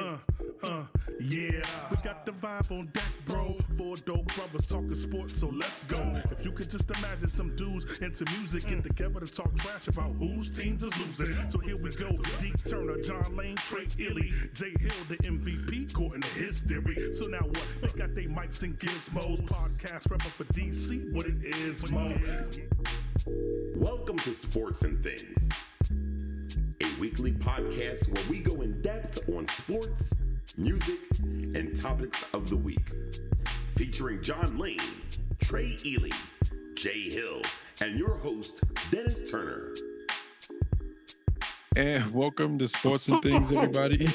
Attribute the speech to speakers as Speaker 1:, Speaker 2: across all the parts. Speaker 1: Uh, uh, yeah. We got the vibe on deck, bro. Four dope brothers talking sports, so let's go. If you could just imagine some dudes into music get together to talk trash about whose teams is losing. So here we go. Deke Turner, John Lane, Trey Illy, Jay Hill, the MVP, caught in the history. So now what? They got they mics and gizmos. Podcast rapper for DC, what it is, mo.
Speaker 2: Welcome to Sports and Things, a weekly podcast where we go in depth on sports, music, and topics of the week. Featuring John Lane, Trey Ely, Jay Hill, and your host, Dennis Turner.
Speaker 3: And welcome to Sports and Things, everybody.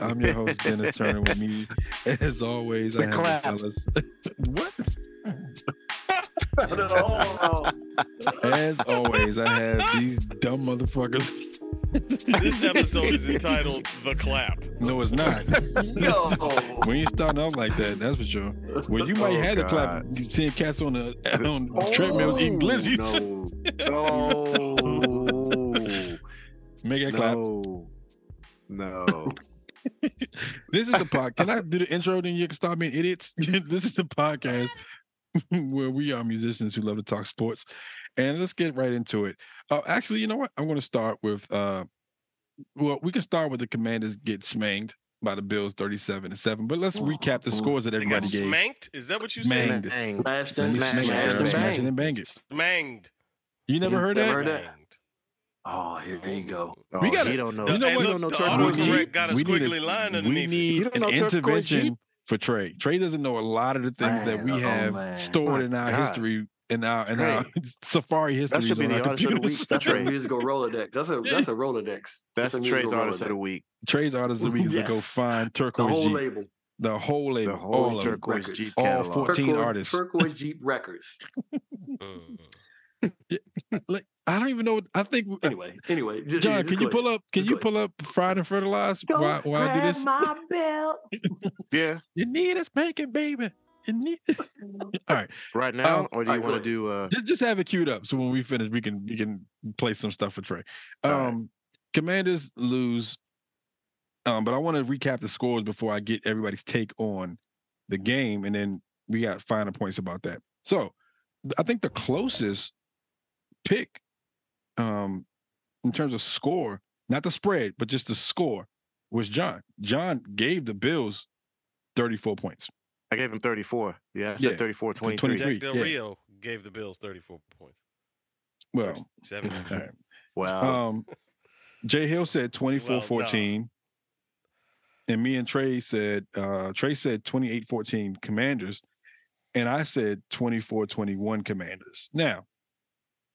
Speaker 3: I'm your host, Dennis Turner. With me, as always, I have
Speaker 4: clap.
Speaker 3: the fellas. what?
Speaker 5: Not at all.
Speaker 3: As always, I have these dumb motherfuckers.
Speaker 6: This episode is entitled "The Clap."
Speaker 3: No, it's not.
Speaker 5: Yo.
Speaker 3: we ain't starting off like that. That's for sure. Well, you might
Speaker 4: Oh,
Speaker 3: have to clap.
Speaker 4: God. Oh,
Speaker 3: You seeing cats on the on treadmills eating glizzies.
Speaker 4: No. No.
Speaker 3: Make it clap.
Speaker 4: no. No.
Speaker 3: This is the pod. Can I do the intro? Then you can stop being idiots. this is the podcast where we are musicians who love to talk sports, and let's get right into it. Uh, actually, you know what? I'm going to start with. Uh, well, we can start with the Commanders get smanged by the Bills, 37 to seven. But let's recap the scores that
Speaker 6: They got
Speaker 3: everybody gave.
Speaker 6: smanked. Is that what you said?
Speaker 3: Banged.
Speaker 4: Dang.
Speaker 5: Smashed
Speaker 3: Let
Speaker 5: and
Speaker 3: me smash,
Speaker 5: smashed
Speaker 4: smash
Speaker 3: it,
Speaker 4: and
Speaker 5: and
Speaker 3: smash it
Speaker 5: bang.
Speaker 3: and bang it.
Speaker 6: Smanged.
Speaker 3: You never
Speaker 4: You
Speaker 3: heard
Speaker 4: never
Speaker 3: that?
Speaker 5: heard that?
Speaker 6: Banged.
Speaker 5: Oh, here you go.
Speaker 4: Oh,
Speaker 3: We gotta-
Speaker 4: he don't know.
Speaker 3: you know
Speaker 4: he
Speaker 6: and
Speaker 3: what?
Speaker 4: don't know
Speaker 6: look,
Speaker 4: terminology.
Speaker 6: the
Speaker 3: We need-
Speaker 6: autocorrect got a
Speaker 3: we need a-
Speaker 6: squiggly line
Speaker 3: We
Speaker 6: underneath.
Speaker 3: need
Speaker 4: You don't
Speaker 3: an
Speaker 4: know turquoise
Speaker 3: intervention
Speaker 4: jeep?
Speaker 3: for Trey. Trey doesn't know a lot of the things that
Speaker 5: Man,
Speaker 3: we
Speaker 5: oh,
Speaker 3: have
Speaker 5: man.
Speaker 3: stored
Speaker 4: My
Speaker 3: in our
Speaker 4: God.
Speaker 3: history in our in our safari history.
Speaker 4: should be the artist of the week.
Speaker 5: That's a
Speaker 4: Trey.
Speaker 5: musical Rolodex. That's a that's a Rolodex.
Speaker 4: That's
Speaker 5: a
Speaker 4: Trey's
Speaker 5: musical
Speaker 4: artist of the
Speaker 5: Rolodex.
Speaker 4: week.
Speaker 3: Trey's artist of the week is to go
Speaker 5: Yes.
Speaker 3: find
Speaker 5: The
Speaker 3: turquoise
Speaker 5: whole
Speaker 3: jeep.
Speaker 5: label.
Speaker 3: The whole label,
Speaker 4: The whole
Speaker 3: all of it.
Speaker 4: turquoise
Speaker 5: records.
Speaker 4: Jeep
Speaker 3: All
Speaker 4: catalog.
Speaker 3: four- 14
Speaker 5: Turquoise-
Speaker 3: artists.
Speaker 5: Turquoise Jeep Records.
Speaker 6: Mm.
Speaker 3: Like, I don't even know. what- I think uh,
Speaker 5: Anyway, anyway. j-
Speaker 3: John,
Speaker 5: just
Speaker 3: can you
Speaker 5: go ahead.
Speaker 3: pull up? Can
Speaker 5: Just
Speaker 3: you
Speaker 5: go
Speaker 3: pull up fried and fertilized?
Speaker 5: Don't
Speaker 3: Why? Why I do
Speaker 5: grab
Speaker 3: this?
Speaker 5: My belt.
Speaker 4: Yeah,
Speaker 3: You need a spanking, baby. You need. all right,
Speaker 4: right now,
Speaker 3: Um,
Speaker 4: or do
Speaker 5: all
Speaker 4: you
Speaker 5: right,
Speaker 4: want to
Speaker 5: go
Speaker 4: do? uh
Speaker 3: just just have it queued up so when we finish, we can we can play some stuff for Trey. Um,
Speaker 4: All right.
Speaker 3: Commanders lose, um, but I want to recap the scores before I get everybody's take on the game, and then we got finer points about that. So, th- I think the closest pick, um, in terms of score, not the spread, but just the score, was John. John gave the Bills thirty-four points.
Speaker 4: I gave him 34. Yeah, I said
Speaker 3: Yeah,
Speaker 4: 34,
Speaker 3: to
Speaker 4: 23.
Speaker 3: Three,
Speaker 6: Jack Del
Speaker 3: yeah.
Speaker 6: Rio gave the Bills 34 points.
Speaker 3: Well,
Speaker 6: Seven.
Speaker 3: all right.
Speaker 4: Wow.
Speaker 3: Um, Jay Hill said 24
Speaker 6: Well, no.
Speaker 3: 14. And me and Trey said, uh, Trey said 28 14 commanders. And I said 24 21 commanders. Now,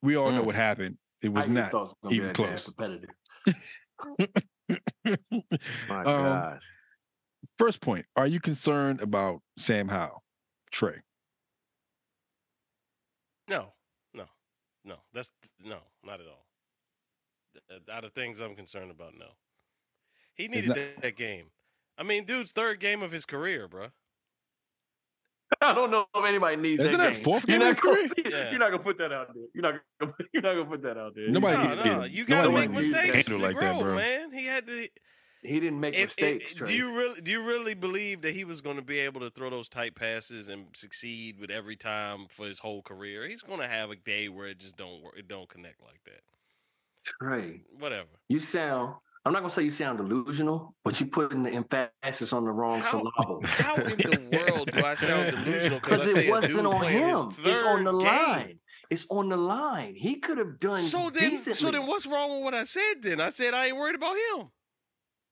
Speaker 3: we all know
Speaker 4: Mm.
Speaker 3: what happened. It was
Speaker 5: I just
Speaker 3: not.
Speaker 5: thought it was gonna be
Speaker 3: even
Speaker 5: that damn
Speaker 3: close.
Speaker 5: Competitive.
Speaker 4: My
Speaker 3: Um,
Speaker 4: God.
Speaker 3: First point Are you concerned about Sam Howe? Trey.
Speaker 6: No, no, no. That's no, not at all. Th- Out of things I'm concerned about, no. He needed
Speaker 3: not-
Speaker 6: that, that game. I mean, dude's third game of his career, bruh.
Speaker 5: I don't know if anybody needs
Speaker 3: Isn't
Speaker 5: that.
Speaker 3: that fourth
Speaker 5: You're
Speaker 3: game
Speaker 5: not,
Speaker 3: of
Speaker 5: gonna,
Speaker 3: his
Speaker 6: Yeah.
Speaker 5: you're not gonna put that out there. You're not gonna, you're not gonna put that out there.
Speaker 3: Nobody
Speaker 6: No,
Speaker 3: can get-
Speaker 6: no, you gotta
Speaker 5: nobody
Speaker 6: make
Speaker 5: can get
Speaker 6: mistakes to
Speaker 3: handled like that,
Speaker 6: grow,
Speaker 3: bro.
Speaker 6: man. He had to.
Speaker 5: He didn't make
Speaker 6: If- i-
Speaker 5: mistakes.
Speaker 6: i-
Speaker 5: Trey.
Speaker 6: do you really do you really believe that he was going to be able to throw those tight passes and succeed with every time for his whole career? He's going to have a day where it just don't work, it don't connect like that.
Speaker 5: Trey,
Speaker 6: Whatever.
Speaker 5: you sound I'm not gonna say you sound delusional, but you putting the emphasis on the wrong
Speaker 6: How-
Speaker 5: syllable.
Speaker 6: How in the world do I sound delusional?
Speaker 5: Because
Speaker 6: I say
Speaker 5: it
Speaker 6: a
Speaker 5: wasn't
Speaker 6: dude
Speaker 5: on
Speaker 6: playing his
Speaker 5: him. It's on
Speaker 6: third
Speaker 5: the
Speaker 6: game.
Speaker 5: line. It's on the line. He could have done
Speaker 6: So then,
Speaker 5: decently.
Speaker 6: so then, what's wrong with what I said? Then I said I ain't worried about him.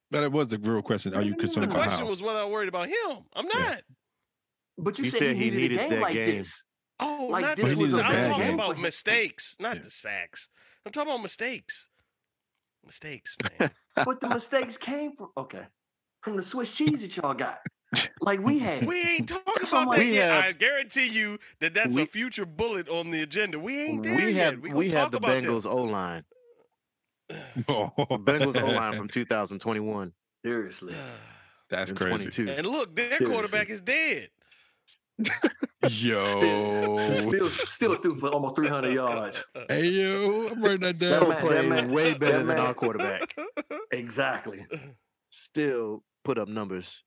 Speaker 3: But it was the real question. Are you concerned
Speaker 6: The
Speaker 3: about
Speaker 6: question
Speaker 3: how?
Speaker 6: was whether I worried about him. I'm
Speaker 3: Yeah.
Speaker 6: not.
Speaker 5: but you
Speaker 4: You
Speaker 5: said, he needed, a game
Speaker 4: that
Speaker 5: like
Speaker 4: game.
Speaker 5: this.
Speaker 6: Oh,
Speaker 5: Like,
Speaker 6: not
Speaker 5: this
Speaker 6: this.
Speaker 3: was
Speaker 6: Was,
Speaker 3: a
Speaker 6: I'm
Speaker 3: bad
Speaker 6: talking
Speaker 3: game.
Speaker 6: about mistakes, not
Speaker 3: Yeah.
Speaker 6: the sacks. I'm talking about mistakes. Mistakes, man.
Speaker 5: But the mistakes came from okay, from the Swiss cheese that y'all got. Like we had.
Speaker 6: we ain't talking
Speaker 5: That's
Speaker 6: about
Speaker 5: what
Speaker 6: that
Speaker 5: I'm
Speaker 4: like-
Speaker 6: yet.
Speaker 4: We have-
Speaker 6: I guarantee you that that's a
Speaker 4: we-
Speaker 6: future bullet on the agenda. We ain't there
Speaker 4: We
Speaker 6: yet.
Speaker 4: have
Speaker 6: we,
Speaker 4: we,
Speaker 6: gonna
Speaker 4: have
Speaker 6: talk
Speaker 4: the
Speaker 6: about them.
Speaker 4: Bengals O line.
Speaker 3: Oh,
Speaker 4: Bengals O line from 2021
Speaker 5: Seriously.
Speaker 6: Oh.
Speaker 3: That's
Speaker 4: and
Speaker 3: crazy.
Speaker 4: 22.
Speaker 6: And look, their quarterback is dead.
Speaker 3: Yo.
Speaker 5: Still still threw for almost 300 yards.
Speaker 3: hey, yo. I'm writing that
Speaker 5: That
Speaker 3: down.
Speaker 5: man-
Speaker 4: Played
Speaker 5: man-
Speaker 4: way
Speaker 5: that
Speaker 4: better than
Speaker 5: man-
Speaker 4: our quarterback.
Speaker 5: Exactly.
Speaker 6: Oh.
Speaker 4: Still put up numbers,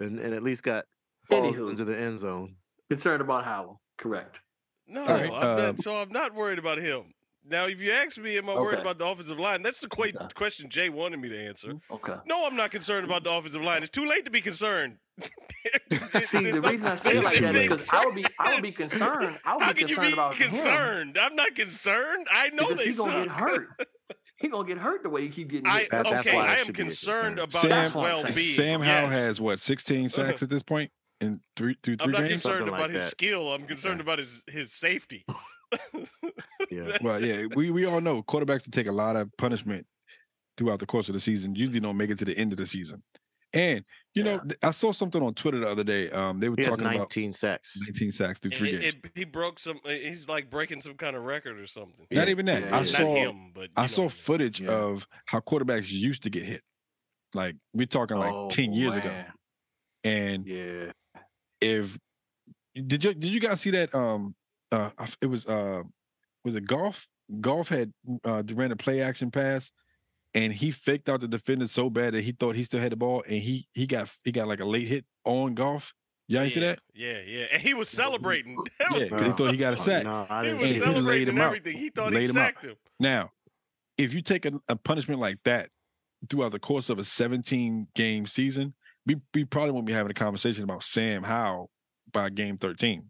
Speaker 4: and, and at least got balls into
Speaker 5: Anywho,
Speaker 4: the end zone.
Speaker 5: concerned about Howell. Correct.
Speaker 6: No,
Speaker 3: right,
Speaker 6: I'm
Speaker 3: uh,
Speaker 6: not, so I'm not worried about him. Now, if you ask me, am I worried
Speaker 5: Okay.
Speaker 6: about the offensive line? That's the que-
Speaker 5: Okay.
Speaker 6: question Jay wanted me to answer.
Speaker 5: Okay.
Speaker 6: No, I'm not concerned about the offensive line. It's too late to be concerned.
Speaker 5: See, the reason I say it like that is because I would be, I would be concerned. I would
Speaker 6: How
Speaker 5: be
Speaker 6: can you
Speaker 5: concerned
Speaker 6: be
Speaker 5: about him
Speaker 6: concerned? I'm not concerned. I know
Speaker 5: because
Speaker 6: they
Speaker 5: he's gonna
Speaker 6: suck.
Speaker 5: get hurt. He's gonna get hurt the way he keep getting
Speaker 6: I,
Speaker 5: hit.
Speaker 4: That- that's
Speaker 6: okay,
Speaker 4: why I
Speaker 6: I am
Speaker 4: should be concerned.
Speaker 6: concerned about
Speaker 3: Sam-
Speaker 6: his
Speaker 5: That's what I'm
Speaker 6: well-being.
Speaker 5: saying.
Speaker 3: Sam Howell
Speaker 6: yes. Uh-huh.
Speaker 3: has what, 16 sacks at this point in three through
Speaker 6: I'm
Speaker 3: three
Speaker 6: not
Speaker 3: games?
Speaker 6: concerned
Speaker 4: Something like
Speaker 6: about his
Speaker 4: that.
Speaker 6: skill. I'm concerned about his his safety.
Speaker 4: Yeah,
Speaker 3: Well, yeah, we, we all know quarterbacks take a lot of punishment throughout the course of the season. Usually don't make it to the end of the season. And, you know, th- I saw something on Twitter the other day. Um, They were
Speaker 4: he has
Speaker 3: talking about
Speaker 4: 19 sacks.
Speaker 3: 19 sacks through
Speaker 6: It-
Speaker 3: three
Speaker 6: it-
Speaker 3: games.
Speaker 6: it- he broke some. uh, He's like breaking some kind of record or something.
Speaker 3: Not
Speaker 4: Yeah,
Speaker 3: even that.
Speaker 5: yeah,
Speaker 3: I
Speaker 5: yeah.
Speaker 6: Not
Speaker 3: saw
Speaker 6: him, but
Speaker 3: I
Speaker 6: you
Speaker 3: saw
Speaker 6: know.
Speaker 3: footage
Speaker 4: Yeah.
Speaker 3: of how quarterbacks used to get hit. Like we're talking like
Speaker 5: Oh,
Speaker 3: 10 years ago.
Speaker 5: man.
Speaker 3: And
Speaker 5: Yeah.
Speaker 3: if did you did you guys see that um uh I f- it was uh was it golf? Golf had uh Durant a play action pass and he faked out the defender so bad that he thought he still had the ball and he he got he got like a late hit on golf. Y'all
Speaker 6: yeah,
Speaker 3: ain't see that?
Speaker 6: Yeah, yeah. And he was celebrating. That was-
Speaker 3: Yeah, 'cause he thought he got a
Speaker 4: Oh,
Speaker 3: sack.
Speaker 4: No, I
Speaker 6: he
Speaker 4: didn't
Speaker 6: was
Speaker 3: he
Speaker 4: see
Speaker 3: laid
Speaker 4: it.
Speaker 6: celebrating and
Speaker 3: him out.
Speaker 6: everything. He thought he
Speaker 3: Laid him out.
Speaker 6: sacked him.
Speaker 3: Now, if you take a, a punishment like that throughout the course of a 17 game season, we, we probably won't be having a conversation about Sam Howe by game 13.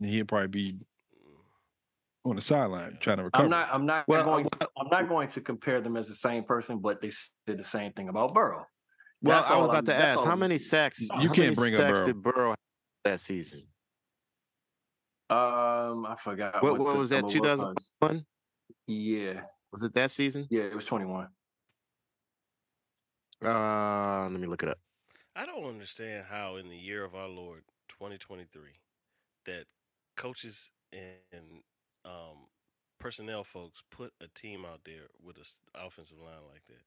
Speaker 3: And he'll probably be on the sideline trying to recover.
Speaker 5: I'm not. I'm not
Speaker 4: Well,
Speaker 5: going. To, I'm not going to compare them as the same person, but they said the same thing about Burrow.
Speaker 4: Well,
Speaker 5: That's
Speaker 4: I was
Speaker 5: all
Speaker 4: about to
Speaker 5: that's
Speaker 4: ask,
Speaker 5: all
Speaker 4: how
Speaker 5: I'm-
Speaker 4: many sacks?
Speaker 5: You
Speaker 4: how
Speaker 3: can't
Speaker 4: many
Speaker 3: bring up
Speaker 4: sacks
Speaker 3: Burrow.
Speaker 4: did Burrow have that season?
Speaker 5: Um, I forgot.
Speaker 4: What- what
Speaker 5: the
Speaker 4: was that,
Speaker 5: number
Speaker 4: 2000?
Speaker 5: was.
Speaker 4: One?
Speaker 5: Yeah,
Speaker 4: Was it that season?
Speaker 5: yeah, it was 21.
Speaker 4: Uh, let me look it up.
Speaker 6: I don't understand how in the year of our Lord 2023 that coaches and um, personnel folks put a team out there with an offensive line like that.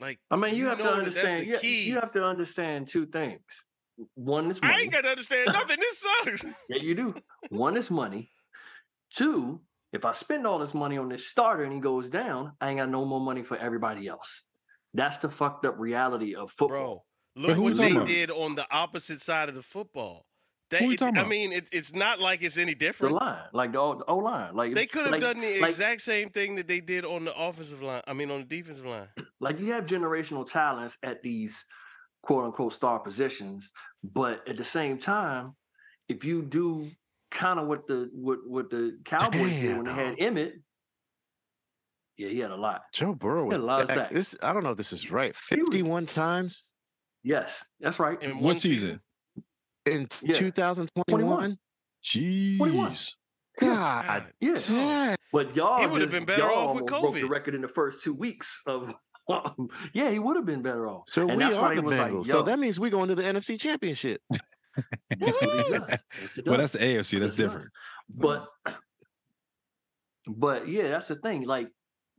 Speaker 6: Like
Speaker 5: I mean, you, have to
Speaker 6: know that
Speaker 5: understand.
Speaker 6: That's
Speaker 5: You,
Speaker 6: the key.
Speaker 5: you have to understand two things. One is money.
Speaker 6: I ain't got to understand nothing. This sucks.
Speaker 5: yeah, you do. One is money. Two, if I spend all this money on this starter and he goes down, I ain't got no more money for everybody else. That's the fucked up reality of football.
Speaker 6: Bro, look
Speaker 3: who we
Speaker 6: what they
Speaker 3: talking about?
Speaker 6: did on the opposite side of the football. They,
Speaker 3: Who we
Speaker 6: it-
Speaker 3: talking
Speaker 6: I
Speaker 3: about?
Speaker 6: mean, it, it's not like it's any
Speaker 5: The
Speaker 6: different.
Speaker 5: line, like the O the O line, like
Speaker 6: They could have
Speaker 5: like-
Speaker 6: done the
Speaker 5: like-
Speaker 6: exact same thing that they did on the offensive line. I mean, on the defensive line.
Speaker 5: like you have generational talents at these quote unquote star positions, but at the same time, if you do kind of what the what what the Cowboys did when they had Emmett, yeah, he had a lot.
Speaker 4: Joe Burrow
Speaker 5: Yeah,
Speaker 4: was
Speaker 5: a lot of
Speaker 4: sacked-
Speaker 5: sacks.
Speaker 4: This I don't know if this is right.
Speaker 5: was-
Speaker 4: Fifty-one times
Speaker 5: Yes, that's right.
Speaker 6: In
Speaker 3: One season.
Speaker 4: in
Speaker 5: Yeah.
Speaker 4: 2021.
Speaker 5: Twenty-one.
Speaker 3: Jeez.
Speaker 4: God
Speaker 5: Yeah,
Speaker 4: damn.
Speaker 5: but y'all
Speaker 6: He would've
Speaker 5: just-
Speaker 6: been better
Speaker 5: y'all
Speaker 6: off with
Speaker 5: almost broke the
Speaker 6: COVID.
Speaker 5: record in the first two weeks of. um, yeah, he would have been better off.
Speaker 4: So
Speaker 5: And
Speaker 4: we
Speaker 5: that's why
Speaker 4: are
Speaker 5: they
Speaker 4: the
Speaker 5: was like,
Speaker 4: Bengals. so
Speaker 5: yo,
Speaker 4: that means we're going to the NFC Championship. Oh,
Speaker 5: that's what he does. That's
Speaker 6: Woohoo!
Speaker 5: what he
Speaker 3: Well,
Speaker 5: does.
Speaker 3: that's the AFC. That's
Speaker 5: It's not.
Speaker 3: different.
Speaker 5: But but yeah, that's the thing. Like,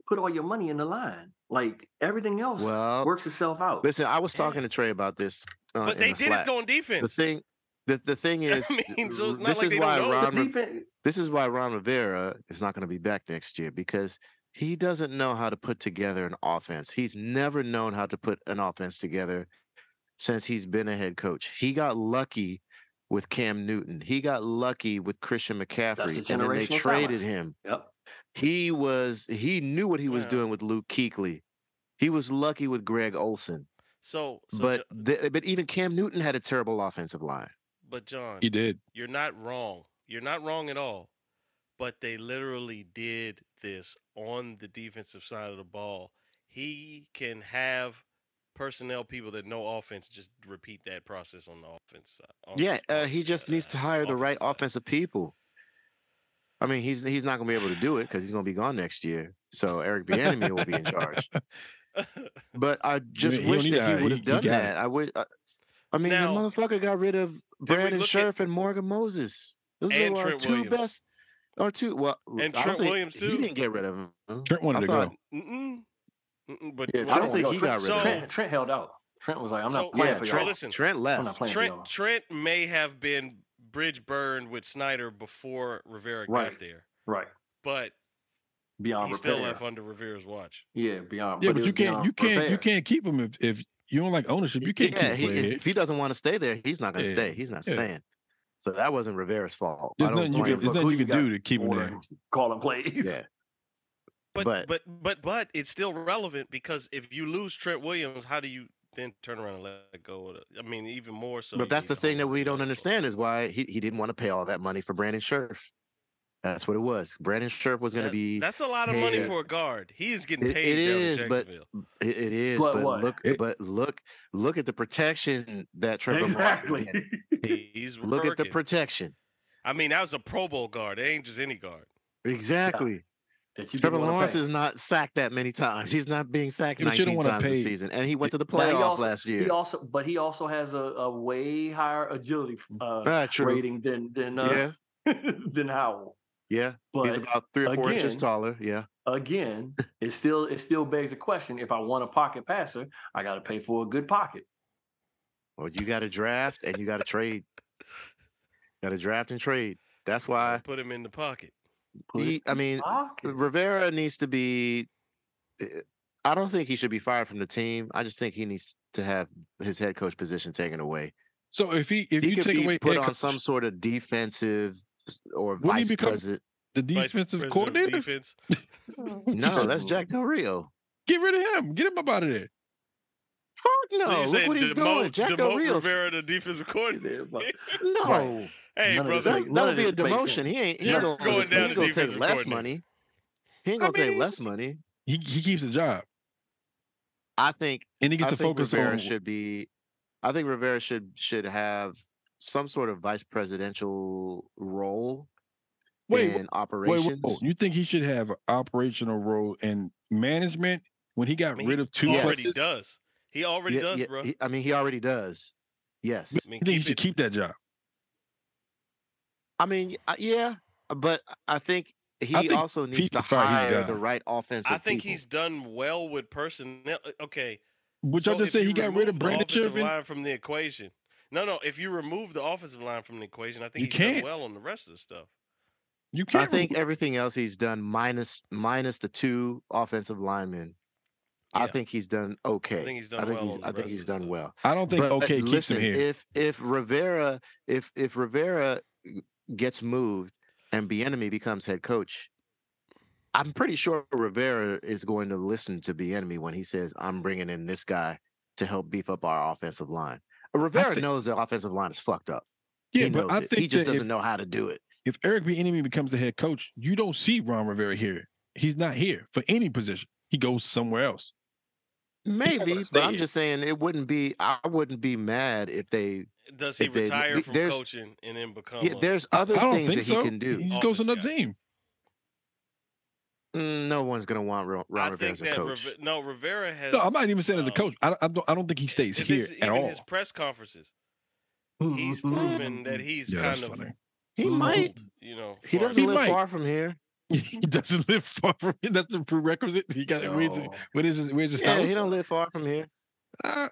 Speaker 5: put all your money in the line. Like everything else
Speaker 4: Well,
Speaker 5: works itself out.
Speaker 4: listen, I was
Speaker 6: Yeah.
Speaker 4: talking to Trey about this. Uh,
Speaker 6: But
Speaker 4: in
Speaker 6: they
Speaker 4: the
Speaker 6: did
Speaker 4: Slack.
Speaker 6: it on
Speaker 4: The
Speaker 6: defense.
Speaker 4: thing, the, the thing is,
Speaker 6: I mean, so it's not
Speaker 4: this
Speaker 6: like
Speaker 4: is
Speaker 6: they don't
Speaker 4: why
Speaker 6: know.
Speaker 5: The
Speaker 4: Ron, Re-
Speaker 5: defen-
Speaker 4: this is why Ron Rivera is not going to be back next year because he doesn't know how to put together an offense. He's never known how to put an offense together since he's been a head coach. He got lucky with Cam Newton. He got lucky with Christian McCaffrey, and then they
Speaker 5: generational
Speaker 4: traded
Speaker 5: talent.
Speaker 4: him.
Speaker 5: Yep.
Speaker 4: He was he knew what he was
Speaker 6: Yeah.
Speaker 4: doing with Luke Kuechly. He was lucky with Greg Olson,
Speaker 6: So, so
Speaker 4: but
Speaker 6: Jo-
Speaker 4: th- but even Cam Newton had a terrible offensive line.
Speaker 6: but John,
Speaker 3: He did.
Speaker 6: you're not wrong. You're not wrong at all. But they literally did this on the defensive side of the ball. He can have personnel people that know offense just repeat that process on the offense side. on-
Speaker 4: Yeah, uh,
Speaker 6: on
Speaker 4: he
Speaker 6: the,
Speaker 4: just needs to
Speaker 6: uh,
Speaker 4: hire the right
Speaker 6: side.
Speaker 4: offensive people. I mean, he's he's not going to be able to do it because he's going to be gone next year. So Eric Bieniemy will be in charge. But I just
Speaker 3: he don't
Speaker 4: wish
Speaker 3: need to
Speaker 4: that
Speaker 3: hire,
Speaker 4: he
Speaker 3: he-
Speaker 4: would
Speaker 3: he
Speaker 4: have done
Speaker 3: got it.
Speaker 4: that. I would. I, I mean,
Speaker 6: Now,
Speaker 4: the motherfucker got rid of
Speaker 6: we
Speaker 4: Brandon
Speaker 6: look at-
Speaker 4: Scherf and Morgan Moses. Those
Speaker 6: And
Speaker 4: are our
Speaker 6: Trent
Speaker 4: two
Speaker 6: Williams.
Speaker 4: best. Or two. Well, I
Speaker 6: And
Speaker 4: don't
Speaker 6: Trent
Speaker 4: think-
Speaker 6: Williams,
Speaker 4: He
Speaker 6: too.
Speaker 4: didn't get rid of him.
Speaker 3: Trent wanted
Speaker 4: I
Speaker 3: to
Speaker 4: thought-
Speaker 3: go.
Speaker 6: Mm-mm. Mm-mm, but
Speaker 5: Yeah,
Speaker 6: what-
Speaker 4: I don't
Speaker 5: Trent-
Speaker 4: think
Speaker 5: Trent,
Speaker 4: he got rid of
Speaker 5: Trent,
Speaker 4: him.
Speaker 5: Trent held out. Trent was like, "I'm
Speaker 6: So-
Speaker 5: not playing
Speaker 4: Yeah,
Speaker 5: for y'all.
Speaker 4: Trent,
Speaker 6: listen,
Speaker 4: Trent
Speaker 5: I'm not
Speaker 4: left.
Speaker 5: playing for y'all."
Speaker 6: Trent Trent may have been bridge burned with Snyder before Rivera got
Speaker 5: Right.
Speaker 6: there,
Speaker 5: Right.
Speaker 6: but
Speaker 5: Beyond
Speaker 6: he
Speaker 5: repair.
Speaker 6: still left under Rivera's watch.
Speaker 5: yeah, beyond.
Speaker 3: Yeah,
Speaker 5: it
Speaker 3: but you
Speaker 5: was
Speaker 3: can't
Speaker 5: beyond
Speaker 3: you can't you
Speaker 5: repair.
Speaker 3: can't keep him if, if you don't like ownership. You can't
Speaker 4: Yeah,
Speaker 3: keep
Speaker 4: he,
Speaker 3: him here.
Speaker 4: if he doesn't want to stay there, he's not going to
Speaker 3: Yeah,
Speaker 4: stay. He's not
Speaker 3: yeah.
Speaker 4: staying. So that wasn't Rivera's fault. I
Speaker 3: There's
Speaker 4: don't
Speaker 3: nothing you
Speaker 4: blame
Speaker 3: can
Speaker 4: him.
Speaker 3: there's
Speaker 5: Look,
Speaker 3: nothing
Speaker 5: who
Speaker 3: you
Speaker 5: you
Speaker 3: can
Speaker 5: got
Speaker 3: do to keep him
Speaker 5: Or
Speaker 3: there.
Speaker 5: calling plays.
Speaker 4: Yeah.
Speaker 6: But but
Speaker 4: But-
Speaker 6: but but, it's still relevant because if you lose Trent Williams, how do you then turn around and let go of? The, I mean, even more so.
Speaker 4: but
Speaker 6: you
Speaker 4: that's
Speaker 6: need
Speaker 4: the
Speaker 6: to
Speaker 4: thing that
Speaker 6: hold
Speaker 4: we
Speaker 6: on to
Speaker 4: don't
Speaker 6: that player.
Speaker 4: understand is why he, he didn't want to pay all that money for Brandon Scherf. That's what it was. Brandon Scherf was going to
Speaker 6: That-
Speaker 4: be.
Speaker 6: That's a lot of money
Speaker 4: Yeah.
Speaker 6: for a guard. He is getting
Speaker 4: It-
Speaker 6: paid
Speaker 4: it
Speaker 6: down
Speaker 4: is,
Speaker 6: in
Speaker 4: but-
Speaker 6: Jacksonville.
Speaker 4: it- it is,
Speaker 5: But
Speaker 4: but,
Speaker 5: what?
Speaker 4: look,
Speaker 3: It-
Speaker 4: but look, look at the protection that Trevor Lawrence is
Speaker 5: exactly.
Speaker 4: getting.
Speaker 6: He- He's
Speaker 4: Look at the
Speaker 6: working.
Speaker 4: protection.
Speaker 6: I mean, that was a Pro Bowl guard. It ain't just any guard.
Speaker 4: Exactly.
Speaker 5: That you
Speaker 4: Trevor
Speaker 5: didn't wanna
Speaker 4: Lawrence
Speaker 5: pay.
Speaker 4: is not sacked that many times. He's not being sacked
Speaker 3: Yeah, but you don't
Speaker 4: 19
Speaker 3: wanna
Speaker 4: times this
Speaker 3: pay-
Speaker 4: season, and he went to the
Speaker 5: Now, he
Speaker 4: playoffs
Speaker 5: also-
Speaker 4: last year.
Speaker 5: He also, but he also has a, a way higher agility uh,
Speaker 4: Ah, true.
Speaker 5: rating than than uh,
Speaker 4: Yeah,
Speaker 5: than Howell.
Speaker 4: yeah.
Speaker 5: But
Speaker 4: He's about three or four inches
Speaker 5: again-
Speaker 4: taller. Yeah.
Speaker 5: again, it still it still begs the question: If I want a pocket passer, I got to pay for a good pocket.
Speaker 4: Well, you got to draft and you got to trade. Got to draft and trade. That's why.
Speaker 6: Put him in the pocket.
Speaker 5: Put it
Speaker 4: he- I
Speaker 5: in
Speaker 4: mean,
Speaker 5: pocket.
Speaker 4: Rivera needs to be. eh, I don't think he should be fired from the team. I just think he needs to have his head coach position taken away.
Speaker 3: So if he if
Speaker 4: he
Speaker 3: you
Speaker 4: could
Speaker 3: take
Speaker 4: be
Speaker 3: away
Speaker 4: put
Speaker 3: head
Speaker 4: on
Speaker 3: coach,
Speaker 4: some sort of defensive s- or
Speaker 3: Wouldn't he
Speaker 4: vice
Speaker 3: become-
Speaker 4: president.
Speaker 3: the
Speaker 6: Vice
Speaker 3: defensive
Speaker 6: president of
Speaker 3: coordinator,
Speaker 6: Defense.
Speaker 4: No, that's Jack Del Rio.
Speaker 3: get rid of him. Get him up out of there.
Speaker 4: Fuck
Speaker 6: So
Speaker 4: no!
Speaker 6: you
Speaker 4: Look
Speaker 6: saying
Speaker 4: what he's
Speaker 6: demote,
Speaker 4: doing. Jack Del
Speaker 6: demote
Speaker 4: Rio.
Speaker 6: Rivera, the defensive coordinator.
Speaker 4: No,
Speaker 5: Right.
Speaker 6: Hey,
Speaker 5: None of this
Speaker 6: brother.
Speaker 5: make- none
Speaker 4: that, that would
Speaker 5: of
Speaker 4: be a
Speaker 5: this makes
Speaker 4: demotion.
Speaker 5: sense.
Speaker 4: He ain't. He
Speaker 5: You're
Speaker 4: ain't gonna,
Speaker 6: going down
Speaker 4: he's
Speaker 6: to
Speaker 4: gonna take
Speaker 6: defensive
Speaker 4: less
Speaker 6: coordinator.
Speaker 4: money. He ain't
Speaker 3: I
Speaker 4: gonna
Speaker 3: mean-
Speaker 4: take less money.
Speaker 3: He he keeps the job
Speaker 4: I think.
Speaker 3: and he gets
Speaker 4: I
Speaker 3: to
Speaker 4: think
Speaker 3: focus
Speaker 4: Rivera
Speaker 3: on.
Speaker 4: should be. I think Rivera should should have some sort of vice presidential role
Speaker 3: wait,
Speaker 4: in
Speaker 3: wait,
Speaker 4: operations.
Speaker 3: wait, wait, you think he should have an operational role in management when he got
Speaker 6: I mean,
Speaker 3: rid
Speaker 6: he
Speaker 3: of two
Speaker 6: already
Speaker 3: players?
Speaker 6: does. He already
Speaker 4: Yeah,
Speaker 6: does,
Speaker 4: yeah,
Speaker 6: bro.
Speaker 4: he- I mean, he already does. Yes.
Speaker 6: I
Speaker 3: You
Speaker 6: mean,
Speaker 3: think he
Speaker 6: keep
Speaker 3: should
Speaker 6: it.
Speaker 3: keep that job?
Speaker 4: I mean, y- uh, yeah, but I think he
Speaker 3: think
Speaker 4: also needs to
Speaker 3: Pete's probably his
Speaker 4: hire the
Speaker 3: guy.
Speaker 4: right offensive.
Speaker 6: I think
Speaker 4: people.
Speaker 6: he's done well with personnel. uh, Okay,
Speaker 3: Would y'all
Speaker 6: so
Speaker 3: just
Speaker 6: if
Speaker 3: say
Speaker 6: you
Speaker 3: he got rid
Speaker 6: remove
Speaker 3: of
Speaker 6: the
Speaker 3: Brandon
Speaker 6: offensive
Speaker 3: Scherf?
Speaker 6: line from the equation? No, no. If you remove the offensive line from the equation, I think
Speaker 3: You
Speaker 6: he's done
Speaker 3: can't.
Speaker 6: well on the rest of the stuff.
Speaker 3: You can't.
Speaker 4: I think everything else he's done minus minus the two offensive linemen. I
Speaker 6: Yeah.
Speaker 4: think he's done okay.
Speaker 6: I think he's done
Speaker 4: I think
Speaker 6: well.
Speaker 4: he's,
Speaker 6: on the
Speaker 4: I think
Speaker 6: rest
Speaker 4: he's
Speaker 6: of the
Speaker 4: done
Speaker 6: stuff.
Speaker 4: well.
Speaker 3: I don't think
Speaker 4: But- but
Speaker 3: okay keeps
Speaker 4: listen,
Speaker 3: him here.
Speaker 4: If if Rivera if if Rivera g- gets moved and Bienemy becomes head coach, I'm pretty sure Rivera is going to listen to Bienemy when he says, "I'm bringing in this guy to help beef up our offensive line." Rivera
Speaker 3: thi-
Speaker 4: knows the offensive line is fucked up.
Speaker 3: yeah,
Speaker 4: he
Speaker 3: but
Speaker 4: knows
Speaker 3: I
Speaker 4: it.
Speaker 3: think
Speaker 4: he just
Speaker 3: that if-
Speaker 4: doesn't know how to do it.
Speaker 3: if Eric B. Enemy becomes the head coach, you don't see Ron Rivera here. He's not here for any position. He goes somewhere else. don't wanna
Speaker 4: Maybe,
Speaker 3: stay
Speaker 4: but I'm
Speaker 3: here.
Speaker 4: just saying it wouldn't be. I wouldn't be mad if they.
Speaker 6: Does he
Speaker 4: If they-
Speaker 6: retire
Speaker 4: the-
Speaker 6: from
Speaker 4: there's-
Speaker 6: coaching and then become?
Speaker 4: Yeah,
Speaker 6: a-
Speaker 4: there's
Speaker 3: Uh-huh. I-
Speaker 4: other
Speaker 3: I, don't
Speaker 4: things
Speaker 3: think
Speaker 4: that
Speaker 3: so.
Speaker 4: he can do.
Speaker 3: He just goes to
Speaker 6: Office
Speaker 3: another
Speaker 6: guy.
Speaker 3: team.
Speaker 4: Mm, No one's gonna want Ron, Ron
Speaker 6: I
Speaker 4: Rivera
Speaker 6: think
Speaker 4: as a
Speaker 6: that
Speaker 4: coach.
Speaker 6: Rive- no Rivera has.
Speaker 3: No, I'm not even saying as a
Speaker 6: um,
Speaker 3: coach. I, don't- I don't. I don't think he stays
Speaker 6: if
Speaker 3: here
Speaker 6: it's
Speaker 3: at
Speaker 6: even
Speaker 3: all.
Speaker 6: his press conferences, he's
Speaker 4: Mm-hmm.
Speaker 5: Mhm.
Speaker 6: proven that he's
Speaker 3: Yeah, that's
Speaker 6: kind of
Speaker 3: funny.
Speaker 4: he
Speaker 5: Mhm.
Speaker 4: might.
Speaker 6: you know
Speaker 4: He
Speaker 6: far-
Speaker 4: doesn't
Speaker 3: He
Speaker 4: live
Speaker 3: might.
Speaker 4: far from here.
Speaker 3: he doesn't live far from it. That's the prerequisite. He got where's,
Speaker 5: No.
Speaker 3: what is his, where's his
Speaker 4: Yeah,
Speaker 3: house?
Speaker 4: he don't live far from here.
Speaker 3: Uh,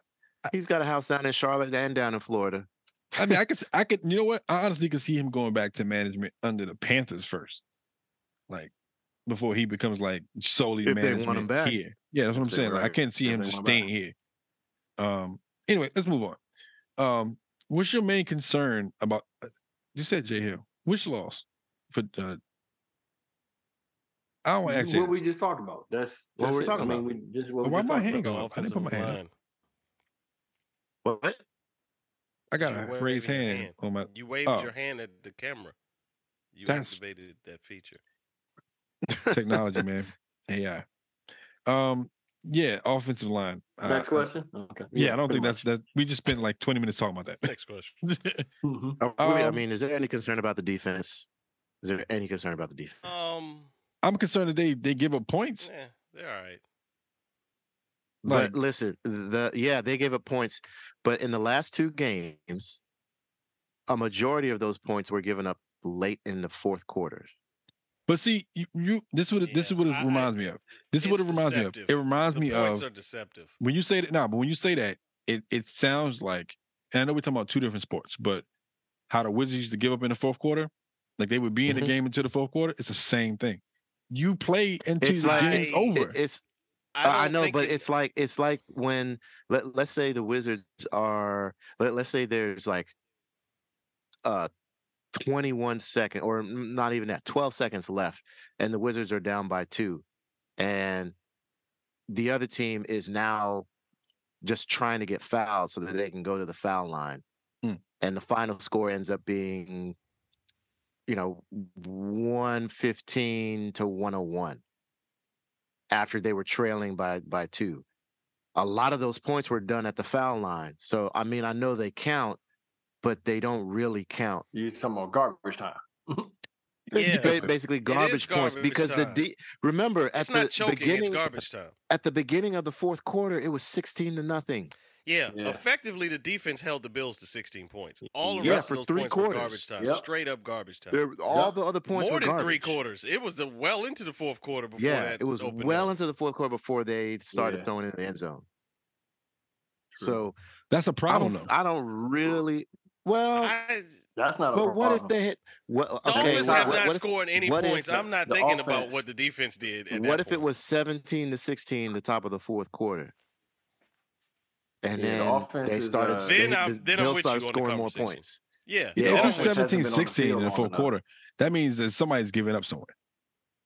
Speaker 4: He's got a house down in Charlotte and down in Florida.
Speaker 3: I mean, I could, I could. You know what? I honestly could see him going back to management under the Panthers first, like before he becomes like solely
Speaker 4: If they
Speaker 3: management
Speaker 4: want him back.
Speaker 3: here. Yeah, that's what I'm
Speaker 4: If they-
Speaker 3: saying. Like, I
Speaker 4: right.
Speaker 3: can't see
Speaker 4: If
Speaker 3: him
Speaker 4: they
Speaker 3: just
Speaker 4: want him
Speaker 3: staying here. Um. Anyway, let's move on. Um. What's your main concern about? You said Jay Hill. Which loss for uh, I don't
Speaker 5: What
Speaker 3: actually.
Speaker 5: we just talked about. That's
Speaker 4: What
Speaker 5: that's
Speaker 4: we're
Speaker 5: it.
Speaker 4: talking
Speaker 5: I mean, we, this is what we
Speaker 3: Why
Speaker 5: just
Speaker 3: my
Speaker 5: talked
Speaker 3: hand
Speaker 5: about.
Speaker 3: go
Speaker 6: The
Speaker 3: up? I didn't put
Speaker 6: offensive
Speaker 3: my hand up.
Speaker 6: line.
Speaker 4: What?
Speaker 3: I got
Speaker 6: You're
Speaker 3: a
Speaker 6: waving
Speaker 3: raised
Speaker 6: your
Speaker 3: hand,
Speaker 6: hand.
Speaker 3: on my.
Speaker 6: You waved
Speaker 3: Oh.
Speaker 6: your hand at the camera. You
Speaker 3: That's-
Speaker 6: activated that feature.
Speaker 3: Technology, man. AI. Um. Yeah, offensive line. Uh,
Speaker 5: Next
Speaker 3: uh,
Speaker 5: question. Okay.
Speaker 3: Yeah, I don't
Speaker 5: pretty
Speaker 3: think that's that. We just spent like 20 minutes talking about
Speaker 6: Next question.
Speaker 3: that.
Speaker 5: much. Mhm.
Speaker 4: Are we- I
Speaker 3: Um,
Speaker 4: mean, is there any concern about the defense? Is there any concern about the defense?
Speaker 6: Um,
Speaker 3: I'm concerned that they they give up points.
Speaker 6: yeah, they're all right.
Speaker 3: Like,
Speaker 4: but listen, the yeah, they gave up points, but in the last two games, a majority of those points were given up late in the fourth quarter.
Speaker 3: but see, you, you this would this is
Speaker 6: Yeah,
Speaker 3: what it
Speaker 6: I- I-
Speaker 3: reminds me of. This is what it
Speaker 6: it's
Speaker 3: reminds me
Speaker 6: deceptive.
Speaker 3: of. It reminds
Speaker 6: the
Speaker 3: me
Speaker 6: points
Speaker 3: of
Speaker 6: are deceptive.
Speaker 3: when you say that. Nah, but when you say that, it it sounds like. And I know we're talking about two different sports, but how the Wizards used to give up in the fourth quarter, like they would be in
Speaker 4: Mhm.
Speaker 3: the
Speaker 6: Mm-hmm.
Speaker 3: game until the fourth quarter. It's the same thing. You play until
Speaker 4: It's
Speaker 3: the
Speaker 4: like
Speaker 3: game's
Speaker 4: it-
Speaker 6: it-
Speaker 3: over.
Speaker 4: it's
Speaker 6: don't
Speaker 4: I, I know,
Speaker 6: think
Speaker 4: but
Speaker 6: it-
Speaker 4: it's like it's like when let let's say the Wizards are let, let's say there's like uh 21 second or n- not even that 12 seconds left and the Wizards are down by 2 and the other team is now just trying to get fouled so that they can go to the foul line
Speaker 6: Hmm.
Speaker 3: Mm.
Speaker 4: and the final score ends up being you know 115 to 101 after they were trailing by by two. A lot of those points were done at the foul line. So I mean, I know they count, but they don't really count.
Speaker 5: You're talking about garbage time.
Speaker 4: It's
Speaker 6: Yeah.
Speaker 4: ba- basically garbage points
Speaker 6: garbage
Speaker 4: because
Speaker 6: time.
Speaker 4: the de- remember
Speaker 6: it's
Speaker 4: at the
Speaker 6: not choking.
Speaker 4: beginning
Speaker 6: It's garbage time.
Speaker 4: at the beginning of the fourth quarter it was 16 to nothing.
Speaker 6: Yeah,
Speaker 5: Yeah.
Speaker 6: effectively the defense held the Bills to 16 points. All the
Speaker 4: Yeah,
Speaker 6: rest
Speaker 4: for
Speaker 6: of those
Speaker 4: three
Speaker 6: points were
Speaker 4: quarters.
Speaker 6: garbage time.
Speaker 5: Yep.
Speaker 6: Straight up garbage time.
Speaker 4: There, all
Speaker 5: Yep.
Speaker 4: the other points
Speaker 6: More
Speaker 4: were
Speaker 6: than three
Speaker 4: garbage.
Speaker 6: quarters. It was the well into the fourth quarter before
Speaker 4: Yeah,
Speaker 6: that.
Speaker 4: it was
Speaker 6: opened
Speaker 4: well
Speaker 6: up.
Speaker 4: into the fourth quarter before they started
Speaker 5: Yeah.
Speaker 4: throwing it in the end zone.
Speaker 3: True.
Speaker 4: So
Speaker 3: That's a
Speaker 4: I
Speaker 3: problem,
Speaker 4: don't,
Speaker 3: though.
Speaker 4: I don't really. Well,
Speaker 6: I,
Speaker 5: That's not a
Speaker 4: but what if
Speaker 5: problem.
Speaker 4: they hit? Well,
Speaker 6: the
Speaker 4: okay,
Speaker 6: offense
Speaker 4: what-
Speaker 6: have
Speaker 4: what-
Speaker 6: not
Speaker 4: what if-
Speaker 6: scored any
Speaker 4: what if
Speaker 6: points.
Speaker 4: the-
Speaker 6: I'm not
Speaker 5: the
Speaker 6: thinking about
Speaker 5: offense-
Speaker 6: what the defense did. At
Speaker 4: what
Speaker 6: that
Speaker 4: if it
Speaker 6: point.
Speaker 4: was 17 to 16 the top of the fourth quarter and
Speaker 5: Yeah, the
Speaker 4: then
Speaker 5: offense
Speaker 4: they
Speaker 5: is,
Speaker 4: started
Speaker 5: uh,
Speaker 4: s-
Speaker 6: Then
Speaker 4: they-
Speaker 6: I'm-
Speaker 4: the
Speaker 6: then I'm
Speaker 4: Bills
Speaker 6: with you
Speaker 4: started
Speaker 6: on the
Speaker 4: scoring more
Speaker 6: conversation.
Speaker 4: points
Speaker 6: Yeah.
Speaker 4: Yeah,
Speaker 3: Yeah, if
Speaker 4: the
Speaker 3: it's
Speaker 5: offense hasn't been on
Speaker 3: 17
Speaker 5: the
Speaker 3: 16
Speaker 5: field
Speaker 3: in the
Speaker 5: long
Speaker 3: fourth
Speaker 5: enough.
Speaker 3: quarter, that means that somebody's giving up somewhere.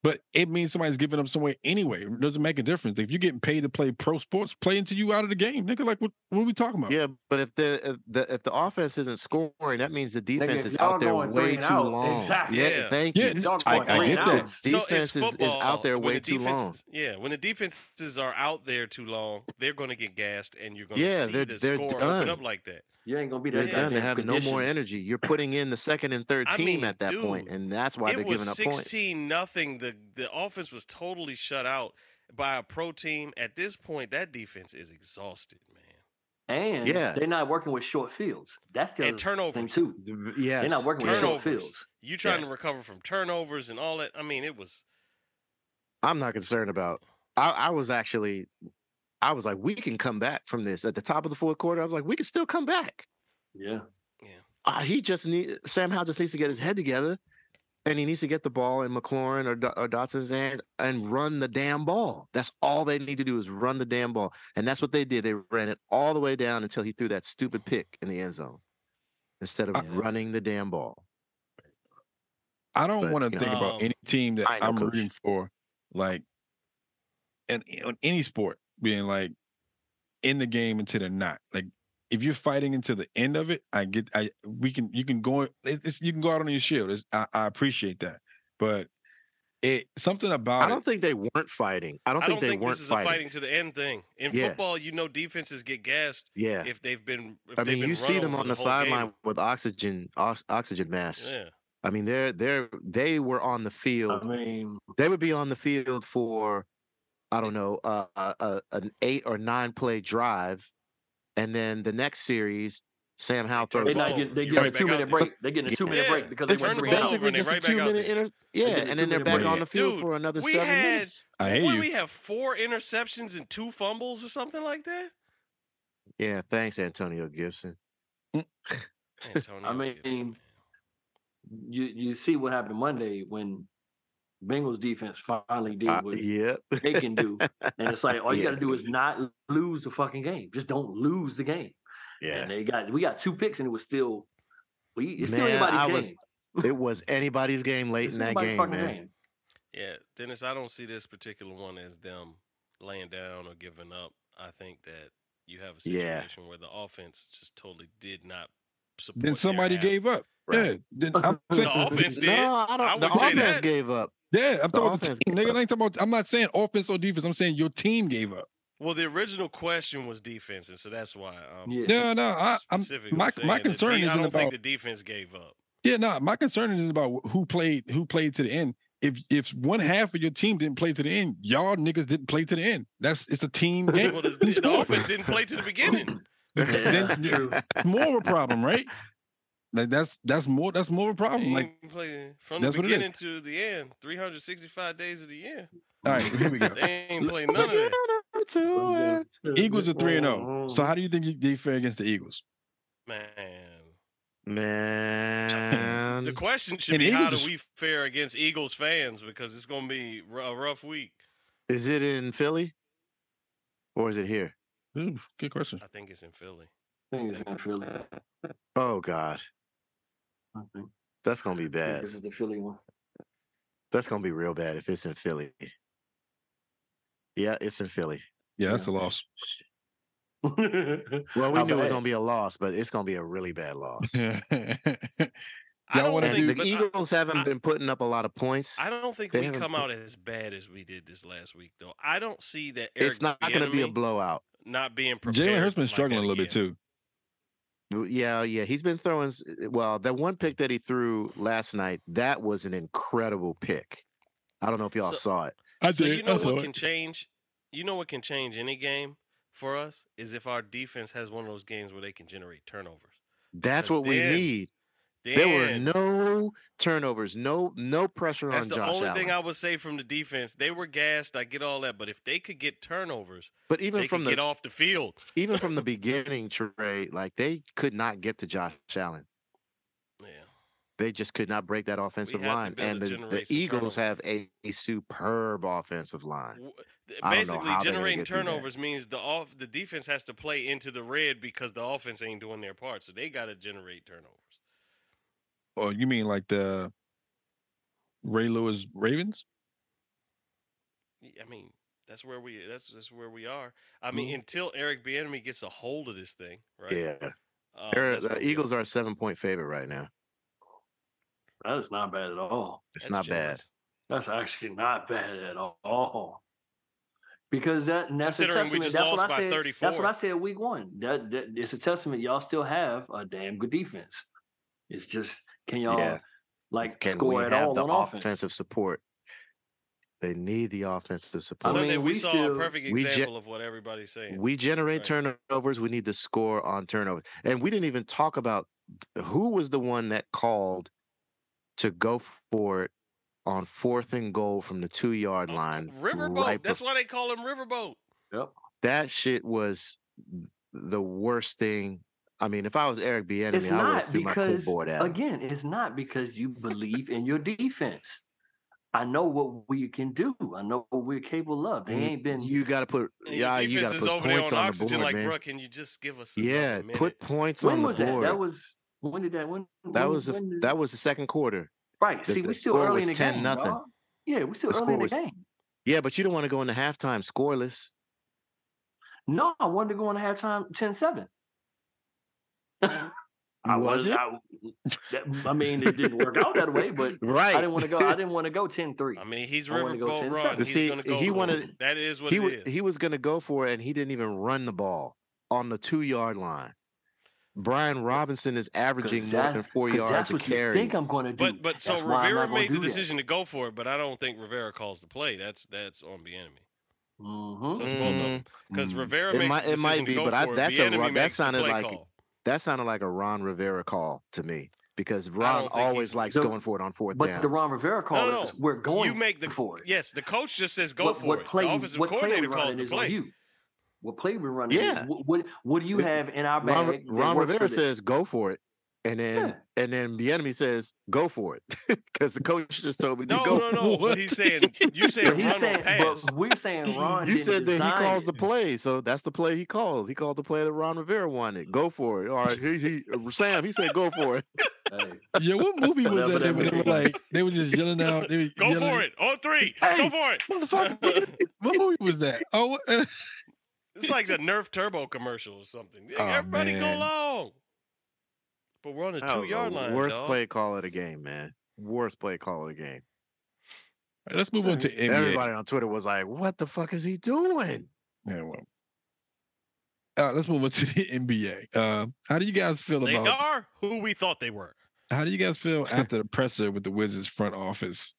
Speaker 3: But it means somebody's giving up somewhere anyway. It doesn't make a difference. If you're getting paid to play pro sports, play until you out of the game. Nigga, like what, what are we talking about?
Speaker 4: yeah but if the, if the if the offense isn't scoring that means the defense
Speaker 5: if
Speaker 4: is
Speaker 5: y'all
Speaker 4: out there
Speaker 5: going three
Speaker 4: way
Speaker 5: and
Speaker 4: too
Speaker 5: out,
Speaker 4: long
Speaker 5: exactly.
Speaker 4: yeah,
Speaker 6: Yeah.
Speaker 4: thank
Speaker 3: Yeah,
Speaker 4: you
Speaker 3: it's-
Speaker 5: Y'all
Speaker 3: I-
Speaker 5: going
Speaker 3: I
Speaker 5: three
Speaker 3: get
Speaker 5: and
Speaker 3: that.
Speaker 5: outs.
Speaker 6: So it's
Speaker 4: defense is, is
Speaker 6: football,
Speaker 4: out there
Speaker 6: when
Speaker 4: way
Speaker 6: the
Speaker 4: too long
Speaker 6: defenses- Yeah, when the defenses are out there too long, they're going to get gassed, and you're going to
Speaker 4: Yeah,
Speaker 6: see
Speaker 4: they're-
Speaker 6: the
Speaker 4: they're
Speaker 6: score
Speaker 4: done.
Speaker 6: open up like that.
Speaker 5: You ain't gonna be
Speaker 4: they're
Speaker 5: that
Speaker 6: Yeah.
Speaker 4: done. They
Speaker 5: goddamn
Speaker 4: have no more
Speaker 5: conditioned.
Speaker 4: energy. You're putting in the second and third
Speaker 6: I
Speaker 4: team
Speaker 6: mean,
Speaker 4: at that point,
Speaker 6: dude,
Speaker 4: and that's why they're
Speaker 6: it was
Speaker 4: giving up points.
Speaker 6: 16 nothing. The the offense was totally shut out by a pro team. At this point, that defense is exhausted, man.
Speaker 5: And
Speaker 4: Yeah.
Speaker 5: they're not working with short fields. That's the
Speaker 6: And
Speaker 5: other thing
Speaker 6: turnovers.
Speaker 5: too.
Speaker 4: Yeah,
Speaker 5: They're not working with short
Speaker 6: Turnovers.
Speaker 5: fields.
Speaker 6: You trying
Speaker 4: Yeah.
Speaker 6: to recover from turnovers and all that. I mean, it was
Speaker 4: I'm not concerned about. I, I was actually, I was like, we can come back from this. At the top of the fourth quarter, I was like, we can still come back.
Speaker 5: Yeah.
Speaker 4: Uh, he just need Sam Howe just needs to get his head together, and he needs to get the ball in McLaurin or, Do- or Dotson's hands and run the damn ball. That's all they need to do is run the damn ball, and that's what they did. They ran it all the way down until he threw that stupid pick in the end zone, instead of
Speaker 3: I-
Speaker 4: running the damn ball.
Speaker 3: I don't
Speaker 4: But,
Speaker 3: want to
Speaker 4: you
Speaker 3: think
Speaker 6: know,
Speaker 3: about
Speaker 6: um,
Speaker 3: any team that
Speaker 4: I know,
Speaker 3: I'm
Speaker 4: coach.
Speaker 3: rooting for, like, and on any sport being like in the game until they're not. Like, if you're fighting until the end of it, I get. I we can you can go. It's, you can go out on your shield. It's, I, I appreciate that, but it something about
Speaker 4: I
Speaker 3: it-
Speaker 4: don't think they weren't fighting. I don't
Speaker 6: I
Speaker 4: think
Speaker 6: don't
Speaker 4: they
Speaker 6: think
Speaker 4: weren't
Speaker 6: this is
Speaker 4: fighting.
Speaker 6: a fighting to the end thing. In
Speaker 4: Yeah.
Speaker 6: football, you know defenses get gassed
Speaker 4: Yeah.
Speaker 6: if they've been if
Speaker 4: I
Speaker 6: they've
Speaker 4: mean,
Speaker 6: been
Speaker 4: you see
Speaker 6: run
Speaker 4: them
Speaker 6: over
Speaker 4: on the,
Speaker 6: whole game.
Speaker 4: sideline with oxygen ox- oxygen masks.
Speaker 6: Yeah.
Speaker 4: I mean, they're they're they were on the field.
Speaker 5: I mean,
Speaker 4: they would be on the field for I don't know uh, uh, uh, an eight or nine play drive, and then the next series, Sam Howell
Speaker 6: turn
Speaker 5: they
Speaker 4: throws. it.
Speaker 6: the ball
Speaker 5: not
Speaker 6: over.
Speaker 5: get, they
Speaker 6: You're
Speaker 5: get
Speaker 6: right
Speaker 5: a
Speaker 6: back
Speaker 5: two
Speaker 6: out
Speaker 5: minute
Speaker 6: there.
Speaker 5: break. They get a two minute
Speaker 6: Yeah.
Speaker 5: break because
Speaker 4: It's
Speaker 5: they went three
Speaker 6: turn the ball
Speaker 5: and out.
Speaker 6: over
Speaker 4: basically
Speaker 6: and they
Speaker 4: just
Speaker 6: right
Speaker 4: a
Speaker 6: back out
Speaker 4: two minute.
Speaker 6: there.
Speaker 4: Inter- yeah,
Speaker 5: get a
Speaker 4: and then they're
Speaker 5: two-minute
Speaker 4: back
Speaker 5: break.
Speaker 4: on the field
Speaker 6: Dude,
Speaker 4: for another
Speaker 6: we
Speaker 4: seven
Speaker 6: had-
Speaker 4: minutes.
Speaker 3: I hear
Speaker 6: What do
Speaker 3: you.
Speaker 6: we have four interceptions and two fumbles or something like that?
Speaker 4: Yeah, thanks, Antonio Gibson.
Speaker 6: Antonio Gibson,
Speaker 5: mean,
Speaker 6: man.
Speaker 5: You you see what happened Monday when Bengals defense finally did
Speaker 4: Uh,
Speaker 5: what
Speaker 4: yep.
Speaker 5: they can do, and it's like all you
Speaker 4: Yeah.
Speaker 5: got to do is not lose the fucking game. Just don't lose the game.
Speaker 4: Yeah.
Speaker 5: And they got we got two picks, and it was still we it's still
Speaker 4: Man,
Speaker 5: anybody's
Speaker 4: I
Speaker 5: game.
Speaker 4: was- It was anybody's game late
Speaker 5: It's
Speaker 4: in that
Speaker 5: anybody's
Speaker 4: game,
Speaker 5: fucking
Speaker 4: man.
Speaker 5: game.
Speaker 6: Yeah, Dennis, I don't see this particular one as them laying down or giving up. I think that you have a
Speaker 4: Yeah.
Speaker 6: situation where the offense just totally did not support.
Speaker 3: Then
Speaker 6: their
Speaker 3: somebody
Speaker 6: half.
Speaker 3: gave up.
Speaker 4: Right.
Speaker 3: Yeah. Then I'm saying,
Speaker 6: The offense did.
Speaker 4: No, I don't.
Speaker 6: I
Speaker 4: the
Speaker 6: wouldn't say
Speaker 4: offense
Speaker 6: that.
Speaker 4: gave up.
Speaker 3: yeah, I'm
Speaker 4: The
Speaker 3: talking about the
Speaker 4: offense
Speaker 3: team,
Speaker 4: gave
Speaker 3: nigga.
Speaker 4: up.
Speaker 3: I ain't talking about. I'm not saying offense or defense. I'm saying your team gave up.
Speaker 6: Well, the original question was defense, and so that's why. Um,
Speaker 5: Yeah.
Speaker 3: Yeah, no, I, I'm.
Speaker 6: specifically
Speaker 3: My
Speaker 6: saying
Speaker 3: my
Speaker 6: that the
Speaker 3: concern
Speaker 6: de- I
Speaker 3: isn't
Speaker 6: don't
Speaker 3: about.
Speaker 6: think the defense gave up.
Speaker 3: Yeah, no, my concern is about wh- who played who played to the end. If if one half of your team didn't play to the end, y'all niggas didn't play to the end. That's it's a team game.
Speaker 6: Well, the, the offense didn't play to the beginning.
Speaker 3: Then- more of a problem, right? Like that's that's more that's more of a problem. Like,
Speaker 6: They didn't play from
Speaker 3: that's
Speaker 6: the
Speaker 3: what it is.
Speaker 6: beginning to the end, 365 days of the year.
Speaker 3: all right, here we go.
Speaker 6: They ain't played none of that.
Speaker 3: uh,
Speaker 4: Two.
Speaker 3: Eagles are three and zero. So how do you think you did fare against the Eagles?
Speaker 6: Man.
Speaker 4: Man.
Speaker 6: The question should
Speaker 3: Mm. And
Speaker 6: be how do
Speaker 3: Eagles-
Speaker 6: we fare against Eagles fans because it's going to be r- a rough week.
Speaker 4: Is it in Philly? Or is it here?
Speaker 3: Ooh, good question.
Speaker 6: I think it's in Philly.
Speaker 5: I think it's in Philly. I
Speaker 4: Oh God.
Speaker 5: think,
Speaker 4: That's gonna
Speaker 5: I
Speaker 4: be
Speaker 5: think
Speaker 4: bad.
Speaker 5: this is the Philly one.
Speaker 4: That's gonna be real bad if it's in Philly. Yeah, it's in Philly.
Speaker 3: Yeah, that's a loss.
Speaker 4: Well, we
Speaker 5: How
Speaker 4: knew it was
Speaker 5: bad?
Speaker 4: gonna be a loss, but it's gonna be a really bad loss.
Speaker 6: I
Speaker 3: Y'all
Speaker 6: don't
Speaker 3: wanna
Speaker 6: think
Speaker 3: do-
Speaker 4: And the
Speaker 6: but I-
Speaker 4: Eagles haven't
Speaker 6: I-
Speaker 4: been putting up a lot of points.
Speaker 6: I don't think
Speaker 4: They
Speaker 6: we
Speaker 4: haven't
Speaker 6: come
Speaker 4: put-
Speaker 6: out as bad as we did this last week, though. I don't see that Eric
Speaker 4: It's not gonna be a
Speaker 6: Bieniemy
Speaker 4: blowout.
Speaker 6: not being prepared.
Speaker 3: Jalen Hurts
Speaker 6: like
Speaker 3: been
Speaker 6: that
Speaker 3: struggling a little bit
Speaker 6: again.
Speaker 3: too.
Speaker 4: W- Yeah, yeah. He's been throwing s- eh, well, that one pick that he threw last night, that was an incredible pick. I don't know if y'all
Speaker 6: So-
Speaker 4: saw it.
Speaker 3: I
Speaker 6: So you know what can change? You know what can change any game for us is if our defense has one of those games where they can generate turnovers.
Speaker 4: That's
Speaker 6: Because
Speaker 4: what we
Speaker 6: then-
Speaker 4: need.
Speaker 6: Then,
Speaker 4: There were no turnovers, no no pressure
Speaker 6: That's
Speaker 4: on
Speaker 6: the
Speaker 4: Josh
Speaker 6: only
Speaker 4: Allen.
Speaker 6: thing I would say from the defense. They were gassed. I get all that, but if they could get turnovers,
Speaker 4: but even
Speaker 6: they could
Speaker 4: from the
Speaker 6: get off the field.
Speaker 4: even from the beginning, Trey, like they could not get to Josh Allen.
Speaker 6: Yeah.
Speaker 4: They just could not break that offensive
Speaker 6: have to
Speaker 4: line.
Speaker 6: be able
Speaker 4: And
Speaker 6: to
Speaker 4: the, the
Speaker 6: generate some
Speaker 4: Eagles
Speaker 6: turnovers.
Speaker 4: have a, a superb offensive line.
Speaker 6: W- th-
Speaker 4: I don't know
Speaker 6: Basically,
Speaker 4: how they're gonna
Speaker 6: generating
Speaker 4: get through that.
Speaker 6: turnovers means the off the defense has to play into the red because the offense ain't doing their part, so they got to generate turnovers.
Speaker 3: Oh, you mean like the Ray Lewis Ravens?
Speaker 6: Y- I mean, that's where we that's that's where we are. I mean, until Eric Bieniemy gets a hold of this thing, right?
Speaker 4: Mm-hmm. Yeah.
Speaker 6: Um,
Speaker 4: They're-
Speaker 6: that's where
Speaker 4: the
Speaker 6: we are.
Speaker 4: Eagles are a seven point favorite right now.
Speaker 5: That is not bad at all.
Speaker 4: It's
Speaker 6: That's
Speaker 4: not
Speaker 6: generous.
Speaker 4: bad.
Speaker 5: That's actually not bad at all. Because that and that's a
Speaker 6: Considering
Speaker 5: testament.
Speaker 6: we just
Speaker 5: that's
Speaker 6: lost
Speaker 5: what I
Speaker 6: by
Speaker 5: said. That's what
Speaker 6: 34.
Speaker 5: I said week one. That, that it's a testament. Y'all still have a damn good defense. It's just can y'all
Speaker 4: Yeah.
Speaker 5: like
Speaker 4: Can
Speaker 5: score
Speaker 4: we
Speaker 5: at
Speaker 4: have
Speaker 5: all
Speaker 4: the
Speaker 5: on offense?
Speaker 4: offensive support? They need the offensive
Speaker 5: I
Speaker 4: support.
Speaker 6: Sunday
Speaker 5: mean,
Speaker 6: we,
Speaker 5: we
Speaker 6: saw
Speaker 5: still-
Speaker 6: a perfect
Speaker 4: we ge-
Speaker 6: example of what everybody's saying.
Speaker 4: We generate
Speaker 6: Right.
Speaker 4: turnovers. We need to score on turnovers. And we didn't even talk about th- who was the one that called to go for it on fourth and goal from the two yard
Speaker 6: Of
Speaker 4: line.
Speaker 6: cou- Riverboat.
Speaker 4: right
Speaker 6: that's
Speaker 4: bef-
Speaker 6: why they call him Riverboat.
Speaker 4: that shit was th- the worst thing. I mean, if I was Eric
Speaker 5: It's
Speaker 4: Bieniemy, I would have
Speaker 5: not
Speaker 4: threw my
Speaker 5: because
Speaker 4: clipboard at him.
Speaker 5: again, it's not because you believe in your defense. I know what we can do. I know what we're capable of. They
Speaker 4: Mm,
Speaker 5: ain't been
Speaker 4: you got to put
Speaker 6: And your
Speaker 4: yeah, you got to
Speaker 6: defense is
Speaker 4: put
Speaker 6: over there
Speaker 4: points
Speaker 6: on
Speaker 4: on the
Speaker 6: oxygen.
Speaker 4: board,
Speaker 6: like,
Speaker 4: man.
Speaker 6: bruh, can you just give us? another
Speaker 4: Yeah, put
Speaker 6: minute?"
Speaker 4: points
Speaker 5: when
Speaker 4: on the
Speaker 5: was that?
Speaker 4: board.
Speaker 5: That was when did that when
Speaker 4: That
Speaker 5: when-
Speaker 4: was the f-
Speaker 5: when did-
Speaker 4: that was the second quarter.
Speaker 5: right.
Speaker 4: the-
Speaker 5: See,
Speaker 4: the
Speaker 5: we still
Speaker 4: score
Speaker 5: early
Speaker 4: was
Speaker 5: in the
Speaker 4: 10
Speaker 5: game.
Speaker 4: nothing.
Speaker 5: dawg. Yeah, we still
Speaker 4: The
Speaker 5: early in the
Speaker 4: score was-
Speaker 5: game.
Speaker 4: Yeah, but you don't want to go into halftime scoreless.
Speaker 5: No, I wanted to go on halftime 10-7. I
Speaker 4: You
Speaker 5: was
Speaker 4: wasn't?
Speaker 5: I, that- I mean, it didn't work out that way, but I
Speaker 4: Right.
Speaker 5: didn't want to go. I didn't want to go 10-3.
Speaker 6: I mean, he's
Speaker 5: I wanna go
Speaker 6: Riverboat
Speaker 5: 10
Speaker 6: Ron.
Speaker 5: seconds.
Speaker 6: He's
Speaker 4: See,
Speaker 6: gonna go.
Speaker 4: he
Speaker 6: for it.
Speaker 4: wanted-
Speaker 6: That is what
Speaker 4: he
Speaker 6: it
Speaker 4: wa-
Speaker 6: is.
Speaker 4: he was going to go for it, and he didn't even run the ball on the two yard line. Brian Robinson is averaging more than
Speaker 5: that-
Speaker 4: four
Speaker 5: 'Cause
Speaker 4: yards
Speaker 5: that's
Speaker 4: a
Speaker 5: what you
Speaker 4: carry.
Speaker 5: think I'm going to do.
Speaker 6: But but so
Speaker 5: That's why I'm
Speaker 6: Rivera
Speaker 5: not gonna
Speaker 6: made the
Speaker 5: do that.
Speaker 6: decision to go for it, but I don't think Rivera calls the play. That's that's on the enemy.
Speaker 5: Mhm.
Speaker 6: So it's both of
Speaker 4: Mhm.
Speaker 6: them because
Speaker 5: Mm.
Speaker 6: Rivera
Speaker 4: It
Speaker 6: makes
Speaker 4: might-
Speaker 6: the
Speaker 4: it might
Speaker 6: decision to
Speaker 4: be,
Speaker 6: go
Speaker 4: but I-
Speaker 6: for it.
Speaker 4: that's a
Speaker 6: Bieniemy
Speaker 4: Ron- that
Speaker 6: makes the
Speaker 4: sounded
Speaker 6: play
Speaker 4: like-
Speaker 6: call.
Speaker 4: That sounded like a Ron Rivera call to me because
Speaker 6: don't
Speaker 4: Ron
Speaker 6: think he's-
Speaker 4: always likes
Speaker 5: The-
Speaker 4: going for it on fourth
Speaker 5: But
Speaker 4: down.
Speaker 5: the Ron Rivera call
Speaker 6: no,
Speaker 5: is we're going
Speaker 6: You make the
Speaker 5: for it.
Speaker 6: Yes, the coach just says go
Speaker 5: what,
Speaker 6: for
Speaker 5: what
Speaker 6: it.
Speaker 5: Play,
Speaker 6: the offensive
Speaker 5: what play
Speaker 6: coordinator
Speaker 5: we
Speaker 6: calls
Speaker 5: running
Speaker 6: the
Speaker 5: is on
Speaker 6: play.
Speaker 5: you. What play we're running? is-
Speaker 4: Yeah.
Speaker 5: What, what what do you
Speaker 4: It-
Speaker 5: have in our bag?
Speaker 4: Ron, Ri-
Speaker 5: that
Speaker 4: Ron
Speaker 5: works for
Speaker 4: Rivera
Speaker 5: this?
Speaker 4: says go for it, and then and then the enemy says go for it because the coach just told me to
Speaker 6: No,
Speaker 4: go.
Speaker 6: no, no.
Speaker 4: for
Speaker 6: But
Speaker 4: it.
Speaker 6: he's saying you saying
Speaker 5: But
Speaker 6: run
Speaker 5: he's
Speaker 6: or
Speaker 5: saying,
Speaker 6: pass.
Speaker 5: but we're saying Ron.
Speaker 4: you
Speaker 5: didn't
Speaker 4: said that he
Speaker 5: design
Speaker 4: calls
Speaker 5: it.
Speaker 4: the play, so that's the play he called. He called the play that Ron Rivera wanted. Go for it. All right, he, he uh, Sam. He said go for it.
Speaker 5: Hey,
Speaker 3: Yeah, what movie was
Speaker 5: Whatever
Speaker 3: that? They were,
Speaker 5: that
Speaker 3: they were
Speaker 5: movie was.
Speaker 3: like they were just yelling out. They were
Speaker 6: Go
Speaker 3: yelling-
Speaker 6: for it on three.
Speaker 3: Hey!
Speaker 6: Go for it.
Speaker 3: Motherfucker, what movie was that? Oh, what-
Speaker 6: It's like the Nerf Turbo commercial or something.
Speaker 3: Oh,
Speaker 6: Everybody
Speaker 3: man.
Speaker 6: go long. But we're on the
Speaker 4: That was
Speaker 6: two
Speaker 4: the
Speaker 6: yard line.
Speaker 4: Worst
Speaker 6: dawg.
Speaker 4: play call of the game, man. Worst play call of the game.
Speaker 3: let's move on to NBA.
Speaker 4: Everybody on Twitter was like, "What the fuck is he doing?"
Speaker 3: Yeah, well. Uh, let's move on to the NBA. Uh, how do you guys feel
Speaker 6: They
Speaker 3: about
Speaker 6: are who we thought they were.
Speaker 3: how do you guys feel after the presser with the Wizards front office?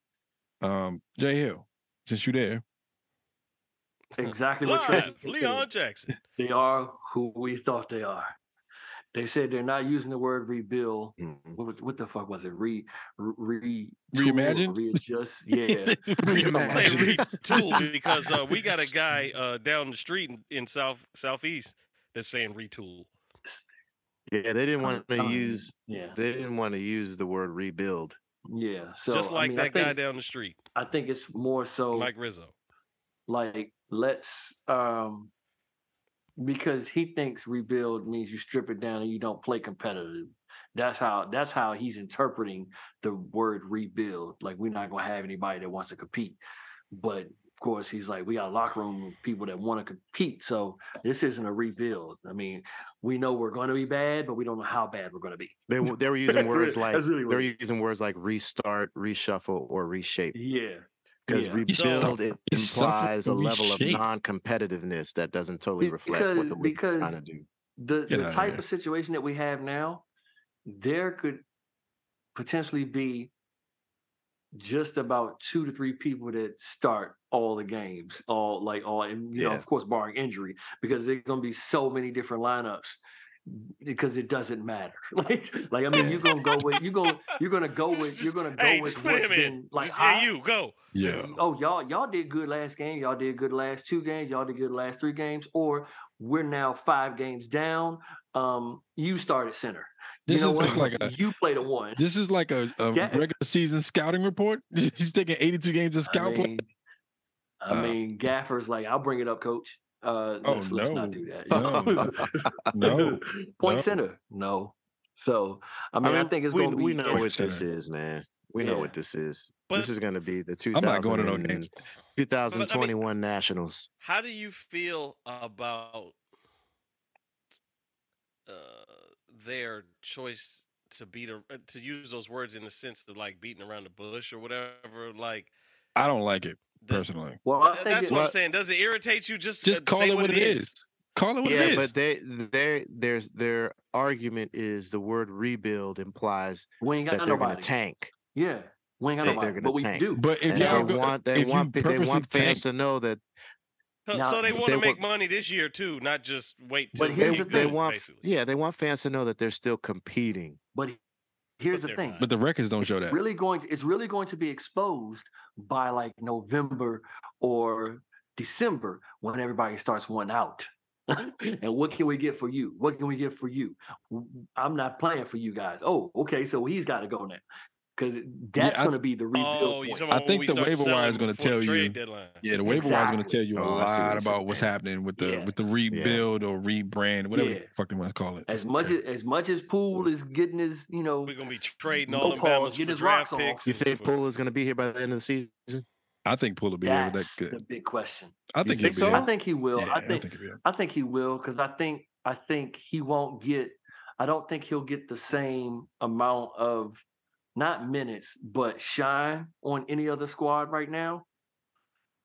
Speaker 3: Um, Jay Hill, since you there,
Speaker 5: Exactly what Trey
Speaker 6: Live, Leon Jackson.
Speaker 5: They are who we thought they are. They said they're not using the word rebuild. What, was, what the fuck was it? Re, re, retool or
Speaker 3: Reimagine?
Speaker 5: readjust. Yeah,
Speaker 6: Play
Speaker 3: Reimagine.
Speaker 6: retool because uh, we got a guy uh, down the street in, in south southeast that's saying retool.
Speaker 4: Yeah, they didn't
Speaker 5: I'm
Speaker 4: want to
Speaker 5: telling you.
Speaker 4: use.
Speaker 5: yeah,
Speaker 4: They didn't want to use the word rebuild.
Speaker 5: yeah. So
Speaker 6: Just
Speaker 5: I
Speaker 6: like
Speaker 5: mean, I
Speaker 6: that guy
Speaker 5: think-
Speaker 6: down the street,
Speaker 5: I think it's more so
Speaker 6: Mike Rizzo.
Speaker 5: like let's um because he thinks rebuild means you strip it down and you don't play competitive that's how that's how he's interpreting the word rebuild like we're not going to have anybody that wants to compete but of course he's like we got a locker room of people that want to compete so this isn't a rebuild i mean we know we're going to be bad but we don't know how bad we're going to be
Speaker 4: They w- they were using
Speaker 5: That's really-
Speaker 4: words like
Speaker 5: that's really
Speaker 4: they were
Speaker 5: weird.
Speaker 4: using words like restart, reshuffle, or reshape.
Speaker 5: yeah
Speaker 4: Because
Speaker 5: Yeah.
Speaker 4: rebuild it
Speaker 3: Yourself or
Speaker 4: implies a level of
Speaker 3: reshape.
Speaker 4: non-competitiveness that doesn't totally
Speaker 5: Be-
Speaker 4: reflect what
Speaker 5: because-
Speaker 4: the Wizards are
Speaker 5: because-
Speaker 4: trying to do.
Speaker 5: the,
Speaker 3: Get
Speaker 5: the
Speaker 3: outta
Speaker 5: type
Speaker 3: here.
Speaker 5: of situation that we have now, there could potentially be just about two to three people that start all the games, all like all, and you know,
Speaker 4: Yeah.
Speaker 5: of course, barring injury, because there's going to be so many different lineups because it doesn't matter. Like, like I mean, you're gonna go with you're gonna you're gonna go with you're gonna go
Speaker 6: hey,
Speaker 5: with
Speaker 6: just put
Speaker 5: what's
Speaker 6: him in.
Speaker 5: been like
Speaker 6: Just- hey,
Speaker 5: I-
Speaker 6: you go.
Speaker 3: yeah,
Speaker 5: Oh, y'all, y'all did good last game. Y'all did good last two games. Y'all did good last three games. Or we're now five games down. Um, you started center.
Speaker 3: this
Speaker 5: you know
Speaker 3: is
Speaker 5: what?
Speaker 3: just like a
Speaker 5: you played a one.
Speaker 3: this is like a, a
Speaker 5: Yeah.
Speaker 3: regular season scouting report. He's taking eighty two games of
Speaker 5: I
Speaker 3: scout play.
Speaker 5: mean, I
Speaker 3: Uh,
Speaker 5: mean, Gaffer's like, I'll bring it up, coach. Uh,
Speaker 3: Oh,
Speaker 5: let's, let's
Speaker 3: no.
Speaker 5: not do that.
Speaker 3: No. No,
Speaker 5: Point
Speaker 3: no.
Speaker 5: center, no. So I mean, I, think it's
Speaker 4: we,
Speaker 5: going to be.
Speaker 4: we know
Speaker 3: Point
Speaker 4: what this
Speaker 3: center.
Speaker 4: is, man. We know
Speaker 5: Yeah.
Speaker 4: what this is.
Speaker 6: But-
Speaker 4: this is going to be the 2000
Speaker 3: I'm not going to no
Speaker 4: and-
Speaker 3: games.
Speaker 4: 2021 Nationals.
Speaker 6: How do you feel about uh, their choice to beat a, uh, to use those words in the sense of like beating around the bush or whatever? Like,
Speaker 3: I don't like it
Speaker 6: does,
Speaker 3: personally.
Speaker 5: well, Oh, I
Speaker 6: Th-
Speaker 5: think
Speaker 6: that's
Speaker 5: it-
Speaker 6: what I'm
Speaker 4: Well-
Speaker 6: saying. Does it irritate you? Just
Speaker 3: Just
Speaker 6: uh,
Speaker 3: call
Speaker 6: say
Speaker 3: it what it is. Call it what
Speaker 4: yeah,
Speaker 3: it is.
Speaker 4: but they their there's their argument is the word rebuild implies
Speaker 5: we ain't
Speaker 4: that
Speaker 5: got
Speaker 4: they're going
Speaker 5: nobody.
Speaker 4: to tank.
Speaker 5: Yeah, we ain't got
Speaker 4: That they're
Speaker 5: nobody,
Speaker 4: gonna
Speaker 5: but we
Speaker 4: tank.
Speaker 5: do.
Speaker 3: But if
Speaker 4: And
Speaker 3: y'all
Speaker 4: they
Speaker 3: go,
Speaker 4: want
Speaker 3: if
Speaker 4: they
Speaker 3: you
Speaker 4: want they
Speaker 3: purposely
Speaker 4: want
Speaker 3: tank-
Speaker 4: fans to know that
Speaker 6: Co-
Speaker 5: Now,
Speaker 6: so they want
Speaker 4: they
Speaker 6: to
Speaker 4: wa-
Speaker 6: make money this year too, not just wait
Speaker 5: But
Speaker 6: till
Speaker 4: they,
Speaker 5: here's
Speaker 6: we
Speaker 5: the
Speaker 6: good,
Speaker 4: they
Speaker 5: thing.
Speaker 4: want
Speaker 6: basically.
Speaker 4: yeah they want fans to know that they're still competing.
Speaker 5: But here's the
Speaker 6: they're
Speaker 5: thing.
Speaker 6: not.
Speaker 3: But the records don't show that.
Speaker 5: really going to, it's really going to be exposed by like November or December when everybody starts one out.
Speaker 3: Mm-hmm.
Speaker 5: and what can we get for you? What can we get for you? W- I'm not playing for you guys. Oh, okay, so he's got to go now because that's
Speaker 3: I-
Speaker 5: going to be the rebuild
Speaker 6: Oh, you
Speaker 5: point.
Speaker 6: talking about when
Speaker 3: think
Speaker 6: we
Speaker 3: the
Speaker 6: start
Speaker 3: waiver wire
Speaker 6: selling
Speaker 3: is gonna
Speaker 6: before the
Speaker 3: tell you-
Speaker 6: trade deadline.
Speaker 3: Yeah, the waiver wire is going to
Speaker 5: Exactly.
Speaker 3: tell you a
Speaker 4: Oh, I see what
Speaker 3: lot
Speaker 4: you're
Speaker 3: about what's
Speaker 4: saying.
Speaker 3: happening with the
Speaker 5: Yeah.
Speaker 3: with the rebuild or rebrand, whatever
Speaker 5: Yeah.
Speaker 3: the fuck you want to call it.
Speaker 5: as much as as much as Poole is getting his, you know,
Speaker 6: We're gonna be trading
Speaker 5: No
Speaker 6: all them
Speaker 5: pause,
Speaker 6: Bama's
Speaker 5: get
Speaker 6: for
Speaker 5: his rocks
Speaker 6: draft
Speaker 5: off.
Speaker 6: picks.
Speaker 4: You
Speaker 6: and
Speaker 4: think
Speaker 6: for-
Speaker 4: Poole is going to be here by the end of the season?
Speaker 3: I think Poole will be here with that.
Speaker 5: that's
Speaker 3: Good.
Speaker 5: the big question.
Speaker 3: I
Speaker 4: You
Speaker 3: think,
Speaker 4: think
Speaker 3: he'll be
Speaker 4: so?
Speaker 5: I
Speaker 3: here.
Speaker 5: think he will.
Speaker 3: Yeah,
Speaker 5: I think
Speaker 3: he'll be here.
Speaker 5: I think he will because I think I think he won't get. I don't think he'll get the same amount of not minutes but shine on any other squad right now.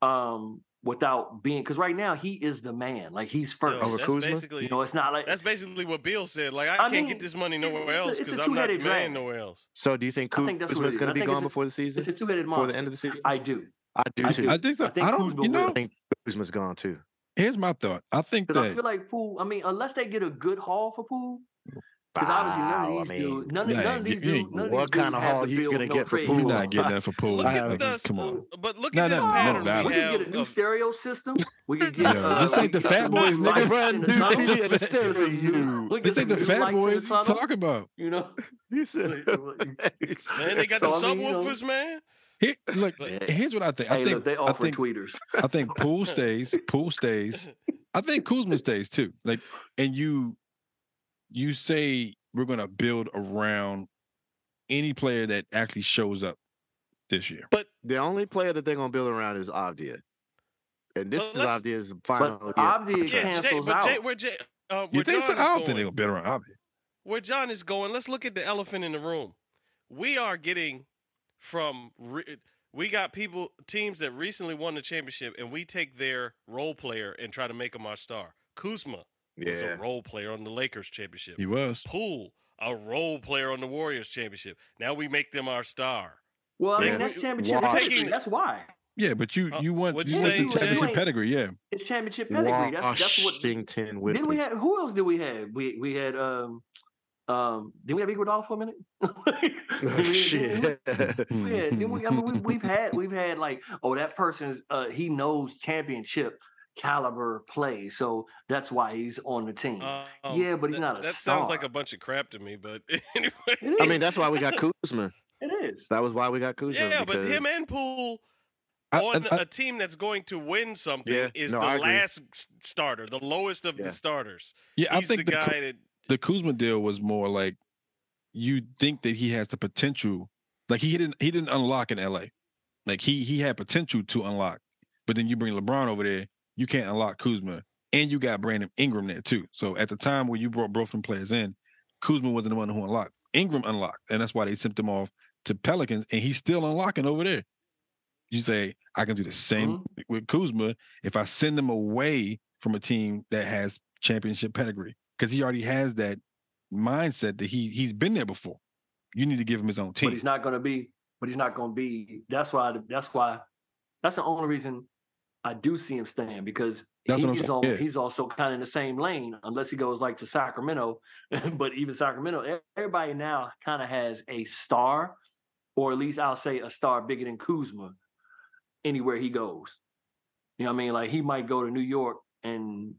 Speaker 5: Um, without being because right now he is the man. Like he's
Speaker 6: Yo,
Speaker 5: first.
Speaker 4: Over
Speaker 6: that's
Speaker 4: Kuzma?
Speaker 6: basically
Speaker 5: you know, it's not like
Speaker 6: That's basically what Bill said. Like I,
Speaker 5: I
Speaker 6: can't
Speaker 5: mean,
Speaker 6: get this money
Speaker 5: it's-
Speaker 6: nowhere
Speaker 5: it's a-
Speaker 6: else
Speaker 5: it's a
Speaker 6: because I'm not the
Speaker 5: two-headed
Speaker 6: man
Speaker 5: draft.
Speaker 6: nowhere else.
Speaker 4: So do you think
Speaker 5: I think that's what it
Speaker 4: Kuzma's
Speaker 5: is.
Speaker 4: going
Speaker 5: I
Speaker 4: to be
Speaker 5: think it's
Speaker 4: gone
Speaker 5: a-
Speaker 4: before the season?
Speaker 5: it's a two-headed
Speaker 4: before
Speaker 5: monster.
Speaker 4: the end of the season?
Speaker 5: I do
Speaker 4: I do
Speaker 5: I
Speaker 4: too.
Speaker 5: do.
Speaker 3: I think so.
Speaker 5: I think
Speaker 3: I don't.
Speaker 5: Kuzma
Speaker 3: You
Speaker 5: will.
Speaker 3: know,
Speaker 4: I think Kuzma's gone too.
Speaker 3: here's my thought. I think
Speaker 5: because I feel
Speaker 3: that
Speaker 5: like Poole. I mean, unless they get a good haul for Poole, because obviously none
Speaker 4: Wow,
Speaker 5: of these dudes, none, of-
Speaker 3: you
Speaker 5: none
Speaker 3: ain't
Speaker 5: of these
Speaker 3: get- you ain't-
Speaker 5: dudes, none of these
Speaker 4: What
Speaker 5: dudes
Speaker 4: kinda
Speaker 5: have
Speaker 4: haul
Speaker 5: the
Speaker 4: you
Speaker 5: Bill with
Speaker 4: gonna
Speaker 5: no
Speaker 4: get for
Speaker 5: trade.
Speaker 3: you're
Speaker 4: Poole?
Speaker 3: not getting that for Poole.
Speaker 6: Look
Speaker 4: I
Speaker 6: at
Speaker 4: have-
Speaker 6: this.
Speaker 3: come on.
Speaker 6: But look
Speaker 3: No,
Speaker 6: at this
Speaker 3: no, no
Speaker 6: pattern
Speaker 3: value.
Speaker 5: We
Speaker 6: we
Speaker 5: can
Speaker 6: have.
Speaker 5: get a new
Speaker 6: of-
Speaker 5: stereo system. We can get.
Speaker 3: Yeah,
Speaker 5: uh,
Speaker 3: this ain't the
Speaker 5: we can get
Speaker 3: Fat
Speaker 5: some
Speaker 3: Boys,
Speaker 5: new
Speaker 3: nigga.
Speaker 5: lights
Speaker 4: Run,
Speaker 5: in the
Speaker 4: dude,
Speaker 5: tunnel.
Speaker 4: TV
Speaker 5: We
Speaker 4: in the
Speaker 5: can get
Speaker 4: stereo,
Speaker 5: some new- we can
Speaker 3: This
Speaker 5: get
Speaker 3: ain't the
Speaker 5: some new
Speaker 3: fat
Speaker 5: lights in
Speaker 3: boys
Speaker 5: the
Speaker 3: you
Speaker 5: tunnel,
Speaker 3: talking about.
Speaker 5: You know,
Speaker 4: He said,
Speaker 6: man, they got
Speaker 5: So,
Speaker 6: them
Speaker 5: I mean, you know-
Speaker 6: subwoofers, man.
Speaker 3: Here, look,
Speaker 5: Yeah.
Speaker 3: here's what I think. I
Speaker 5: hey,
Speaker 3: think
Speaker 5: look, they
Speaker 3: I
Speaker 5: offering
Speaker 3: think
Speaker 5: tweeters.
Speaker 3: I think Poole stays. Poole stays. I think Kuzma stays too. Like, and you, you say we're gonna build around any player that actually shows up this year.
Speaker 6: But
Speaker 4: The only player that they're gonna build around is Avdia, and this
Speaker 6: Well, let's-
Speaker 4: is Avdia's
Speaker 5: But
Speaker 4: final. year.
Speaker 5: Abdi
Speaker 6: Yeah, Jay,
Speaker 5: cancels
Speaker 6: but Jay,
Speaker 5: out.
Speaker 6: where Jay, uh,
Speaker 3: You
Speaker 6: where
Speaker 3: think so?
Speaker 6: John is
Speaker 3: I don't think
Speaker 6: going-
Speaker 3: they'll bet on Abdi.
Speaker 6: where John is going, let's look at the elephant in the room. We are getting from re- we got people teams that recently won the championship, and we take their role player and try to make him our star. Kuzma was a
Speaker 4: Yeah,
Speaker 6: role player on the Lakers championship.
Speaker 3: He was.
Speaker 6: Poole, a role player on the Warriors championship. Now we make them our star.
Speaker 5: Well, I
Speaker 4: Yeah.
Speaker 5: mean, that's championship.
Speaker 4: We're
Speaker 5: pedigree.
Speaker 6: taking-
Speaker 5: That's why
Speaker 3: Yeah, but you
Speaker 6: Uh,
Speaker 3: you want
Speaker 6: what'd
Speaker 3: you
Speaker 6: you
Speaker 3: want
Speaker 6: say,
Speaker 3: the
Speaker 6: Jay?
Speaker 3: championship pedigree, yeah.
Speaker 5: it's championship pedigree. That's, that's what.
Speaker 4: Washington
Speaker 5: Then we
Speaker 4: Whitley.
Speaker 5: had who else did we have? We we had um um. Did we have Iguodala for a minute?
Speaker 3: Oh,
Speaker 5: Did we- did we-
Speaker 4: Shit.
Speaker 5: Yeah, then we, I mean, we, we've had we've had like, oh, that person's uh, he knows championship caliber play, so that's why he's on the
Speaker 4: Hmm.
Speaker 5: team.
Speaker 6: Um,
Speaker 5: Yeah, but he's
Speaker 6: that-
Speaker 5: not a
Speaker 6: That sounds like
Speaker 5: star.
Speaker 6: a bunch of crap to me, but anyway.
Speaker 5: It
Speaker 4: I mean,
Speaker 5: is.
Speaker 4: that's why we got Kuzma.
Speaker 5: it is.
Speaker 4: That was why we got Kuzma.
Speaker 6: Yeah, but him
Speaker 4: because-
Speaker 6: and Poole
Speaker 3: I- I-
Speaker 6: on a
Speaker 3: I-
Speaker 6: team that's going to win something
Speaker 4: Yeah,
Speaker 6: is
Speaker 4: no,
Speaker 6: the
Speaker 4: I agree.
Speaker 6: last s- starter, the lowest of
Speaker 4: Yeah.
Speaker 6: the starters.
Speaker 3: yeah, I
Speaker 6: He's
Speaker 3: think
Speaker 6: the,
Speaker 3: the, Ku-
Speaker 6: guy that
Speaker 3: the Kuzma deal was more like you think that he has the potential. Like he didn't he didn't unlock in LA. Like he he had potential to unlock, but then you bring LeBron over there, you can't unlock Kuzma, and you got Brandon Ingram there too. So at the time when you brought both them players in, Kuzma wasn't the one who unlocked. Ingram unlocked, and that's why they sent him off to Pelicans, and he's still unlocking over there. You say I can do the same with Kuzma if I send him away from a team that has championship pedigree because he already has that mindset that he he's been there before. You need to give him his own
Speaker 5: But
Speaker 3: team.
Speaker 5: he's not going to be. But he's not going to be. That's why. That's why. That's the only reason I do see him staying because
Speaker 3: That's
Speaker 5: he's
Speaker 3: what I'm saying,
Speaker 5: on.
Speaker 3: yeah.
Speaker 5: He's also kind of in the same lane, unless he goes like to Sacramento. but even Sacramento, e- everybody now kind of has a star, or at least I'll say a star bigger than Kuzma, anywhere he goes. You know what I mean? Like he might go to New York and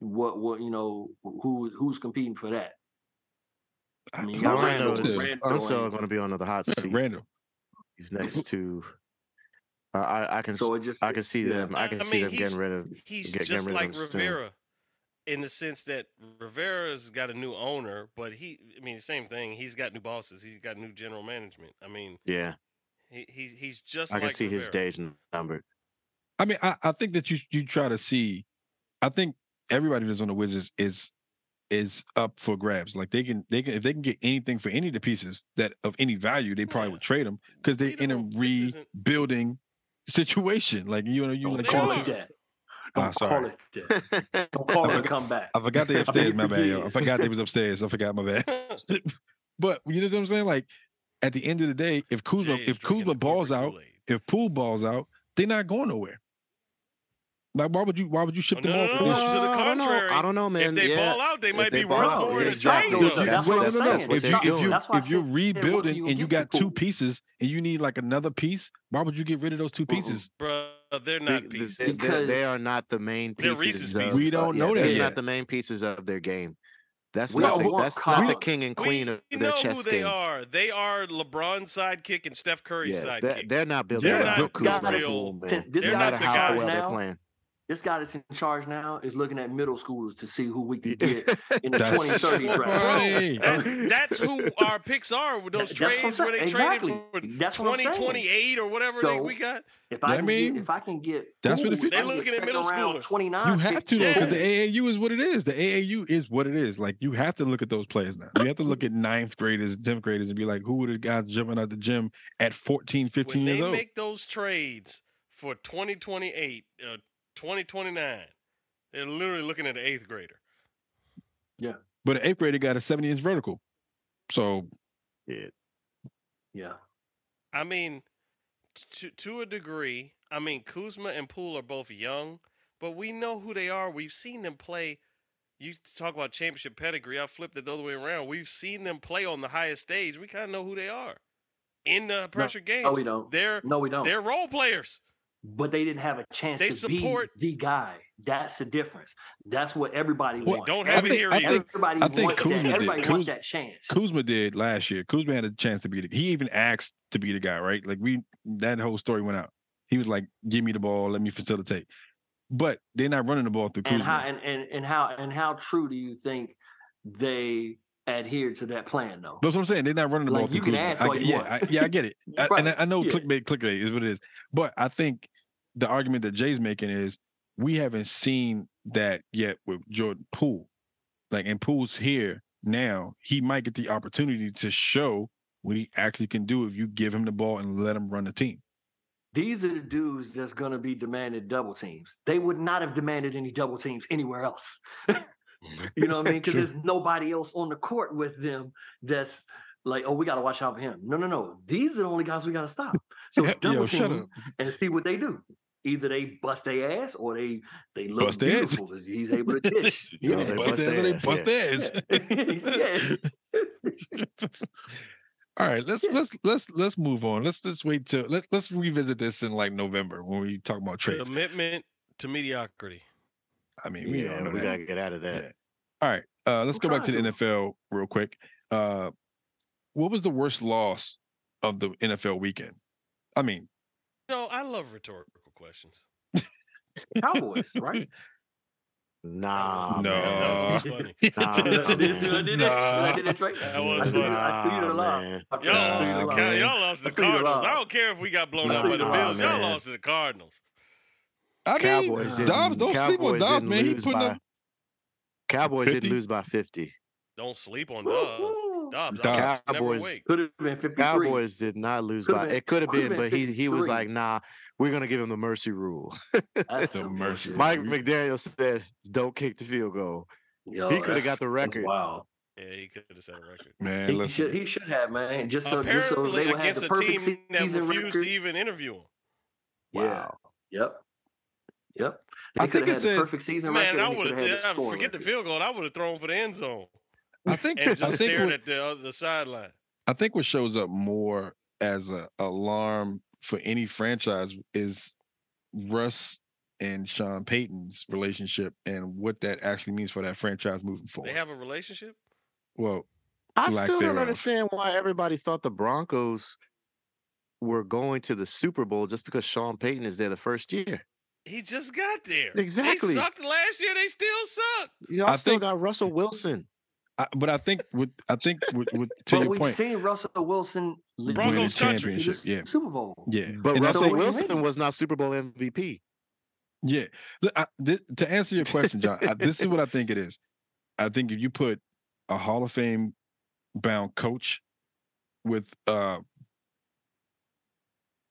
Speaker 5: what what you know who who's competing for that? I mean, you got
Speaker 4: All I
Speaker 5: Randall,
Speaker 4: know is
Speaker 3: Randall
Speaker 5: Randall
Speaker 4: Unsell
Speaker 5: and-
Speaker 4: going to be on the hot seat.
Speaker 3: Randall.
Speaker 4: He's next to. I I, I can
Speaker 5: So it just
Speaker 4: I can see
Speaker 5: yeah.
Speaker 4: them. I
Speaker 6: I
Speaker 4: can see
Speaker 6: mean,
Speaker 4: them
Speaker 6: he's-
Speaker 4: getting rid of.
Speaker 6: he's
Speaker 4: get- get
Speaker 6: just
Speaker 4: rid of
Speaker 6: like
Speaker 4: him soon.
Speaker 6: Rivera in the sense that Rivera's got a new owner, but he, I mean, same thing. He's got new bosses. He's got new general management. I mean,
Speaker 4: Yeah,
Speaker 6: he, he's he's just.
Speaker 4: I can
Speaker 6: like
Speaker 4: see his
Speaker 6: Rivera.
Speaker 4: days numbered.
Speaker 3: I mean, I, I think that you you try to see. I think everybody that's on the Wizards is is up for grabs. Like they can they can if they can get anything for any of the pieces that of any value, they probably
Speaker 6: Yeah.
Speaker 3: would trade them because they're
Speaker 6: You
Speaker 3: in a
Speaker 6: don't- this isn't-
Speaker 3: rebuilding situation. Like you know you
Speaker 5: Don't
Speaker 3: like
Speaker 5: call
Speaker 3: you
Speaker 6: They
Speaker 5: it
Speaker 3: said-
Speaker 6: are.
Speaker 5: that.
Speaker 3: Ah,
Speaker 5: Don't call
Speaker 3: sorry.
Speaker 5: it that. Don't call it a comeback.
Speaker 3: I forgot they upstairs.
Speaker 5: been
Speaker 3: my bad. yo. I
Speaker 5: years.
Speaker 3: forgot they was upstairs. I forgot my bad. But you know what I'm saying? Like at the end of the day, if Kuzma
Speaker 6: Jay is
Speaker 3: if
Speaker 6: drinking
Speaker 3: Kuzma
Speaker 6: the
Speaker 3: balls
Speaker 6: corporate
Speaker 3: out,
Speaker 6: Kool-Aid.
Speaker 3: if Poole balls out, they're not going nowhere. Like why would you why would you ship
Speaker 6: Oh,
Speaker 3: them
Speaker 6: no,
Speaker 3: off?
Speaker 6: no,
Speaker 3: with
Speaker 6: no,
Speaker 3: this
Speaker 6: no.
Speaker 3: shit?
Speaker 6: to the
Speaker 4: I don't know-
Speaker 6: contrary,
Speaker 4: I don't know, man.
Speaker 6: if they
Speaker 4: yeah.
Speaker 6: ball out, they
Speaker 4: if
Speaker 6: might
Speaker 4: they
Speaker 6: be
Speaker 4: ball
Speaker 6: worth
Speaker 4: out,
Speaker 6: more in a
Speaker 4: exactly.
Speaker 6: trade.
Speaker 5: Those
Speaker 6: though.
Speaker 5: are- that's
Speaker 3: Wait,
Speaker 5: what I'm
Speaker 3: no, no, no.
Speaker 5: saying.
Speaker 4: If
Speaker 3: If
Speaker 4: they're
Speaker 3: you if
Speaker 4: doing.
Speaker 3: you
Speaker 5: That's why I
Speaker 3: if you're
Speaker 5: said they wouldn't
Speaker 3: rebuilding
Speaker 5: even
Speaker 3: and you
Speaker 5: get the
Speaker 3: got two
Speaker 5: Poole.
Speaker 3: pieces and you need like another piece, why would you get rid of those two
Speaker 4: Mm-mm.
Speaker 3: pieces?
Speaker 6: Bruh,
Speaker 4: They-
Speaker 6: they're not
Speaker 4: they-
Speaker 6: pieces.
Speaker 4: they- they,
Speaker 5: Because-
Speaker 4: are not the main
Speaker 6: They're
Speaker 4: pieces.
Speaker 6: Reese's
Speaker 4: of-
Speaker 6: Pieces.
Speaker 3: We don't know
Speaker 4: yeah,
Speaker 3: that
Speaker 4: they're
Speaker 3: yet.
Speaker 4: not the main pieces of their game. That's
Speaker 5: We
Speaker 4: not
Speaker 3: don't
Speaker 4: the,
Speaker 5: want
Speaker 4: that's not the
Speaker 5: Kyle.
Speaker 4: king and queen
Speaker 6: we
Speaker 4: of their
Speaker 6: know
Speaker 4: chess
Speaker 6: who they
Speaker 4: game.
Speaker 6: are. They are LeBron's sidekick and Steph Curry's
Speaker 4: Yeah, they're,
Speaker 6: sidekick.
Speaker 4: they're not building
Speaker 3: They're
Speaker 4: around
Speaker 3: not
Speaker 4: Kuzma
Speaker 5: guys-
Speaker 4: and Poole, man.
Speaker 5: Ten- this
Speaker 4: no
Speaker 6: guy
Speaker 4: matter
Speaker 6: that's
Speaker 4: how
Speaker 6: guys
Speaker 4: well they're
Speaker 5: now-
Speaker 4: playing.
Speaker 5: This guy that's in charge now is looking at middle schoolers to see who we can
Speaker 4: Yeah.
Speaker 5: get in the
Speaker 3: That's
Speaker 5: 2030
Speaker 3: so
Speaker 5: draft.
Speaker 3: funny.
Speaker 6: Bro, that- that's who our picks are with those
Speaker 5: That's what I'm
Speaker 6: trades
Speaker 5: saying.
Speaker 6: where they
Speaker 5: Exactly.
Speaker 6: traded for
Speaker 5: That's what I'm
Speaker 6: 20,
Speaker 5: saying.
Speaker 6: 28 or whatever they,
Speaker 5: So,
Speaker 6: we got.
Speaker 3: Yeah,
Speaker 5: If
Speaker 3: I
Speaker 5: I, can
Speaker 3: mean,
Speaker 5: get, if I can get,
Speaker 3: that's what
Speaker 5: Poole,
Speaker 3: it feels-
Speaker 5: if I can
Speaker 6: They're
Speaker 5: get
Speaker 6: looking at
Speaker 5: second
Speaker 6: middle
Speaker 5: round
Speaker 6: schoolers.
Speaker 5: 29.
Speaker 3: You have
Speaker 5: pick,
Speaker 3: to though, because
Speaker 6: Yeah.
Speaker 3: the AAU is what it is. The AAU is what it is. Like you have to look at those players now. You have to look at ninth graders, and tenth graders, and be like, who were the guys jumping out the gym at 14, 15
Speaker 6: When
Speaker 3: years
Speaker 6: they
Speaker 3: old?
Speaker 6: make those trades for 2028, uh, 2029, they're literally looking at an eighth grader.
Speaker 3: But an eighth grader got a 70 inch vertical. So
Speaker 5: Yeah.
Speaker 6: I mean, to to a degree, I mean Kuzma and Poole are both young, but we know who they are. We've seen them play. You talk about championship pedigree. I flipped it the other way around. We've seen them play on the highest stage. We kind of know who they are in the pressure games.
Speaker 5: No, we don't.
Speaker 6: They're
Speaker 5: No, we don't.
Speaker 6: they're role players.
Speaker 5: but they didn't have a chance
Speaker 6: They
Speaker 5: to
Speaker 6: support-
Speaker 5: be the guy. That's the difference. That's what everybody
Speaker 3: Well,
Speaker 5: wants.
Speaker 6: Don't have
Speaker 3: I
Speaker 6: it
Speaker 3: think-
Speaker 6: here
Speaker 3: I
Speaker 6: either.
Speaker 3: think-
Speaker 5: Everybody
Speaker 3: I think
Speaker 5: wants
Speaker 3: Kuzma
Speaker 5: that.
Speaker 3: did.
Speaker 5: Everybody wants
Speaker 3: Kuz-
Speaker 5: that chance.
Speaker 3: Kuzma did last year. Kuzma had a chance to be the he even asked to be the guy, right? Like we that whole story went out. He was like, give me the ball, let me facilitate. But Mm hmm. they're not running the ball through
Speaker 5: and how
Speaker 3: Kuzma.
Speaker 5: and, and, and how and how true do you think they adhere to that plan though.
Speaker 3: That's what I'm saying. They're not running the
Speaker 5: Like,
Speaker 3: ball.
Speaker 5: you
Speaker 3: through Kuzma.
Speaker 5: can ask
Speaker 3: I
Speaker 5: all
Speaker 3: get-
Speaker 5: you
Speaker 3: yeah,
Speaker 5: want.
Speaker 3: I, yeah, I get it. I, and I,
Speaker 5: Right,
Speaker 3: I know
Speaker 5: yeah.
Speaker 3: clickbait, clickbait is what it is. But I think the argument that Jay's making is we haven't seen that yet with Jordan Poole. Like, and Poole's here now. He might get the opportunity to show what he actually can do if you give him the ball and let him run the team.
Speaker 5: These are the dudes that's going to be demanded double teams. They would not have demanded any double teams anywhere else. You know what I mean? Because
Speaker 3: Mm-hmm. True.
Speaker 5: there's nobody else on the court with them that's like, oh, we got to watch out for him. No, no, no. These are the only guys we got to stop. So
Speaker 3: Yo,
Speaker 5: double
Speaker 3: shut
Speaker 5: team
Speaker 3: up.
Speaker 5: and see what they do. Either they bust their ass or they they look
Speaker 3: Bust their ass.
Speaker 5: beautiful. 'cause He's able to dish.
Speaker 4: Yeah,
Speaker 3: they
Speaker 4: they
Speaker 3: bust
Speaker 4: bust
Speaker 3: theirs or
Speaker 4: their
Speaker 3: they
Speaker 4: ass,
Speaker 3: bust theirs.
Speaker 5: yeah. yeah.
Speaker 3: All right, let's
Speaker 5: Yeah.
Speaker 3: let's let's let's move on. Let's just wait till let's let's revisit this in like November when we talk about trades.
Speaker 6: Commitment to mediocrity.
Speaker 3: I mean, we all
Speaker 4: Yeah,
Speaker 3: know
Speaker 4: we
Speaker 3: that.
Speaker 4: gotta get out of that.
Speaker 3: Yeah. All right, uh, let's
Speaker 5: I'm
Speaker 3: go back to the
Speaker 5: trying to.
Speaker 3: NFL real quick. Uh, what was the worst loss of the NFL weekend? I mean,
Speaker 6: No, I love rhetorical questions.
Speaker 5: Cowboys, right?
Speaker 4: Nah,
Speaker 3: No.
Speaker 6: That
Speaker 4: Ah, man.
Speaker 6: was funny.
Speaker 4: Nah,
Speaker 5: See what I did? See what I
Speaker 4: man.
Speaker 5: did there? See what I did there, Trey?
Speaker 6: That was
Speaker 5: I threw you-
Speaker 6: funny.
Speaker 5: I threw you to the
Speaker 4: Nah,
Speaker 5: law.
Speaker 4: man.
Speaker 5: I threw you
Speaker 6: Y'all
Speaker 5: to
Speaker 4: Nah,
Speaker 6: lost to the
Speaker 5: law.
Speaker 6: Cow-
Speaker 4: man.
Speaker 6: y'all lost to
Speaker 5: I
Speaker 6: the
Speaker 5: feel you,
Speaker 6: Cardinals.
Speaker 5: Rob.
Speaker 6: I don't care if we got blown
Speaker 5: I
Speaker 6: out
Speaker 5: feel
Speaker 6: by the
Speaker 5: you,
Speaker 6: Bills. Y'all
Speaker 4: man.
Speaker 6: lost to the Cardinals.
Speaker 3: I
Speaker 4: Cowboys
Speaker 3: mean,
Speaker 4: didn't.
Speaker 3: Dobbs don't
Speaker 4: Cowboys
Speaker 3: sleep on Dobbs,
Speaker 4: didn't
Speaker 3: man. He
Speaker 4: lose
Speaker 3: putting
Speaker 4: by.
Speaker 3: up.
Speaker 4: Cowboys
Speaker 3: 50?
Speaker 4: didn't lose by fifty.
Speaker 6: Don't sleep on Dobbs.
Speaker 5: Woo, woo.
Speaker 6: Dobbs,
Speaker 3: Dobbs.
Speaker 6: Dobbs. never
Speaker 4: Cowboys-
Speaker 6: wake.
Speaker 5: Could have been 53.
Speaker 4: Cowboys did not lose
Speaker 5: Could've
Speaker 4: by.
Speaker 5: been-
Speaker 4: it could have
Speaker 5: could've
Speaker 4: been,
Speaker 5: been
Speaker 4: but he he was
Speaker 5: 53.
Speaker 4: like, "Nah, we're gonna give him the mercy rule."
Speaker 5: That's
Speaker 3: The
Speaker 5: some
Speaker 3: mercy.
Speaker 5: bullshit.
Speaker 4: Mike
Speaker 3: you-
Speaker 4: McDaniel said, "Don't kick the field goal."
Speaker 5: Yo,
Speaker 4: He coulda
Speaker 5: that's-
Speaker 4: got the
Speaker 5: that's
Speaker 4: record.
Speaker 5: Wow.
Speaker 6: Yeah, he could have set a record.
Speaker 3: Man,
Speaker 5: He
Speaker 3: listen.
Speaker 5: should, he should have, man. Just so, just so
Speaker 6: Apparently
Speaker 5: they would have
Speaker 6: against
Speaker 5: the
Speaker 6: a
Speaker 5: perfect
Speaker 6: team that
Speaker 5: season
Speaker 6: refused
Speaker 5: record.
Speaker 6: to even interview him.
Speaker 5: Yeah.
Speaker 4: Wow.
Speaker 5: Yep. Yep.
Speaker 3: I
Speaker 5: They could
Speaker 3: think it
Speaker 5: have had the
Speaker 3: says-
Speaker 5: perfect season
Speaker 6: Man,
Speaker 5: record.
Speaker 6: I
Speaker 5: and they
Speaker 6: would
Speaker 5: coulda had the
Speaker 6: have
Speaker 5: scoring
Speaker 6: forget the
Speaker 5: record.
Speaker 6: field goal. I would have thrown for the end zone
Speaker 3: I think
Speaker 6: and
Speaker 3: I
Speaker 6: just
Speaker 3: think
Speaker 6: stared
Speaker 3: what,
Speaker 6: at the other sideline.
Speaker 3: I think what shows up more as a alarm for any franchise is Russ and Sean Payton's relationship and what that actually means for that franchise moving
Speaker 6: They
Speaker 3: forward.
Speaker 6: have a relationship.
Speaker 3: well,
Speaker 4: I
Speaker 3: Lack
Speaker 4: still
Speaker 3: thereof.
Speaker 4: don't understand why everybody thought the Broncos were going to the Super Bowl just because Sean Payton is there the first year.
Speaker 6: He just got there.
Speaker 4: Exactly.
Speaker 6: They sucked last year. They still suck.
Speaker 4: Y'all
Speaker 3: I
Speaker 4: still
Speaker 3: think-
Speaker 4: got Russell Wilson.
Speaker 3: I, but I think with I think with, with to
Speaker 5: but
Speaker 3: your
Speaker 5: we've
Speaker 3: point,
Speaker 5: seen Russell Wilson lead
Speaker 6: Broncos
Speaker 3: winning
Speaker 5: the
Speaker 6: country.
Speaker 3: championship. Yeah,
Speaker 5: Super Bowl.
Speaker 3: yeah.
Speaker 4: But
Speaker 3: And I
Speaker 4: Russell
Speaker 3: think-
Speaker 5: what do you
Speaker 4: Wilson
Speaker 5: mean?
Speaker 4: was not Super Bowl MVP.
Speaker 3: Yeah. Look, I, thi- to answer your question, John, I, this is what I think it is. I think if you put a Hall of Fame bound coach with uh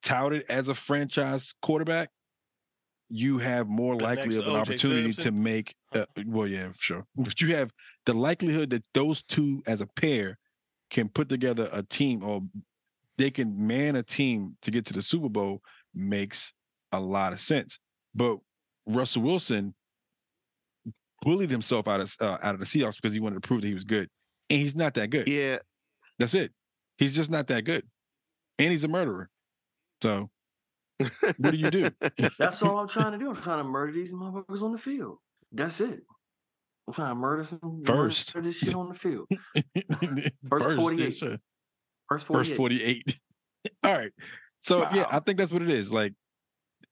Speaker 3: touted as a franchise quarterback, you have more
Speaker 6: The
Speaker 3: likely
Speaker 6: next
Speaker 3: of an
Speaker 6: O.J.
Speaker 3: opportunity to
Speaker 6: Simpson?
Speaker 3: make. Uh, well, yeah, sure. But you have the likelihood that those two as a pair can put together a team or they can man a team to get to the Super Bowl makes a lot of sense. But Russell Wilson bullied himself out of uh, out of the Seahawks because he wanted to prove that he was good, and he's not that good.
Speaker 4: Yeah,
Speaker 3: That's it. He's just not that good, and he's a murderer. So what do you do?
Speaker 5: That's all I'm trying to do. I'm trying to murder these motherfuckers on the field. That's it. I'm trying to murder some
Speaker 3: First.
Speaker 5: murder this shit on the field.
Speaker 3: First, yeah,
Speaker 5: 48.
Speaker 3: sure.
Speaker 5: First 48.
Speaker 3: First 48. All right. So yeah,
Speaker 4: Wow.
Speaker 3: I think that's what it is. Like,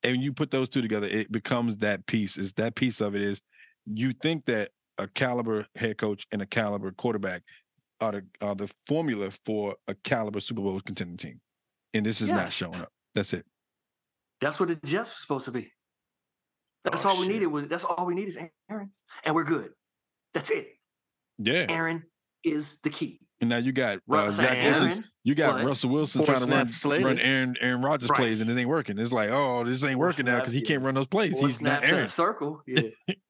Speaker 3: and you put those two together, it becomes that piece. Is that piece of it is you think that a caliber head coach and a caliber quarterback are the are the formula for a caliber Super Bowl contending team. And this is not
Speaker 5: Yes.
Speaker 3: showing up. That's it.
Speaker 5: That's what the Jets was supposed to be. That's
Speaker 3: Oh,
Speaker 5: all we
Speaker 3: shit.
Speaker 5: needed was that's all we need is Aaron. And we're good. That's it.
Speaker 3: Yeah.
Speaker 5: Aaron is the key.
Speaker 3: And now you got uh,
Speaker 5: Russ
Speaker 3: Zach Wilson.
Speaker 5: Aaron.
Speaker 3: You got
Speaker 5: But
Speaker 3: Russell Wilson
Speaker 4: four
Speaker 3: trying to run,
Speaker 4: snaps later-
Speaker 3: run Aaron Aaron Rodgers
Speaker 5: Right.
Speaker 3: plays, and it ain't working. It's like, oh, this ain't
Speaker 5: Four
Speaker 3: working now because
Speaker 5: snaps,
Speaker 3: he
Speaker 5: yeah.
Speaker 3: can't run those plays.
Speaker 5: Four
Speaker 3: He's not
Speaker 5: snaps in
Speaker 3: Aaron.
Speaker 5: a circle. Yeah.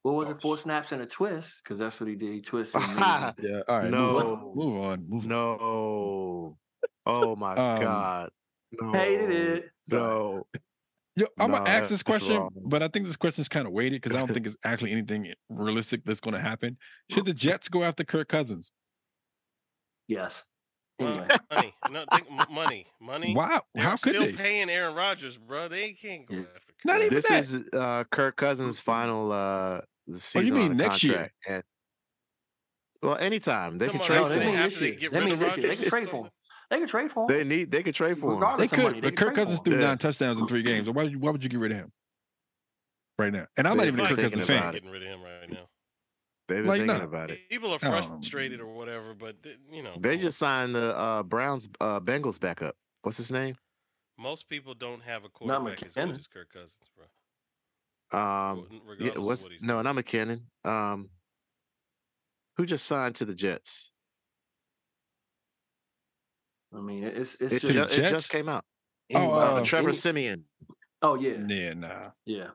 Speaker 5: What was
Speaker 3: Oh,
Speaker 5: it? Four snaps and a twist? Because that's what he did. He twisted. and made-
Speaker 3: Yeah. All right.
Speaker 4: No.
Speaker 3: Move on. Move on.
Speaker 4: no. Oh my
Speaker 3: Um,
Speaker 4: God. No.
Speaker 5: Hated
Speaker 3: Oh.
Speaker 5: it.
Speaker 4: No.
Speaker 3: Yo, I'm
Speaker 4: No,
Speaker 3: gonna ask this
Speaker 4: that's
Speaker 3: question,
Speaker 4: wrong.
Speaker 3: but I think this question's kind of weighted because I don't think it's actually anything realistic that's gonna happen. Should the Jets go after Kirk Cousins?
Speaker 5: Yes.
Speaker 6: Well,
Speaker 5: Anyway.
Speaker 6: money. No, think m- money. Money.
Speaker 3: Wow.
Speaker 6: They're
Speaker 3: How could
Speaker 6: still
Speaker 3: they?
Speaker 6: paying Aaron Rodgers, bro. They can't go
Speaker 5: Yeah.
Speaker 6: after.
Speaker 3: Not
Speaker 6: Kirk.
Speaker 3: even
Speaker 4: This
Speaker 3: that.
Speaker 4: is uh, Kirk Cousins' final uh, season.
Speaker 3: Oh, mean
Speaker 4: on the
Speaker 3: next year?
Speaker 4: contract, and- well, anytime they
Speaker 6: Come
Speaker 4: can
Speaker 6: on,
Speaker 4: trade
Speaker 5: No,
Speaker 4: for
Speaker 5: they
Speaker 6: after
Speaker 5: mean
Speaker 4: him.
Speaker 5: this
Speaker 6: they
Speaker 5: year.
Speaker 6: get
Speaker 5: They
Speaker 6: rid
Speaker 5: mean
Speaker 6: of
Speaker 5: this year. They
Speaker 6: Rodgers
Speaker 5: can
Speaker 6: or
Speaker 5: trade for him. They can trade for him.
Speaker 4: They need. They could trade for him.
Speaker 3: They
Speaker 5: Regardless of
Speaker 3: could,
Speaker 5: money, they
Speaker 3: but
Speaker 5: can
Speaker 3: Kirk
Speaker 5: trade for
Speaker 3: Cousins
Speaker 5: him.
Speaker 3: threw
Speaker 4: Yeah.
Speaker 3: nine touchdowns in three games. So why, why would you get rid of him right now? And I'm not
Speaker 4: They
Speaker 3: even a
Speaker 4: might
Speaker 3: Kirk
Speaker 4: thinking
Speaker 3: Cousins
Speaker 4: about
Speaker 3: fan.
Speaker 4: it.
Speaker 6: Getting rid of him right now.
Speaker 4: They've been
Speaker 3: Like,
Speaker 4: thinking
Speaker 3: no.
Speaker 4: about it.
Speaker 6: People are
Speaker 3: Oh.
Speaker 6: frustrated or whatever, but th- you know,
Speaker 4: They
Speaker 6: come on.
Speaker 4: just signed the uh, Browns uh, Bengals backup. What's his name?
Speaker 6: most people don't have a quarterback as
Speaker 5: McKinnon.
Speaker 6: good as Kirk Cousins, bro.
Speaker 4: Um,
Speaker 6: Well,
Speaker 4: yeah,
Speaker 6: regardless of
Speaker 4: what's
Speaker 6: what he's
Speaker 4: no,
Speaker 6: doing.
Speaker 4: not McKinnon. Um, who just signed to the Jets?
Speaker 5: I mean, it- it's it's
Speaker 4: It,
Speaker 5: just
Speaker 4: ju-
Speaker 3: The
Speaker 4: it
Speaker 3: Jets?
Speaker 4: just came out.
Speaker 3: Oh,
Speaker 4: Uh,
Speaker 3: uh,
Speaker 4: Trevor
Speaker 5: any-
Speaker 4: Simeon.
Speaker 5: Oh yeah,
Speaker 3: Yeah, nah.
Speaker 5: yeah.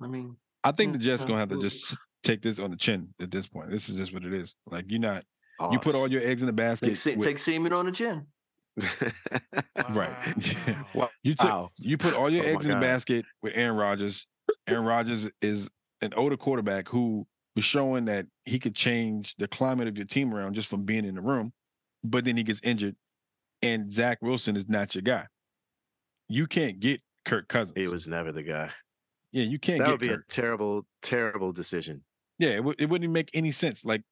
Speaker 5: I mean,
Speaker 3: I think the
Speaker 5: Mm,
Speaker 3: Jets gonna have to
Speaker 5: absolutely.
Speaker 3: just s- take this on the chin at this point. This is just what it is. Like you're not. You put
Speaker 4: Hawks.
Speaker 3: all your eggs in the basket.
Speaker 5: take, Se-
Speaker 3: with-
Speaker 5: take Seaman on the chin.
Speaker 3: Right.
Speaker 6: Wow.
Speaker 4: Wow.
Speaker 3: you took.
Speaker 4: Wow.
Speaker 3: You put all your
Speaker 4: Oh my
Speaker 3: eggs in the
Speaker 4: God.
Speaker 3: basket with Aaron Rodgers. Aaron Rodgers is an older quarterback who was showing that he could change the climate of your team around just from being in the room, but then he gets injured, and Zach Wilson is not your guy. You can't get Kirk Cousins.
Speaker 4: He was never the guy.
Speaker 3: yeah, you can't
Speaker 4: That
Speaker 3: get
Speaker 4: would be
Speaker 3: Kirk.
Speaker 4: a terrible, terrible decision.
Speaker 3: Yeah, it, w- it wouldn't make any sense. Like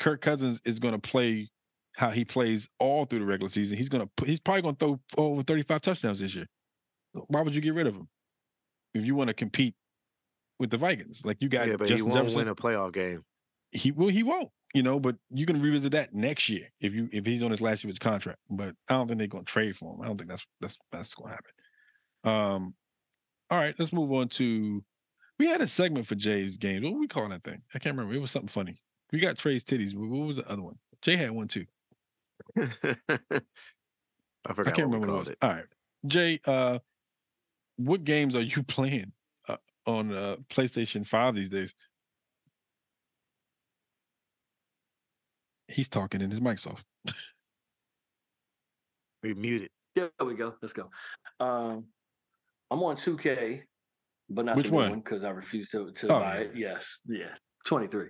Speaker 3: Kirk Cousins is going to play how he plays all through the regular season. He's going to he's probably going to throw over 35 touchdowns this year. Why would you get rid of him if you want to compete with the Vikings? Like you got
Speaker 4: yeah, but
Speaker 3: Justin
Speaker 4: he won't
Speaker 3: Jefferson.
Speaker 4: win a playoff game.
Speaker 3: He well he won't, you know, but you can revisit that next year if you if he's on his last year of his contract. But I don't think they're going to trade for him. I don't think that's that's that's going to happen. Um all right, let's move on to we had a segment for Jay's games. What were we calling that thing? I can't remember. It was something funny. We got Trey's titties, but what was the other one? Jay had one too.
Speaker 4: I
Speaker 3: I
Speaker 4: forgot
Speaker 3: can't
Speaker 4: what we
Speaker 3: remember what it
Speaker 4: called
Speaker 3: was.
Speaker 4: it.
Speaker 3: All right, Jay, uh, what games are you playing uh, on uh, PlayStation Five these days? He's talking and his mic's off.
Speaker 4: We muted.
Speaker 5: There we go. Let's go. Um, I'm on 2K, but not
Speaker 3: Which
Speaker 5: the new
Speaker 3: one?
Speaker 5: one because I refuse to, to
Speaker 3: Oh,
Speaker 5: buy
Speaker 3: yeah.
Speaker 5: it. Yes, yeah, 23.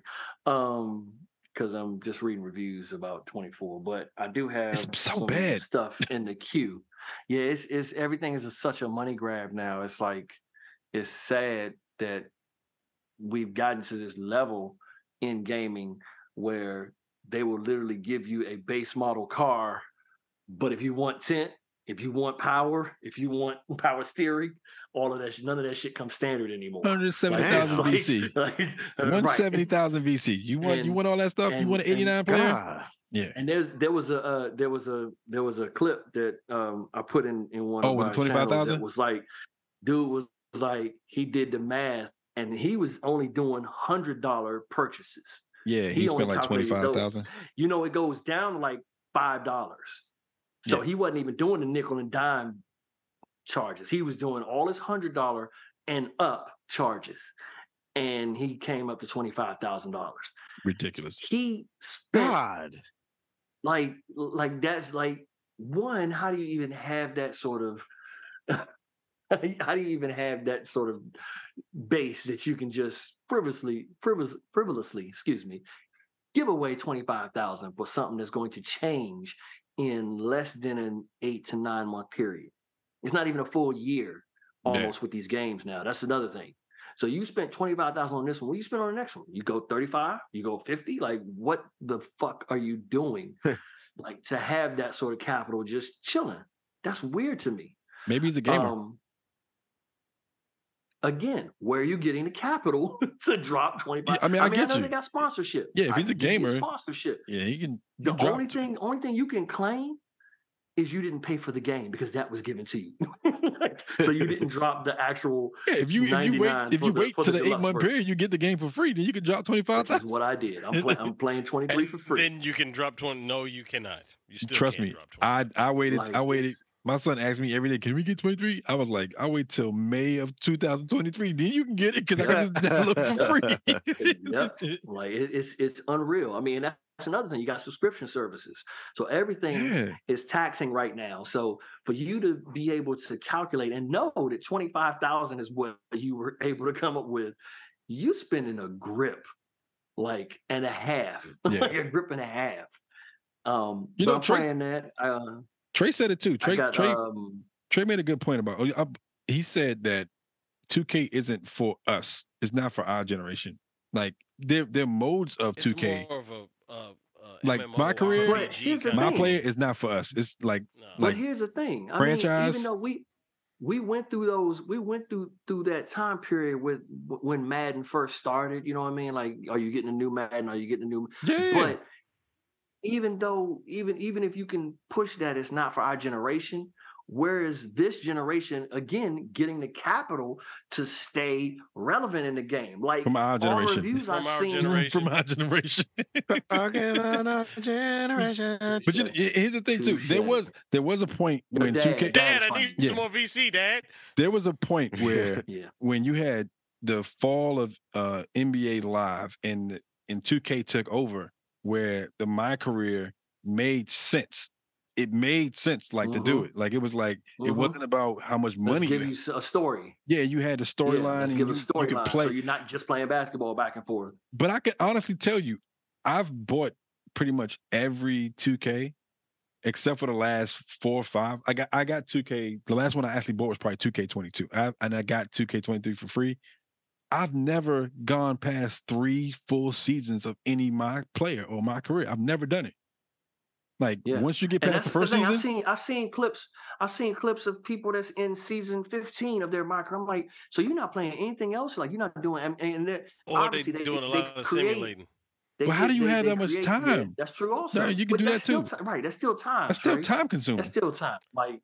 Speaker 5: Um, because I'm just reading reviews about 24, but I do have
Speaker 3: so bad.
Speaker 5: stuff in the queue. Yeah, it's it's everything is a- such a money grab now. It's like it's sad that we've gotten to this level in gaming where they will literally give you a base model car, but if you want tint, if you want power, if you want power steering, all of that, sh- none of that shit comes standard anymore.
Speaker 3: One hundred seventy
Speaker 5: Like, it's
Speaker 3: thousand
Speaker 5: like-
Speaker 3: VC.
Speaker 5: like, uh, right.
Speaker 3: One seventy thousand VC. You want you
Speaker 5: And-
Speaker 3: want all that stuff? you
Speaker 5: and-
Speaker 3: want an
Speaker 5: and
Speaker 3: eighty nine player?
Speaker 4: God.
Speaker 3: Yeah.
Speaker 5: And there's there was a uh, there was a there was a clip that um I put in in one
Speaker 3: Oh,
Speaker 5: of
Speaker 3: with
Speaker 5: our
Speaker 3: the
Speaker 5: channels
Speaker 3: 25,000?
Speaker 5: that was like dude was, was like he did the math and he was only doing hundred dollar purchases.
Speaker 3: Yeah, he,
Speaker 5: He only
Speaker 3: spent like twenty
Speaker 5: calculated those.
Speaker 3: five thousand.
Speaker 5: You know it goes down like five dollars. So
Speaker 3: Yeah.
Speaker 5: he wasn't even doing the nickel and dime charges. He was doing all his hundred dollar and up charges, and he came up to twenty five thousand dollars.
Speaker 3: Ridiculous.
Speaker 5: He spent
Speaker 4: God.
Speaker 5: like like that's like one how do you even have that sort of how do you even have that sort of base that you can just frivolously frivolous, frivolously excuse me give away 25000 for something that's going to change in less than an eight to nine month period it's not even a full year
Speaker 3: Yeah.
Speaker 5: almost with these games now that's another thing so you spent 25,000 on this one. What do you spend on the next one? You go 35, you go 50? Like what the fuck are you doing? like to have that sort of capital just chilling. That's weird to me.
Speaker 3: Maybe he's a gamer.
Speaker 5: Um Again, where are you getting the capital to drop 25?
Speaker 3: I mean, I get
Speaker 5: know
Speaker 3: you.
Speaker 5: they got sponsorship.
Speaker 3: Yeah, if
Speaker 5: I
Speaker 3: he's a
Speaker 5: can give you
Speaker 3: gamer,
Speaker 5: sponsorship.
Speaker 3: yeah, he can. he
Speaker 5: The
Speaker 3: can drop
Speaker 5: only
Speaker 3: it.
Speaker 5: thing, only thing you can claim is you didn't pay for the game because that was given to you. so you didn't drop the actual
Speaker 3: Yeah, if you if you wait
Speaker 5: 99
Speaker 3: if
Speaker 5: for
Speaker 3: you
Speaker 5: the-
Speaker 3: wait
Speaker 5: for
Speaker 3: to
Speaker 5: the
Speaker 3: the eight
Speaker 5: deluxe
Speaker 3: month
Speaker 5: version.
Speaker 3: period, you get the game for free. Then you can drop twenty five
Speaker 5: Which is
Speaker 3: thousand.
Speaker 5: what I did. I'm, play, I'm playing 23 for free.
Speaker 6: Then you can drop twenty. No, you cannot. You still
Speaker 3: Trust
Speaker 6: can't
Speaker 3: me,
Speaker 6: Drop 20.
Speaker 3: I I waited
Speaker 5: Like,
Speaker 3: I waited.
Speaker 5: it's-
Speaker 3: My son asked me every day, "Can we get 23?" I was like, "I wait till May of 2023. Then you can get it because I can just download for free."
Speaker 5: Yep. Like it- it's it's unreal. I mean, that's another thing. You got subscription services, so everything
Speaker 3: Yeah,
Speaker 5: is taxing right now. So for you to be able to calculate and know that twenty five thousand is what you were able to come up with, you spending a grip, like and a half,
Speaker 3: Yeah.
Speaker 5: like a grip and a half.
Speaker 3: You
Speaker 5: Um, you
Speaker 3: know,
Speaker 5: know, I'm
Speaker 3: Trey-
Speaker 5: playing that. Uh,
Speaker 3: Trey said it too. Trey
Speaker 5: I got
Speaker 3: Trey
Speaker 5: um,
Speaker 3: Trey made a good point about. I, he said that 2K isn't for us. It's not for our generation. Like their their modes of
Speaker 6: It's
Speaker 3: 2K.
Speaker 6: more of a uh, uh,
Speaker 3: Like,
Speaker 6: MMO,
Speaker 3: my career-
Speaker 6: RPG
Speaker 5: But here's the
Speaker 6: kinda
Speaker 3: My
Speaker 5: thing.
Speaker 6: thing.
Speaker 3: player is not for us. It's like
Speaker 6: No.
Speaker 3: like-
Speaker 5: but here's the thing. I mean,
Speaker 3: franchise-
Speaker 5: even though we we went through those we went through through that time period with when Madden first started, you know what I mean? Like are you getting a new Madden? Are you getting a new
Speaker 3: Yeah.
Speaker 5: but even though even even if you can push that it's not for our generation whereas this generation again getting the capital to stay relevant in the game like
Speaker 3: from our
Speaker 5: all the
Speaker 3: generation.
Speaker 5: reviews
Speaker 6: From
Speaker 5: i've
Speaker 6: our
Speaker 5: seen
Speaker 6: generation.
Speaker 3: From our generation.
Speaker 4: Talking about our generation.
Speaker 3: But you know, he- here's the thing too. There
Speaker 5: Touche.
Speaker 3: was there was a point
Speaker 5: Your
Speaker 3: when
Speaker 5: dad.
Speaker 3: 2K
Speaker 6: Dad, I
Speaker 5: fine.
Speaker 6: need
Speaker 3: Yeah.
Speaker 6: some more VC, Dad.
Speaker 3: there was a point where
Speaker 5: yeah
Speaker 3: when you had the fall of uh NBA Live and and 2K took over where the my career made sense. It made sense like to do
Speaker 5: Mhm.
Speaker 3: it. Like it was like it
Speaker 5: Mhm.
Speaker 3: wasn't about how much
Speaker 5: let's
Speaker 3: money you
Speaker 5: give
Speaker 3: had.
Speaker 5: you s- a story
Speaker 3: Yeah, you had the
Speaker 5: yeah,
Speaker 3: storyline
Speaker 5: let's
Speaker 3: and
Speaker 5: give
Speaker 3: you,
Speaker 5: a
Speaker 3: you could
Speaker 5: storyline
Speaker 3: play.
Speaker 5: so you're not just playing basketball back and forth
Speaker 3: but I can honestly tell you, I've bought pretty much every 2K except for the last four or five. I got I got 2K. The last one I actually bought was probably 2K22. I, and I got 2K23 for free. I've never gone past three full seasons of any my player or my career. I've never done it. Like
Speaker 5: Yeah.
Speaker 3: once you get
Speaker 5: and
Speaker 3: past
Speaker 5: that's
Speaker 3: the
Speaker 5: the
Speaker 3: first
Speaker 5: thing.
Speaker 3: season,
Speaker 5: I've seen I've seen clips. I've seen clips of people that's in season 15 of their micro. I'm like, so you're not playing anything else? Like you're not doing and, and they're-
Speaker 6: Or
Speaker 5: Obviously,
Speaker 6: they,
Speaker 5: they-
Speaker 6: doing
Speaker 5: they
Speaker 6: a lot of
Speaker 5: create-
Speaker 6: simulating.
Speaker 5: they
Speaker 3: Well, how do
Speaker 5: get-
Speaker 3: you
Speaker 5: they-
Speaker 3: have
Speaker 5: they
Speaker 3: that much
Speaker 5: create- yeah,
Speaker 3: time?
Speaker 5: that's true also.
Speaker 3: No, you can
Speaker 5: But
Speaker 3: do that
Speaker 5: that's still
Speaker 3: too.
Speaker 5: ti- right, that's still time.
Speaker 3: that's still
Speaker 5: Trey.
Speaker 3: time consuming.
Speaker 5: That's still time. Like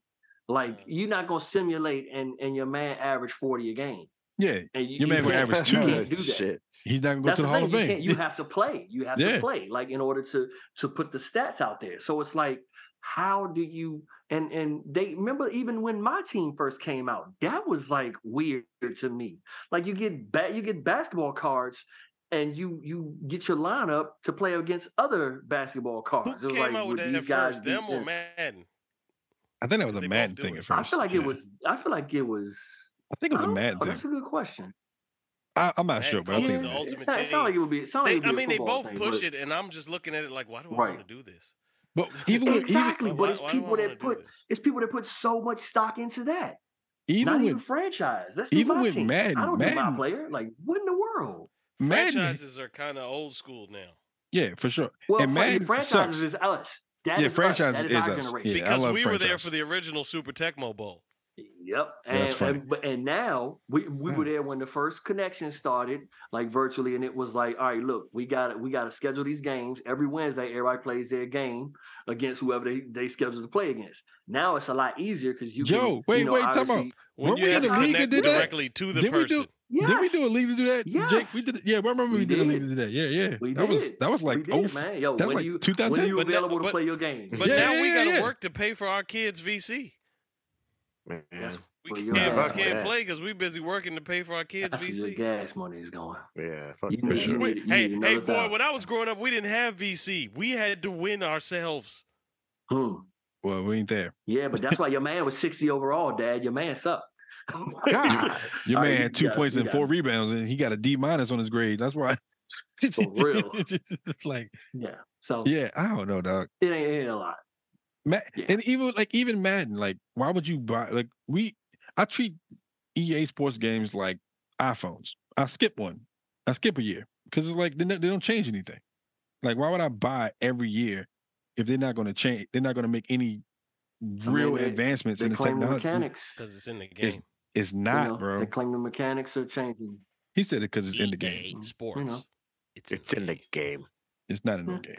Speaker 5: like you're not gonna simulate and and your man average 40 a game.
Speaker 3: yeah,
Speaker 5: And you,
Speaker 3: Your man
Speaker 5: you
Speaker 3: gonna
Speaker 5: can't-
Speaker 3: average
Speaker 5: You
Speaker 3: two.
Speaker 5: can't do that.
Speaker 4: Shit.
Speaker 3: he's not gonna go
Speaker 5: That's
Speaker 3: to the,
Speaker 5: the
Speaker 3: Hall
Speaker 5: thing.
Speaker 3: of
Speaker 5: You, can't,
Speaker 3: Fame.
Speaker 5: you have to play. You have
Speaker 3: Yeah.
Speaker 5: to play, like in order to to put the stats out there. So it's like, how do you? And and they remember even when my team first came out, that was like weird to me. Like you get bat, you get basketball cards, and you you get your lineup to play against other basketball
Speaker 6: Who
Speaker 5: cards. It was
Speaker 6: came
Speaker 5: like,
Speaker 6: out with
Speaker 5: would
Speaker 6: that
Speaker 5: these
Speaker 6: at
Speaker 5: guys
Speaker 6: first?
Speaker 5: be
Speaker 6: Them or
Speaker 5: in-
Speaker 6: Madden?
Speaker 3: I think that was a
Speaker 6: They both
Speaker 3: Madden
Speaker 6: do
Speaker 3: thing
Speaker 6: it.
Speaker 3: at
Speaker 5: I
Speaker 3: first.
Speaker 5: feel like
Speaker 3: Yeah.
Speaker 5: it was. I feel like it was.
Speaker 3: I think it was
Speaker 5: I
Speaker 3: a
Speaker 5: don't
Speaker 3: Madden
Speaker 5: know.
Speaker 3: thing.
Speaker 5: That's a good question.
Speaker 3: I, I'm not
Speaker 6: Madden
Speaker 3: sure, but I
Speaker 6: Call
Speaker 3: think
Speaker 6: of
Speaker 3: it
Speaker 6: the
Speaker 3: was-
Speaker 6: Ultimate
Speaker 5: it sound- it sound like
Speaker 6: Team.
Speaker 5: it would be. It sound
Speaker 6: They,
Speaker 5: like it
Speaker 6: I
Speaker 5: would be a
Speaker 6: mean, they
Speaker 5: football
Speaker 6: both
Speaker 5: thing,
Speaker 6: push
Speaker 5: but-
Speaker 6: it, and I'm just looking at it like, why do I
Speaker 5: Right.
Speaker 6: want to do this?
Speaker 3: But even with, even
Speaker 5: Exactly,
Speaker 6: Why-
Speaker 5: but it's
Speaker 6: why do I
Speaker 5: people
Speaker 6: wanna
Speaker 5: that
Speaker 6: do
Speaker 5: put-
Speaker 6: this?
Speaker 5: It's people that put so much stock into that.
Speaker 3: even
Speaker 5: not
Speaker 3: with
Speaker 5: even franchise. Let's do
Speaker 3: even
Speaker 5: my
Speaker 3: with
Speaker 5: team.
Speaker 3: Madden,
Speaker 5: I don't do
Speaker 3: Madden-
Speaker 5: my player. Like, what in the world?
Speaker 3: Madden,
Speaker 6: Franchises are kind of old school now
Speaker 3: yeah, for sure.
Speaker 5: Well,
Speaker 3: and
Speaker 5: fran-
Speaker 3: Madden
Speaker 5: franchises
Speaker 3: sucks.
Speaker 5: is us. That
Speaker 3: Yeah,
Speaker 5: is us. That
Speaker 3: franchises
Speaker 5: is,
Speaker 3: is
Speaker 5: our
Speaker 3: us.
Speaker 5: generation.
Speaker 3: Yeah, I
Speaker 6: because
Speaker 3: love
Speaker 6: we were there
Speaker 3: franchises.
Speaker 6: for the original Super Tecmo Bowl.
Speaker 5: Yep.
Speaker 3: Yeah, that's
Speaker 5: And,
Speaker 3: funny. Mm.
Speaker 5: and but- and now we, we were
Speaker 3: Yeah.
Speaker 5: there when the first connection started, like virtually, and it was like, all right, look, we got to we got to schedule these games every Wednesday. Everybody plays their game against whoever they they schedule to play against. Now it's a lot easier because you.
Speaker 3: Yo,
Speaker 5: can,
Speaker 3: wait,
Speaker 5: you know,
Speaker 3: wait, time out.
Speaker 5: obviously-
Speaker 6: When
Speaker 3: Weren't
Speaker 6: you
Speaker 3: we
Speaker 6: had
Speaker 5: in
Speaker 6: to
Speaker 5: the league that
Speaker 6: connect
Speaker 5: did that?
Speaker 6: directly to the
Speaker 3: Didn't we do-
Speaker 6: person.
Speaker 5: Yes,
Speaker 3: Did we do a league to do that? Jake, we
Speaker 5: Yes.
Speaker 3: did. it. Yeah, I remember we,
Speaker 5: We
Speaker 3: did a league
Speaker 5: did.
Speaker 3: to do that. Yeah, yeah.
Speaker 5: We
Speaker 3: that was
Speaker 5: did.
Speaker 3: that was like
Speaker 5: we did,
Speaker 3: oh,
Speaker 5: man. Yo,
Speaker 3: that was
Speaker 5: when
Speaker 3: like
Speaker 5: you when
Speaker 3: 2010.
Speaker 5: are you
Speaker 6: But now-
Speaker 5: available to
Speaker 6: but-
Speaker 5: play your game?
Speaker 6: But
Speaker 3: Yeah,
Speaker 6: now
Speaker 3: yeah,
Speaker 6: we
Speaker 3: yeah,
Speaker 6: got to
Speaker 3: yeah.
Speaker 6: work to pay for our kids' VC.
Speaker 4: Man.
Speaker 5: That's
Speaker 6: We
Speaker 5: Well,
Speaker 6: can't,
Speaker 5: you're
Speaker 4: right.
Speaker 6: we
Speaker 4: Fuck
Speaker 6: can't
Speaker 4: that.
Speaker 6: play because we busy working to pay for our kids'
Speaker 5: That's where your
Speaker 6: VC.
Speaker 5: gas money is going.
Speaker 4: Yeah. Fuck
Speaker 5: You
Speaker 4: that.
Speaker 5: need, you
Speaker 6: We-
Speaker 5: need, you
Speaker 6: hey,
Speaker 5: need
Speaker 6: hey,
Speaker 5: another
Speaker 6: boy,
Speaker 5: dollar.
Speaker 6: when I was growing up, we didn't have VC. We had to win ourselves.
Speaker 5: Hmm.
Speaker 3: Well, we ain't there.
Speaker 5: Yeah, but that's why your man was 60 overall, Dad. Your man sucked.
Speaker 4: God.
Speaker 3: Your
Speaker 5: All right,
Speaker 3: man
Speaker 5: you
Speaker 3: had two
Speaker 5: got it,
Speaker 3: points
Speaker 5: you
Speaker 3: and
Speaker 5: got it.
Speaker 3: four rebounds, and he got a D minus on his grade. That's why.
Speaker 5: For real.
Speaker 3: It's like,
Speaker 5: Yeah. So
Speaker 3: yeah, I don't know, dog.
Speaker 5: it, ain't, it ain't a lot.
Speaker 3: Ma-
Speaker 5: Yeah.
Speaker 3: and even like even Madden, like why would you buy like we I treat EA sports games like iPhones. I skip one. I skip a year because it's like they, don't- they don't change anything. Like why would I buy every year if they're not going to change? They're not going to make any real
Speaker 5: they-
Speaker 3: advancements
Speaker 5: They
Speaker 3: in the
Speaker 5: claim the
Speaker 3: technology.
Speaker 5: mechanics. you
Speaker 6: Because it's in the game.
Speaker 3: It's It's not,
Speaker 5: know,
Speaker 3: bro.
Speaker 5: They claim the mechanics are changing.
Speaker 3: he said it because it's in the
Speaker 6: EA
Speaker 3: game.
Speaker 6: E Sports.
Speaker 5: Mm, You know.
Speaker 4: It's in the game.
Speaker 3: It's not in the
Speaker 5: Yeah.
Speaker 3: game.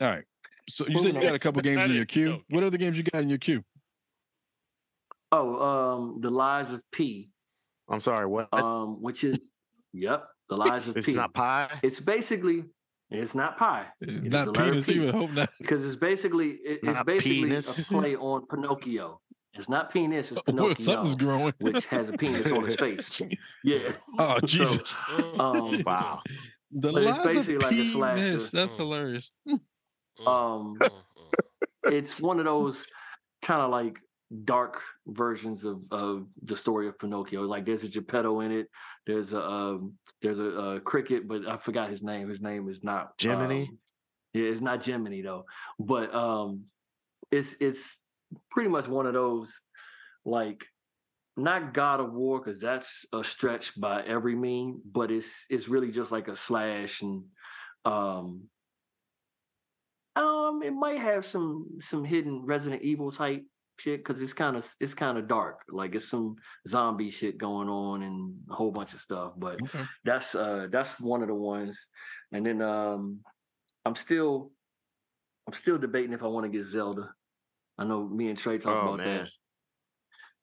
Speaker 3: All right. So you
Speaker 5: Hmm. Well,
Speaker 3: said you got a
Speaker 5: it's
Speaker 3: couple games
Speaker 6: not
Speaker 3: in
Speaker 6: in
Speaker 3: your queue.
Speaker 6: no
Speaker 3: What other games you got in your queue?
Speaker 5: Oh, um, the lies of P,
Speaker 4: I'm sorry. What?
Speaker 5: um, which is yep, the lies of
Speaker 4: it's
Speaker 5: P.
Speaker 4: not pie.
Speaker 5: it's basically it's not pie
Speaker 3: It's
Speaker 5: is
Speaker 3: not
Speaker 5: the letter
Speaker 3: penis
Speaker 5: P.
Speaker 3: even. Hope not.
Speaker 5: because it's basically it, it's
Speaker 4: Not
Speaker 5: basically
Speaker 4: penis.
Speaker 5: a play on Pinocchio. It's not penis, it's
Speaker 3: Well,
Speaker 5: Pinocchio,
Speaker 3: something's growing.
Speaker 5: which has a penis on his face. Yeah.
Speaker 3: Oh
Speaker 5: So,
Speaker 3: Jesus!
Speaker 6: Mm,
Speaker 5: um,
Speaker 4: Wow.
Speaker 3: the
Speaker 5: but it's
Speaker 3: lies of
Speaker 5: basically like a slasher.
Speaker 3: penis. That's
Speaker 6: Mm.
Speaker 3: hilarious.
Speaker 5: um,
Speaker 6: Uh-uh.
Speaker 5: it's one of those kind of like dark versions of of the story of Pinocchio. Like there's a Geppetto in it. There's a um, there's a, uh cricket, but I forgot his name. His name is not
Speaker 4: Jiminy?
Speaker 5: um, yeah, it's not Gemini though. But um, it's it's pretty much one of those like not God of War because that's a stretch by every mean, but it's it's really just like a slash and um um it might have some some hidden Resident Evil type shit because it's kind of it's kind of dark. Like it's some zombie shit going on and a whole bunch of stuff.
Speaker 4: Mm-hmm.
Speaker 5: But
Speaker 3: Okay.
Speaker 5: that's uh that's one of the ones. And then um I'm still I'm still debating if I want to get Zelda. I know me and Trey talked
Speaker 4: Oh,
Speaker 5: about
Speaker 4: man.
Speaker 5: that.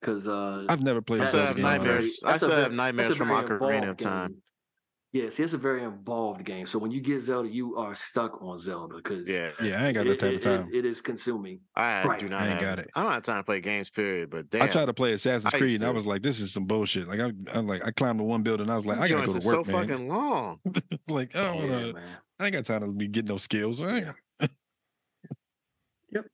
Speaker 5: Cause uh
Speaker 3: I've never played
Speaker 4: I
Speaker 5: That's
Speaker 4: still
Speaker 3: Zelda
Speaker 5: a
Speaker 4: have
Speaker 3: in my life.
Speaker 5: very-
Speaker 4: nightmares. I
Speaker 5: that's a
Speaker 4: still
Speaker 5: ve-
Speaker 4: have nightmares
Speaker 5: that's a
Speaker 4: from
Speaker 5: very
Speaker 4: Ocarina of
Speaker 5: involved
Speaker 4: Time.
Speaker 5: game. Yeah, see, it's a very involved game. So when you get Zelda, you are stuck on Zelda because
Speaker 4: Yeah,
Speaker 3: Yeah, I ain't got that type of time.
Speaker 5: it is consuming.
Speaker 4: I
Speaker 5: Right.
Speaker 4: do not
Speaker 3: I ain't
Speaker 4: have.
Speaker 3: got
Speaker 4: it.
Speaker 3: it.
Speaker 4: I don't have time to play games. Period. But damn,
Speaker 3: I tried to play Assassin's
Speaker 4: I used
Speaker 3: Creed and I
Speaker 4: to.
Speaker 3: was like, this is some bullshit. Like I, I'm like, I climbed to one building. I was like,
Speaker 4: them
Speaker 3: I gotta go
Speaker 4: joints
Speaker 3: to work,
Speaker 4: are so
Speaker 3: man.
Speaker 4: fucking long.
Speaker 3: like I
Speaker 6: Oh,
Speaker 3: don't
Speaker 5: Yeah,
Speaker 3: wanna.
Speaker 5: man.
Speaker 3: I ain't got time to be getting no skills. I ain't-
Speaker 5: Yep.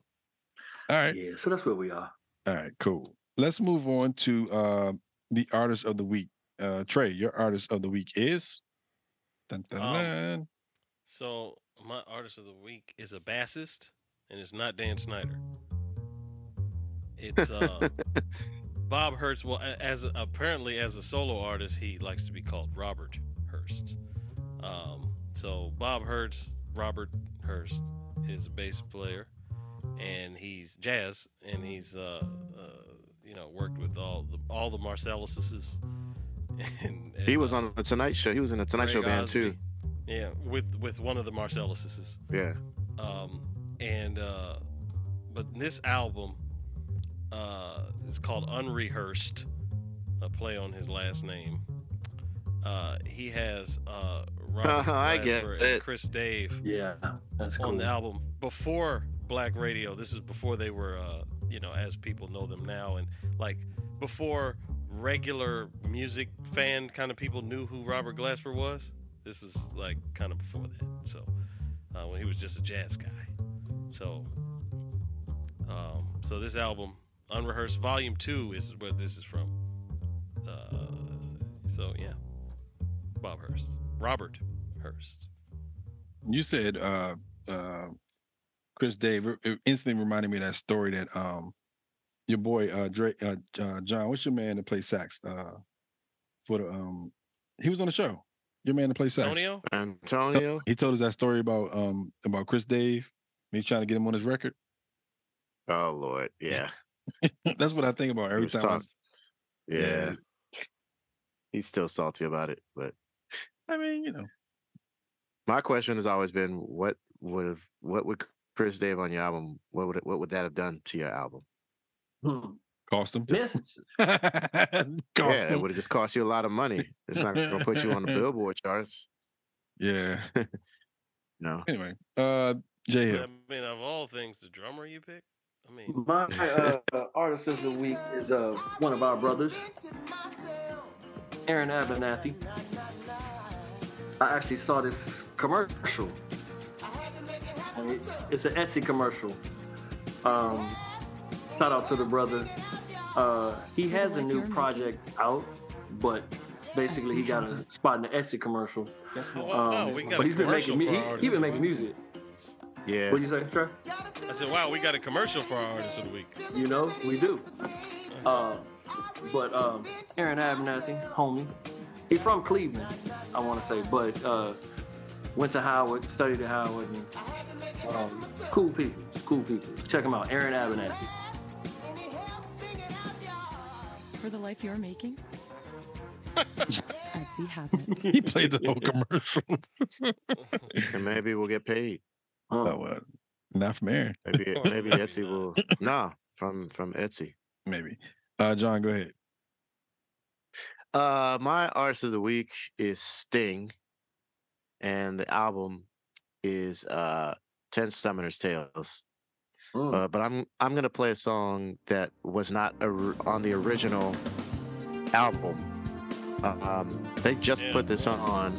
Speaker 3: All right.
Speaker 5: Yeah. So that's where we are.
Speaker 3: All right, cool. Let's move on to uh, the artist of the week. Uh, Trey, your artist of the week is. Dun, dun,
Speaker 6: Um,
Speaker 3: dun.
Speaker 6: So my artist of the week is a bassist, and it's not Dan Snyder. It's uh, Bob Hertz. Well, a- as apparently as a solo artist, he likes to be called Robert Hurst. Um, so Bob Hertz, Robert Hurst, is a bass player, and he's jazz, and he's uh, uh, you know worked with all the all the Marcelluses. And,
Speaker 4: He
Speaker 6: and,
Speaker 4: was
Speaker 6: uh,
Speaker 4: on the Tonight Show. He was in the Tonight Show
Speaker 6: Craig
Speaker 4: band
Speaker 6: Osby.
Speaker 4: too.
Speaker 6: Yeah, with with one of the Marcelluses.
Speaker 4: Yeah.
Speaker 6: Um, and uh, but this album uh, is called Unrehearsed, a play on his last name. Uh, he has uh, Robert
Speaker 4: I get
Speaker 6: Glasper
Speaker 4: it.
Speaker 6: and Chris Dave
Speaker 5: Yeah. That's cool.
Speaker 6: on the album before Black Radio. This is before they were, uh, you know, as people know them now, and like before regular music fan kind of people knew who Robert Glasper was. This was like kind of before that. So uh, when he was just a jazz guy. So um, so this album, Unrehearsed Volume Two, is where this is from. Uh, so yeah, Bob Hurst, Robert Hurst.
Speaker 3: You said uh, uh, Chris Dave. It- It instantly reminded me of that story that um, your boy uh, Drake uh, J- uh, John. What's your man that plays sax? Uh, for the um, he was on the show. Your man that plays sax.
Speaker 6: Antonio.
Speaker 3: So-
Speaker 4: Antonio.
Speaker 3: He told us that story about um about Chris Dave. and He's trying to get him on his record.
Speaker 4: Oh Lord. Yeah.
Speaker 3: That's what I think about every
Speaker 4: was
Speaker 3: time. I-
Speaker 4: tough. Yeah. He's still salty about it. But
Speaker 3: I mean, you know.
Speaker 4: my question has always been, what would have, what would Chris Dave on your album? What would it, what would that have done to your album?
Speaker 5: Hmm.
Speaker 3: Cost him.
Speaker 5: Message.
Speaker 3: cost
Speaker 4: yeah, it
Speaker 3: him.
Speaker 4: would have just cost you a lot of money. It's not going to put you on the Billboard charts.
Speaker 3: Yeah.
Speaker 4: No.
Speaker 3: Anyway, uh, Jay Hill.
Speaker 6: But, I mean, of all things, the drummer you pick. I mean,
Speaker 5: My uh, artist of the week is uh one of our brothers, Aaron Abernathy. I actually saw this commercial. And it- It's an Etsy commercial. Um, shout out to the brother. Uh, he has a new project out, but basically he got a spot in the Etsy commercial.
Speaker 6: oh,
Speaker 5: Um,
Speaker 6: wow, we got
Speaker 5: but
Speaker 6: a
Speaker 5: he's been making
Speaker 6: commercial
Speaker 5: mu-
Speaker 6: for
Speaker 5: he,
Speaker 6: our artist
Speaker 5: he
Speaker 6: of the
Speaker 5: been making
Speaker 6: week.
Speaker 5: music.
Speaker 4: Yeah.
Speaker 5: What do you say, Trey?
Speaker 6: I said, wow, we got a commercial for our artist of the week.
Speaker 5: You know, we do. Uh, but um, Aaron Abernathy, homie, he's from Cleveland, I want to say, but uh, went to Howard, studied at Howard, and um, cool people, cool people. Check him out, Aaron Abernathy.
Speaker 7: For the life you're making? Etsy has it.
Speaker 3: He played the whole commercial.
Speaker 4: And maybe we'll get paid.
Speaker 5: Huh.
Speaker 3: oh, well, not from Aaron,
Speaker 4: Maybe
Speaker 6: Or
Speaker 4: maybe
Speaker 6: maybe
Speaker 4: Etsy
Speaker 6: not.
Speaker 4: will. Nah, from from Etsy.
Speaker 3: maybe. Uh, John, go ahead.
Speaker 4: Uh, my artist of the week is Sting, and the album is uh Ten Summoner's Tales.
Speaker 5: Mm.
Speaker 4: Uh, but I'm I'm gonna play a song that was not a, on the original album. Uh, Um, they just
Speaker 6: Yeah.
Speaker 4: put this on.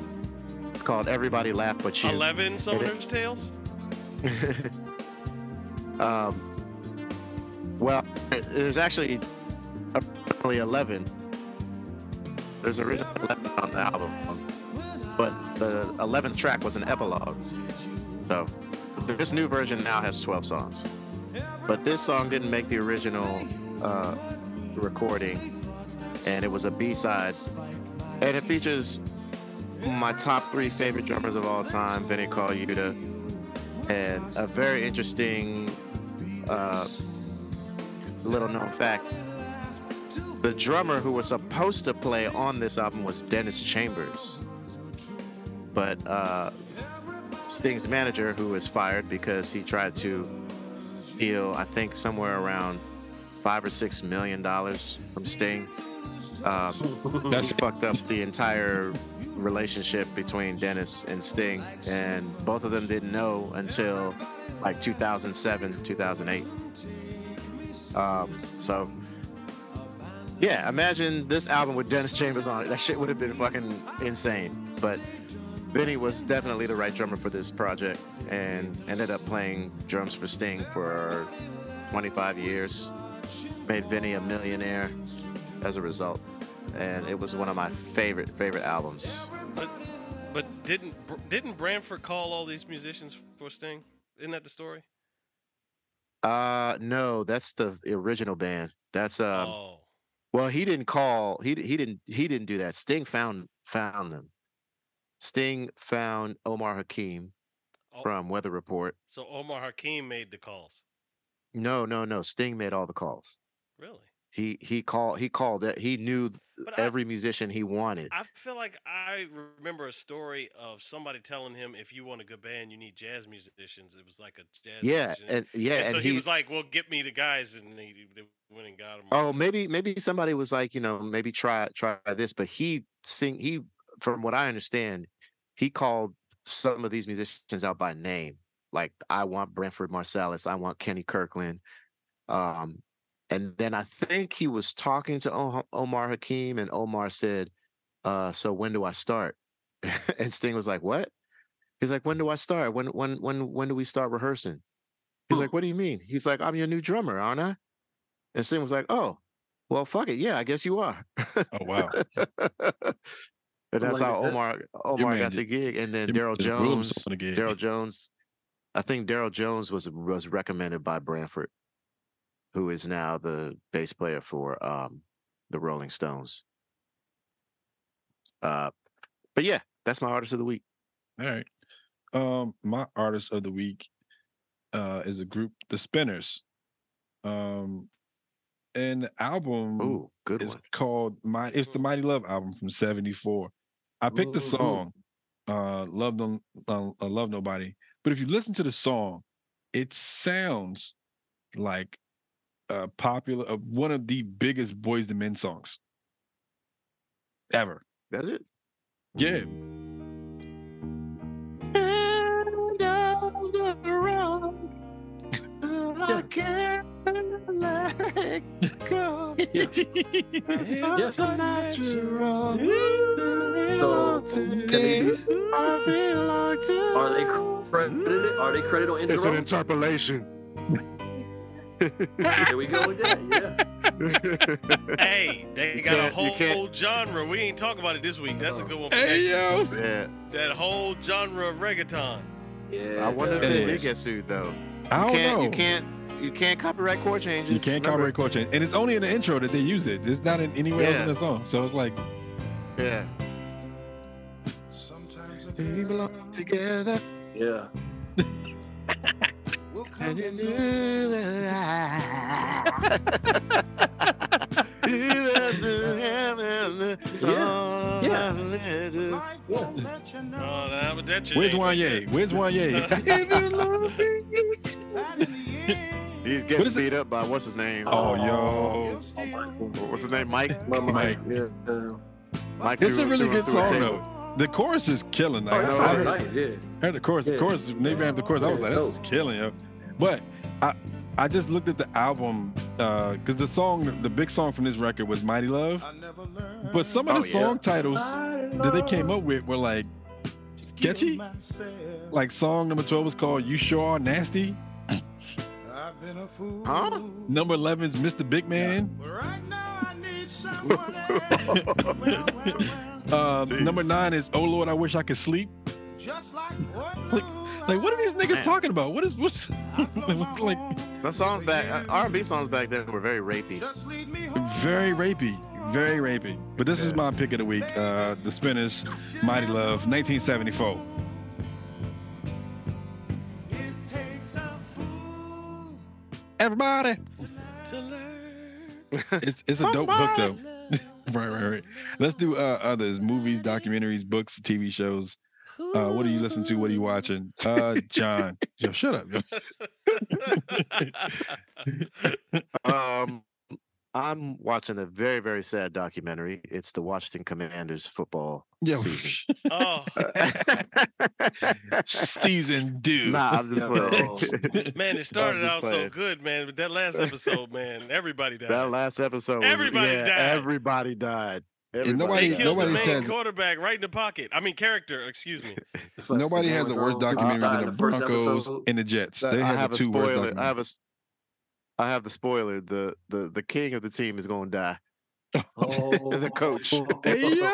Speaker 4: It's called Everybody Laugh But You.
Speaker 6: Eleven Summoner's Tales.
Speaker 4: um, well, there's actually only 11. There's originally 11 on the album, but the 11th track was an epilogue. So this new version now has 12 songs. But this song didn't make the original uh, recording, and it was a B side. And it features my top three favorite drummers of all time Vinny Colaiuta, and a very interesting uh, little known fact. The drummer who was supposed to play on this album was Dennis Chambers. But uh, Sting's manager, who was fired because he tried to steal, I think, somewhere around five or six million dollars from Sting, um,
Speaker 3: That's
Speaker 4: he fucked up the entire relationship between Dennis and Sting, and both of them didn't know until like 2007, 2008. Um, so, yeah, imagine this album with Dennis Chambers on it. That shit would have been fucking insane. But Benny was definitely the right drummer for this project, and ended up playing drums for Sting for 25 years. Made Benny a millionaire as a result and it was one of my favorite favorite albums.
Speaker 6: But but didn't Br- didn't Branford call all these musicians for Sting? Isn't that the story?
Speaker 4: Uh no, that's the original band. That's um
Speaker 6: oh,
Speaker 4: well he didn't call he di- he didn't he didn't do that. Sting found found them. Sting found Omar Hakim
Speaker 6: Oh.
Speaker 4: from Weather Report.
Speaker 6: so Omar Hakim made the calls.
Speaker 4: No, no, no. Sting made all the calls.
Speaker 6: Really?
Speaker 4: He he called he called that he knew th-
Speaker 6: But I-
Speaker 4: every musician he wanted.
Speaker 6: I feel like I remember a story of somebody telling him, "If you want a good band, you need jazz musicians." It was like a jazz.
Speaker 4: yeah,
Speaker 6: musician.
Speaker 4: and yeah,
Speaker 6: And
Speaker 4: and
Speaker 6: so
Speaker 4: he,
Speaker 6: he, was like, "Well, get me the guys," and they, they went and got him.
Speaker 4: Oh, maybe maybe somebody was like, you know, maybe try try this, but he sing he from what I understand, he called some of these musicians out by name. Like I want Brentford Marsalis, I want Kenny Kirkland. Um and then I think he was talking to O- Omar Hakim and Omar said, uh, so when do I start? and Sting was like, "What?" He's like, "When do I start? When when when when do we start rehearsing?" He's like, "What do you mean?" He's like, "I'm your new drummer, aren't I?" And Sting was like, "Oh, well, fuck it, yeah, I guess you are."
Speaker 3: Oh wow.
Speaker 4: and that's
Speaker 5: like
Speaker 4: how
Speaker 5: that.
Speaker 4: Omar Omar
Speaker 3: man
Speaker 4: got
Speaker 3: did-
Speaker 4: the gig, and then
Speaker 3: uh, You
Speaker 4: Daryl
Speaker 3: just ruled
Speaker 4: Jones.
Speaker 3: himself in the game.
Speaker 4: Daryl Jones, I think Daryl Jones was was recommended by Branford, who is now the bass player for um, the Rolling Stones. Uh, but yeah, that's my artist of the week.
Speaker 3: All right. Um, my artist of the week uh is a group, The Spinners. Um and the album
Speaker 4: Ooh, good
Speaker 3: is
Speaker 4: one.
Speaker 3: called My it's the Mighty Love album from 74. I picked the
Speaker 5: Ooh.
Speaker 3: song uh Love Don't uh, uh, Love Nobody. But if you listen to the song, it sounds like a popular uh, one of the biggest boys to men songs ever.
Speaker 4: That's it.
Speaker 3: Yeah.
Speaker 5: Yes. So, can these- Are they
Speaker 3: Mm.
Speaker 5: credited? Are they credited on
Speaker 4: It's
Speaker 5: intro?
Speaker 4: an interpolation.
Speaker 5: There we go with that. Yeah.
Speaker 6: Hey, they got a
Speaker 4: can't- you
Speaker 6: whole,
Speaker 4: can't-
Speaker 6: genre. We ain't talk about it this week. That's a good one. For
Speaker 3: Hey
Speaker 6: next week.
Speaker 3: yo.
Speaker 4: yeah,
Speaker 6: That whole genre of reggaeton.
Speaker 5: yeah
Speaker 4: I wonder if
Speaker 5: yeah.
Speaker 4: they
Speaker 3: Anyways.
Speaker 4: did get sued though.
Speaker 3: I
Speaker 4: You
Speaker 3: don't
Speaker 4: can't,
Speaker 3: know.
Speaker 4: you can't, you can't copyright chord changes.
Speaker 3: You can't
Speaker 4: remember?
Speaker 3: copyright chord change, and it's only in the intro that they use it. It's not in anywhere else
Speaker 4: Yeah.
Speaker 3: in the song. So it's like,
Speaker 4: Yeah. They belong together.
Speaker 5: Yeah.
Speaker 4: And you knew that I- You left the heaven, all
Speaker 5: yeah.
Speaker 4: I needed.
Speaker 6: Oh, nah, but that shit
Speaker 3: where's
Speaker 6: ain't like
Speaker 3: Wanye?
Speaker 6: that.
Speaker 3: Where's Wanye?
Speaker 4: He's
Speaker 3: What
Speaker 4: getting
Speaker 3: is it?
Speaker 4: beat up by what's his name? Uh,
Speaker 3: oh yo,
Speaker 4: What's his name? Mike.
Speaker 3: Mike.
Speaker 5: Yeah. Uh,
Speaker 4: Mike
Speaker 3: It's
Speaker 4: threw-
Speaker 3: a really
Speaker 4: threw
Speaker 3: good
Speaker 4: him through
Speaker 3: song
Speaker 4: a table.
Speaker 3: though. The chorus is killing. Like,
Speaker 5: oh, that's
Speaker 3: I,
Speaker 4: no,
Speaker 5: all
Speaker 3: heard,
Speaker 5: right. Yeah.
Speaker 3: heard the chorus. The
Speaker 5: Yeah.
Speaker 3: chorus, maybe after the chorus, I was like, this is killing yo. But I, I just looked at the album because the song, the big song from this record was Mighty Love. But some of
Speaker 4: Oh,
Speaker 3: the
Speaker 4: yeah.
Speaker 3: song titles that they came up with were like sketchy. Like song number 12 was called You Sure Are Nasty.
Speaker 4: Huh?
Speaker 3: Number 11's Mr. Big Man. Uh,
Speaker 4: Jeez.
Speaker 3: number 9 is Oh Lord, I Wish I Could Sleep. like, like, what are these niggas
Speaker 4: Man.
Speaker 3: talking about? What is, what's, like,
Speaker 4: The songs back, uh, R&B songs back then were very rapey.
Speaker 3: very rapey. Very rapey. But this is my pick of the week. Uh, the Spinners, Mighty Love, 1974. Everybody.
Speaker 6: To learn
Speaker 3: It's it's a dope book though. right, right, right. Let's do uh, others: movies, documentaries, books, TV shows. Uh, what are you listening to? What are you watching? Uh, John, yo, shut up. Yo.
Speaker 4: Um, I'm watching a very very sad documentary. It's the Washington Commanders football
Speaker 3: Yo,
Speaker 4: season.
Speaker 6: oh
Speaker 3: season dude.
Speaker 4: nah, I'm just
Speaker 5: Yo.
Speaker 4: playing.
Speaker 6: man, it started
Speaker 4: just
Speaker 6: out so
Speaker 4: playing.
Speaker 6: good, man. But that last episode, man, everybody died.
Speaker 4: that last episode, was-
Speaker 6: Everybody
Speaker 4: yeah,
Speaker 6: died.
Speaker 4: Everybody died.
Speaker 3: nobody-
Speaker 6: they
Speaker 3: Yeah,
Speaker 6: killed
Speaker 3: nobody
Speaker 6: the main
Speaker 3: says-
Speaker 6: quarterback right in the pocket. I mean, character. Excuse me.
Speaker 5: It's like
Speaker 3: Nobody
Speaker 5: the
Speaker 3: has a
Speaker 5: Rolling
Speaker 3: worse
Speaker 5: Stones people
Speaker 3: documentary
Speaker 4: uh,
Speaker 5: died
Speaker 3: than the
Speaker 5: in first
Speaker 3: Broncos
Speaker 5: episode.
Speaker 3: and the Jets.
Speaker 4: That-
Speaker 3: They
Speaker 4: I
Speaker 3: have,
Speaker 4: have
Speaker 3: the
Speaker 4: a
Speaker 3: two worst.
Speaker 4: spoiler. I
Speaker 3: documentaries.
Speaker 4: have a, s- I have the spoiler. The the the king of the team is going to die.
Speaker 5: oh.
Speaker 4: the coach.
Speaker 3: Hey, yo!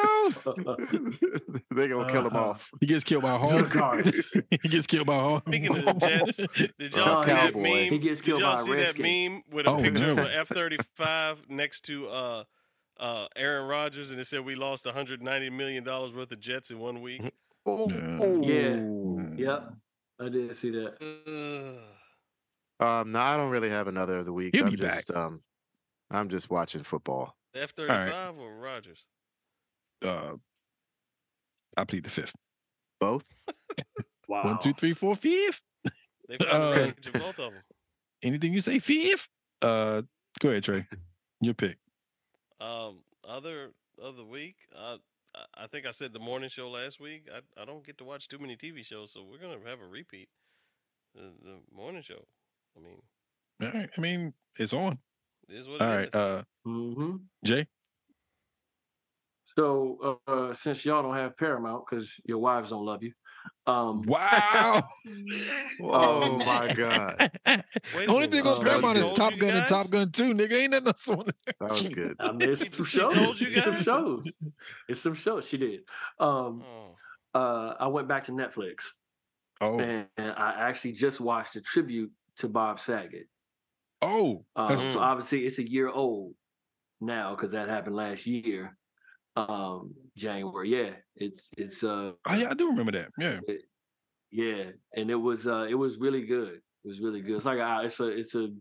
Speaker 4: They're gonna kill him
Speaker 6: Uh,
Speaker 5: Uh-huh.
Speaker 4: off.
Speaker 3: He gets killed by a
Speaker 5: Duck
Speaker 3: hawk.
Speaker 5: Arts.
Speaker 3: he gets killed by a hawk.
Speaker 6: Speaking of the Jets, did
Speaker 4: Uh,
Speaker 6: y'all see that
Speaker 4: Cowboy.
Speaker 6: meme?
Speaker 5: He gets killed
Speaker 6: did y'all
Speaker 5: by a
Speaker 6: see that
Speaker 5: redskin.
Speaker 6: meme with a
Speaker 3: Oh,
Speaker 6: picture of
Speaker 3: no.
Speaker 6: an F thirty five next to uh uh Aaron Rodgers, and it said we lost one hundred ninety million dollars worth of Jets in one week.
Speaker 5: Yeah. Yep, I did see that.
Speaker 6: Ugh.
Speaker 4: Um, no, I don't really have another of the week.
Speaker 3: He'll
Speaker 4: I'm
Speaker 3: be back.
Speaker 4: just um, I'm just watching football.
Speaker 6: F thirty five or Rodgers?
Speaker 3: Uh, I plead the fifth.
Speaker 4: Both.
Speaker 5: Wow.
Speaker 3: One, two, three, four, fifth.
Speaker 6: They found
Speaker 3: Uh,
Speaker 6: a package of both of them.
Speaker 3: Anything you say, fifth. Uh, go ahead, Trey. Your pick.
Speaker 6: Um, other other week, uh, I- I think I said the morning show last week. I, I don't get to watch too many TV shows, so we're gonna have a repeat. The, the morning show. I mean,
Speaker 3: All right. I mean, it's on.
Speaker 6: it is what
Speaker 3: All
Speaker 6: it
Speaker 3: right.
Speaker 6: is.
Speaker 3: Uh,
Speaker 5: hmm
Speaker 3: Jay.
Speaker 5: So uh, uh, since y'all don't have Paramount because your wives don't love you, um,
Speaker 3: Wow.
Speaker 4: Oh my god,
Speaker 6: Wait a
Speaker 3: Only
Speaker 6: minute,
Speaker 3: thing
Speaker 5: uh,
Speaker 3: on Paramount
Speaker 5: she
Speaker 3: is
Speaker 6: told
Speaker 3: Top
Speaker 6: you
Speaker 3: Gun and
Speaker 6: guys?
Speaker 3: Top Gun 2. Nigga, ain't nothing else on there.
Speaker 4: that was good.
Speaker 5: I mean, it's some
Speaker 6: She
Speaker 5: shows.
Speaker 6: told you
Speaker 5: It's some
Speaker 6: guys?
Speaker 5: shows. It's some shows. She did. Um,
Speaker 6: Oh,
Speaker 5: uh, I went back to Netflix
Speaker 3: Oh,
Speaker 5: and I actually just watched a tribute to Bob Saget.
Speaker 3: oh,
Speaker 5: Um,
Speaker 4: Uh-huh.
Speaker 3: That's-
Speaker 6: Mm.
Speaker 5: so obviously it's a year old now because that happened last year, um, January. Yeah, it's it's uh
Speaker 3: I, I do remember that. Yeah.
Speaker 5: yeah, and it was uh it was really good. It was really good. It's like a, it's a it's a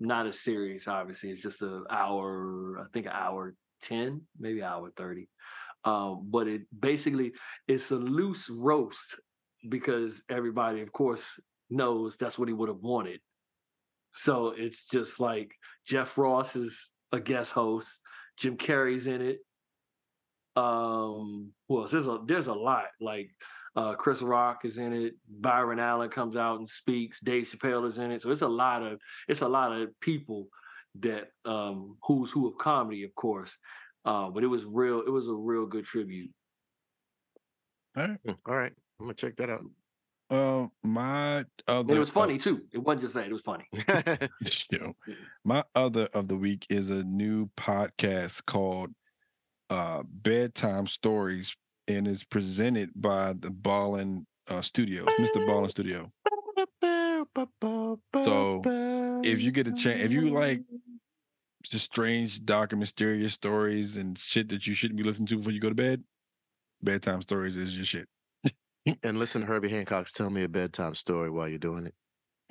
Speaker 5: not a series, obviously. It's just an hour, I think an hour ten, maybe an hour thirty. Um, but it basically it's a loose roast because everybody, of course, knows that's what he would have wanted. So it's just like Jeff Ross is a guest host, Jim Carrey's in it. Um, well, there's a there's a lot like uh, Chris Rock is in it. Byron Allen comes out and speaks. Dave Chappelle is in it. So it's a lot of it's a lot of people that um, who's who of comedy, of course. Uh, but it was real. It was a real good tribute.
Speaker 4: All right, I'm gonna check that out.
Speaker 3: Uh, my
Speaker 5: And
Speaker 3: other
Speaker 5: it was
Speaker 3: uh,
Speaker 5: funny too. It wasn't just that. It was funny.
Speaker 3: you know, my other of the week is a new podcast called uh Bedtime Stories and is presented by the Ballin uh Studios, Mr. Ballin Studio. So, If you get a chance, if you like just strange, dark, and mysterious stories and shit that you shouldn't be listening to before you go to bed, bedtime stories is your shit.
Speaker 4: and listen to Herbie Hancock's tell me a bedtime story while you're doing it.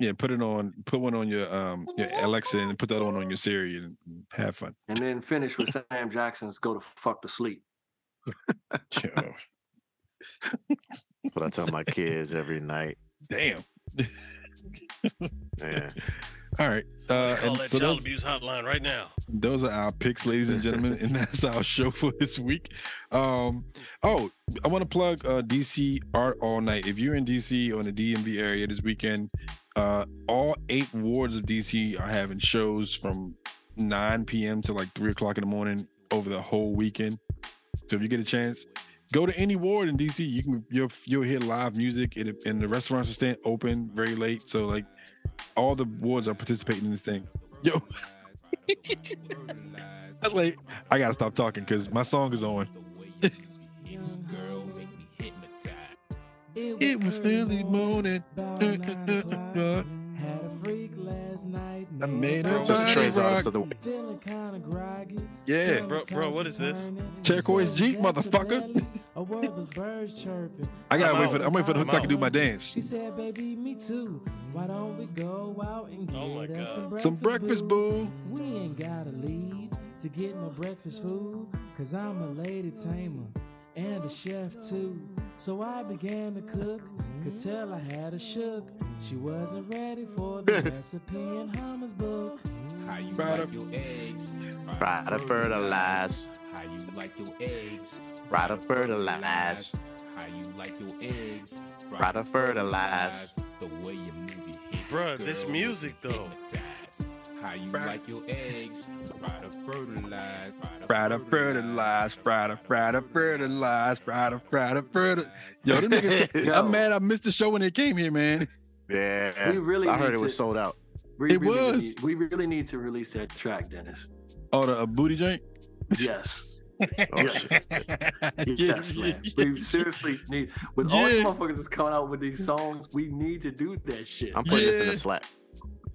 Speaker 3: Yeah, put it on, put one on your um your Alexa and put that on on your Siri and have fun.
Speaker 5: And then finish with Sam Jackson's "Go to Fuck to Sleep."
Speaker 3: You know,
Speaker 4: That's what I tell my kids every night.
Speaker 3: damn.
Speaker 4: Yeah.
Speaker 3: All right.
Speaker 6: somebody
Speaker 3: Uh,
Speaker 6: call
Speaker 3: and
Speaker 6: that
Speaker 3: so
Speaker 6: child
Speaker 3: those-
Speaker 6: abuse hotline right now.
Speaker 3: those are our picks ladies and gentlemen and that's our show for this week um oh i want to plug uh dc art all night if you're in dc or in the dmv area this weekend uh all eight wards of dc are having shows from 9 p.m to like 3 o'clock in the morning over the whole weekend so if you get a chance go to any ward in dc you can you'll, you'll hear live music and, and the restaurants are staying open very late so like all the wards are participating in this thing yo I like I gotta stop talking because my song is on. It was early morning. uh, uh, uh, uh. I made her
Speaker 4: This is
Speaker 3: body
Speaker 4: Trey's
Speaker 3: rock.
Speaker 4: artist of the week.
Speaker 3: Yeah,
Speaker 6: Bro, bro, what is this?
Speaker 3: turquoise Jeep, motherfucker. I gotta wait for the, I'm waiting for the hook so I can do my dance.
Speaker 6: Oh my god. Oh
Speaker 3: Some breakfast, boo.
Speaker 8: We ain't gotta leave. to get my breakfast food, cause I'm a lady tamer and a chef too. So I began to cook, could tell I had a shook. She wasn't ready for the recipe in Hummer's book.
Speaker 9: How you
Speaker 3: Fried
Speaker 9: like
Speaker 3: up.
Speaker 9: your eggs?
Speaker 4: Fried up fertilized.
Speaker 9: How you like your eggs?
Speaker 4: Fried up fertilized.
Speaker 9: How you like your eggs?
Speaker 4: Fried up fertilized.
Speaker 9: The way you move your hips,
Speaker 6: Bruh, this
Speaker 9: girl,
Speaker 6: music,
Speaker 9: you
Speaker 6: though.
Speaker 9: hypnotized. How you
Speaker 3: Fried-
Speaker 9: like your eggs? Fried up fertilized.
Speaker 3: Fried up, fertilized, fried up, fried up, fertilized, fried up, fried up, fertilized. Yo, them niggas,
Speaker 4: Yo.
Speaker 3: I'm mad I missed the show when it came here, man.
Speaker 4: Yeah.
Speaker 5: We really
Speaker 4: I heard
Speaker 5: need
Speaker 4: it was
Speaker 5: to-
Speaker 4: sold out.
Speaker 5: We
Speaker 3: It
Speaker 5: really
Speaker 3: was.
Speaker 5: Need, we really need to release that track, Dennis.
Speaker 3: Oh, the uh, booty joint?
Speaker 5: Yes.
Speaker 4: Oh,
Speaker 5: yes.
Speaker 4: shit.
Speaker 5: Yes, man. We seriously need with all
Speaker 3: Yeah.
Speaker 5: these motherfuckers that's coming out with these songs, we need to do that shit.
Speaker 4: I'm putting this in
Speaker 3: Yeah.
Speaker 4: the Slack.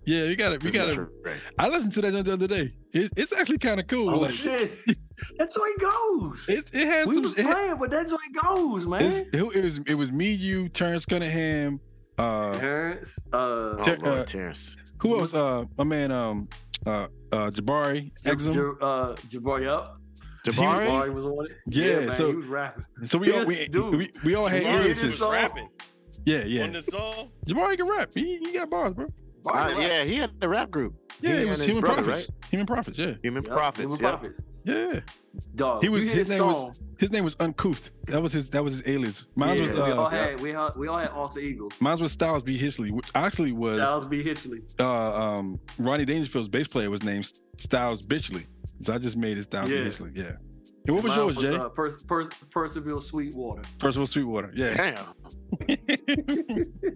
Speaker 3: Yeah, you got it. We
Speaker 4: This
Speaker 3: got
Speaker 4: is
Speaker 3: it.
Speaker 4: great.
Speaker 3: I listened to that joint the other day. It's, it's actually kind of cool.
Speaker 5: oh
Speaker 3: like,
Speaker 5: shit. That's how it goes.
Speaker 3: It, it has
Speaker 5: we
Speaker 3: some.
Speaker 5: was
Speaker 3: it had-
Speaker 5: playing, but that's how it goes, man.
Speaker 3: it's- it was it was me, you, Terrence Cunningham, uh,
Speaker 5: Terrence, uh,
Speaker 4: Oh,
Speaker 3: Ter- uh,
Speaker 4: Lord, Terrence.
Speaker 3: who else? Uh, my man, um, uh, uh, Jabari Exum.
Speaker 5: Jab- uh, Jabari up.
Speaker 3: Jabari?
Speaker 5: Jabari was on it.
Speaker 3: Yeah,
Speaker 5: man,
Speaker 3: so-
Speaker 5: he was rapping.
Speaker 3: So we all we,
Speaker 5: Dude.
Speaker 3: we, we all had
Speaker 5: Jabari
Speaker 3: ear
Speaker 5: is uh,
Speaker 3: issues.
Speaker 5: so-
Speaker 6: rapping
Speaker 3: Yeah,
Speaker 6: on
Speaker 3: yeah.
Speaker 6: the song.
Speaker 3: Jabari can rap. He, he got bars, bro.
Speaker 5: Jabari
Speaker 4: Uh,
Speaker 5: rapping.
Speaker 4: yeah, he had the rap group. He
Speaker 3: Yeah, it
Speaker 4: and
Speaker 3: was
Speaker 4: his
Speaker 3: Human
Speaker 4: brother,
Speaker 3: Profits. Human Profits. Yeah,
Speaker 4: Human
Speaker 5: Yep,
Speaker 4: profits.
Speaker 5: Human
Speaker 4: yeah.
Speaker 5: Profits.
Speaker 3: yeah.
Speaker 5: Dog,
Speaker 3: He was-
Speaker 5: you hear
Speaker 3: his
Speaker 5: this
Speaker 3: name was-
Speaker 5: song,
Speaker 3: His name was Uncouth. That was his. That was his alias. Mine
Speaker 5: yeah,
Speaker 3: was.
Speaker 5: we all
Speaker 3: Uh,
Speaker 5: had we all, we all had alter egos.
Speaker 3: Mine was Styles B. Hisley, which actually was
Speaker 5: Styles B. Hitchley.
Speaker 3: uh, um, Ronnie Dangerfield's bass player was named Styles Bitchley. So I just made it Styles
Speaker 5: Yeah.
Speaker 3: B. Hitchley. Yeah. And what was
Speaker 5: Mine
Speaker 3: yours, Jay?
Speaker 5: Uh, per- per- Percival Sweetwater.
Speaker 3: Percival Sweetwater. Yeah.
Speaker 4: Damn.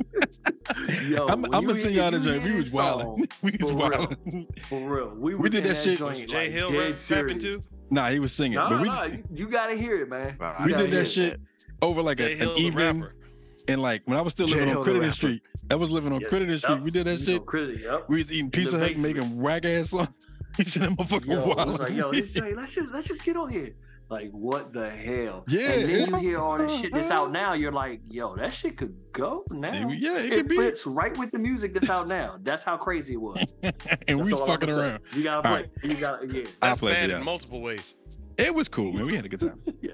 Speaker 5: Yo,
Speaker 3: I'm, I'm
Speaker 5: when
Speaker 3: gonna
Speaker 5: you
Speaker 3: sing
Speaker 5: hear-
Speaker 3: y'all the
Speaker 5: you
Speaker 3: joint.
Speaker 5: hear
Speaker 3: We was
Speaker 5: this
Speaker 3: wilding.
Speaker 5: song,
Speaker 3: We was
Speaker 5: for real.
Speaker 3: wilding.
Speaker 5: For real,
Speaker 3: We
Speaker 5: we, was
Speaker 3: did
Speaker 5: in
Speaker 3: that shit.
Speaker 5: Joint,
Speaker 6: Jay
Speaker 5: like,
Speaker 6: Hill
Speaker 5: dead
Speaker 6: rap- rapping
Speaker 5: serious.
Speaker 6: too?
Speaker 3: Nah, he was singing.
Speaker 5: No,
Speaker 3: but we,
Speaker 5: no, you, you gotta hear it, man.
Speaker 4: Wow,
Speaker 3: we
Speaker 5: I
Speaker 3: did
Speaker 5: gotta
Speaker 3: that
Speaker 5: hear
Speaker 3: shit over like a,
Speaker 6: Jay
Speaker 3: an
Speaker 6: Hill, the
Speaker 3: evening.
Speaker 6: rapper.
Speaker 3: And like when I was still
Speaker 4: Jay
Speaker 3: living
Speaker 4: Hill
Speaker 3: on
Speaker 4: the
Speaker 3: Crittenden
Speaker 4: rapper.
Speaker 3: Street, I was living on
Speaker 5: Yeah,
Speaker 3: Crittenden Street. We did that
Speaker 5: You
Speaker 3: shit.
Speaker 5: know, Critic, yep.
Speaker 3: We was eating
Speaker 5: the
Speaker 3: Pizza Hut,
Speaker 5: basement.
Speaker 3: making whack ass songs. We said that motherfucker
Speaker 5: Yo, I was
Speaker 3: wild.
Speaker 5: like, yo, this joint, let's just let's just get on here. Like, what the hell?
Speaker 3: Yeah,
Speaker 5: And
Speaker 3: it-
Speaker 5: then you hear all this shit that's out now. You're like, yo, that shit could go now.
Speaker 3: yeah, it, could
Speaker 5: It
Speaker 3: be.
Speaker 5: fits right with the music that's out now. That's how crazy it was.
Speaker 3: and
Speaker 5: That's
Speaker 3: we was
Speaker 5: all I'm
Speaker 3: fucking
Speaker 5: gonna say.
Speaker 3: around.
Speaker 5: You gotta
Speaker 3: All
Speaker 5: play.
Speaker 3: right.
Speaker 5: You gotta yeah.
Speaker 3: I
Speaker 6: That's
Speaker 3: played
Speaker 6: bad
Speaker 3: it
Speaker 9: uh,
Speaker 6: in
Speaker 3: out.
Speaker 6: multiple ways.
Speaker 3: It was cool, man. We had a good time.
Speaker 5: Yeah.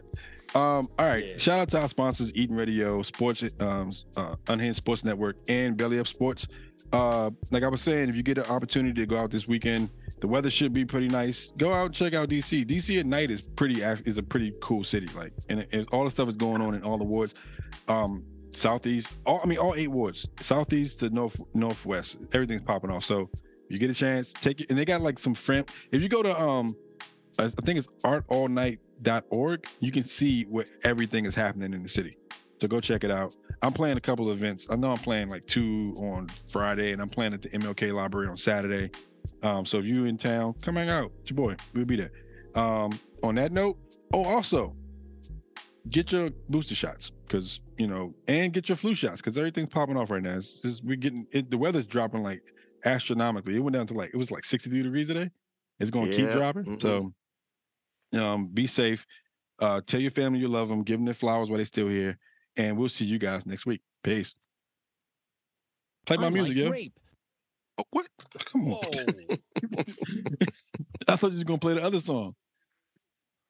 Speaker 3: Um, all right.
Speaker 5: Yeah.
Speaker 3: Shout out to our sponsors, Eaton Radio, Sports um uh, Unhinged Sports Network, and Belly Up Sports. Uh, like I was saying, if you get an opportunity to go out this weekend, the weather should be pretty nice. Go out and check out DC. DC at night is pretty act- is a pretty cool city. Like, and, and all the stuff is going on in all the wards. Um, southeast, all I mean, all eight wards, southeast to north northwest. Everything's popping off. So you get a chance, take it. And they got like some friend. If you go to um, I I think it's artallnight.org. You can see what everything is happening in the city. So go check it out. I'm playing a couple of events. I know I'm playing like two on Friday, and I'm playing at the MLK Library on Saturday. Um, so if you in town, come hang out. It's your boy. We'll be there. Um, on that note, oh, also get your booster shots because you know, and get your flu shots because everything's popping off right now. It's just we're getting it, the weather's dropping like astronomically. It went down to like it was like 63 degrees today. It's going to keep
Speaker 4: Yeah.
Speaker 3: dropping.
Speaker 4: Mhm.
Speaker 3: So um, be safe. Uh, tell your family you love them. Give them their flowers while they're still here. And we'll see you guys next week. Peace. Play my music, yo. Oh, what? Come on.
Speaker 6: Whoa.
Speaker 3: I thought you was gonna play the other song.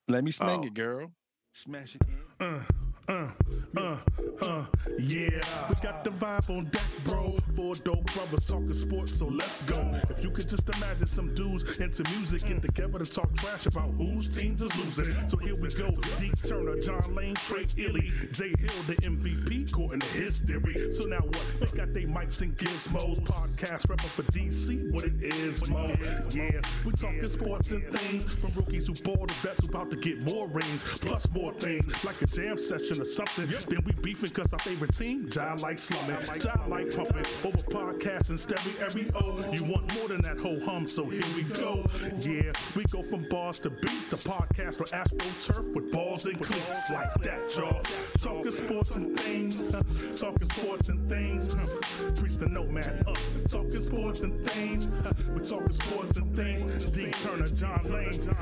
Speaker 3: Let me smack
Speaker 4: Oh.
Speaker 3: it, girl. Smash it.
Speaker 1: Uh, uh, uh, uh, yeah. We got the vibe on deck, bro. Four dope brothers talking sports, so let's go. If you could just imagine some dudes into music get together to talk trash about whose team is losing. So here we go. Deke Turner, John Lane, Trey Illy, Jay Hill, the MVP, caught in the history. So now what? They got they mics and gizmos. Podcast rapping for DC, what it is, mo. Yeah, we talking sports and things from rookies who ball to vets who about to get more rings, plus more things like a jam session or something. Then we beefing cause our favorite team, Jai like slumming, Jai like pumping over podcasts and stereo every O. You want more than that whole hum, so here we go. Yeah, we go from bars to beats to podcast or astro turf with balls and cleats like that, y'all. Talking sports and things, huh? talking sports and things. huh? Preach the nomad up, talking sports and things. huh? We're talking sports and things. D Turner, John Lane,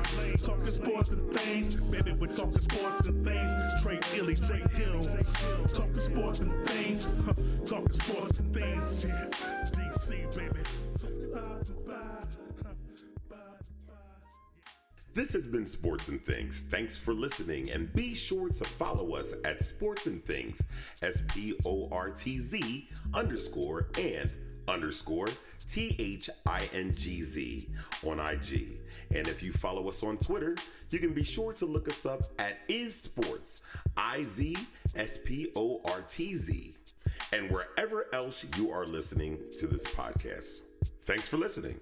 Speaker 1: talking sports and things. Baby, we're talking sports and things. Trey Illy, Jay Hill, talking sports and things. huh? Talking sports and things. Yeah. uh, DC, baby. So bye, bye, huh? bye, bye.
Speaker 2: This has been Sports and Things. Thanks for listening, and be sure to follow us at Sports and Things, S P O R T Z underscore and underscore T H I N G Z on IG. And if you follow us on Twitter, you can be sure to look us up at Is Sports, I Z S P O R T Z, and wherever else you are listening to this podcast. Thanks for listening.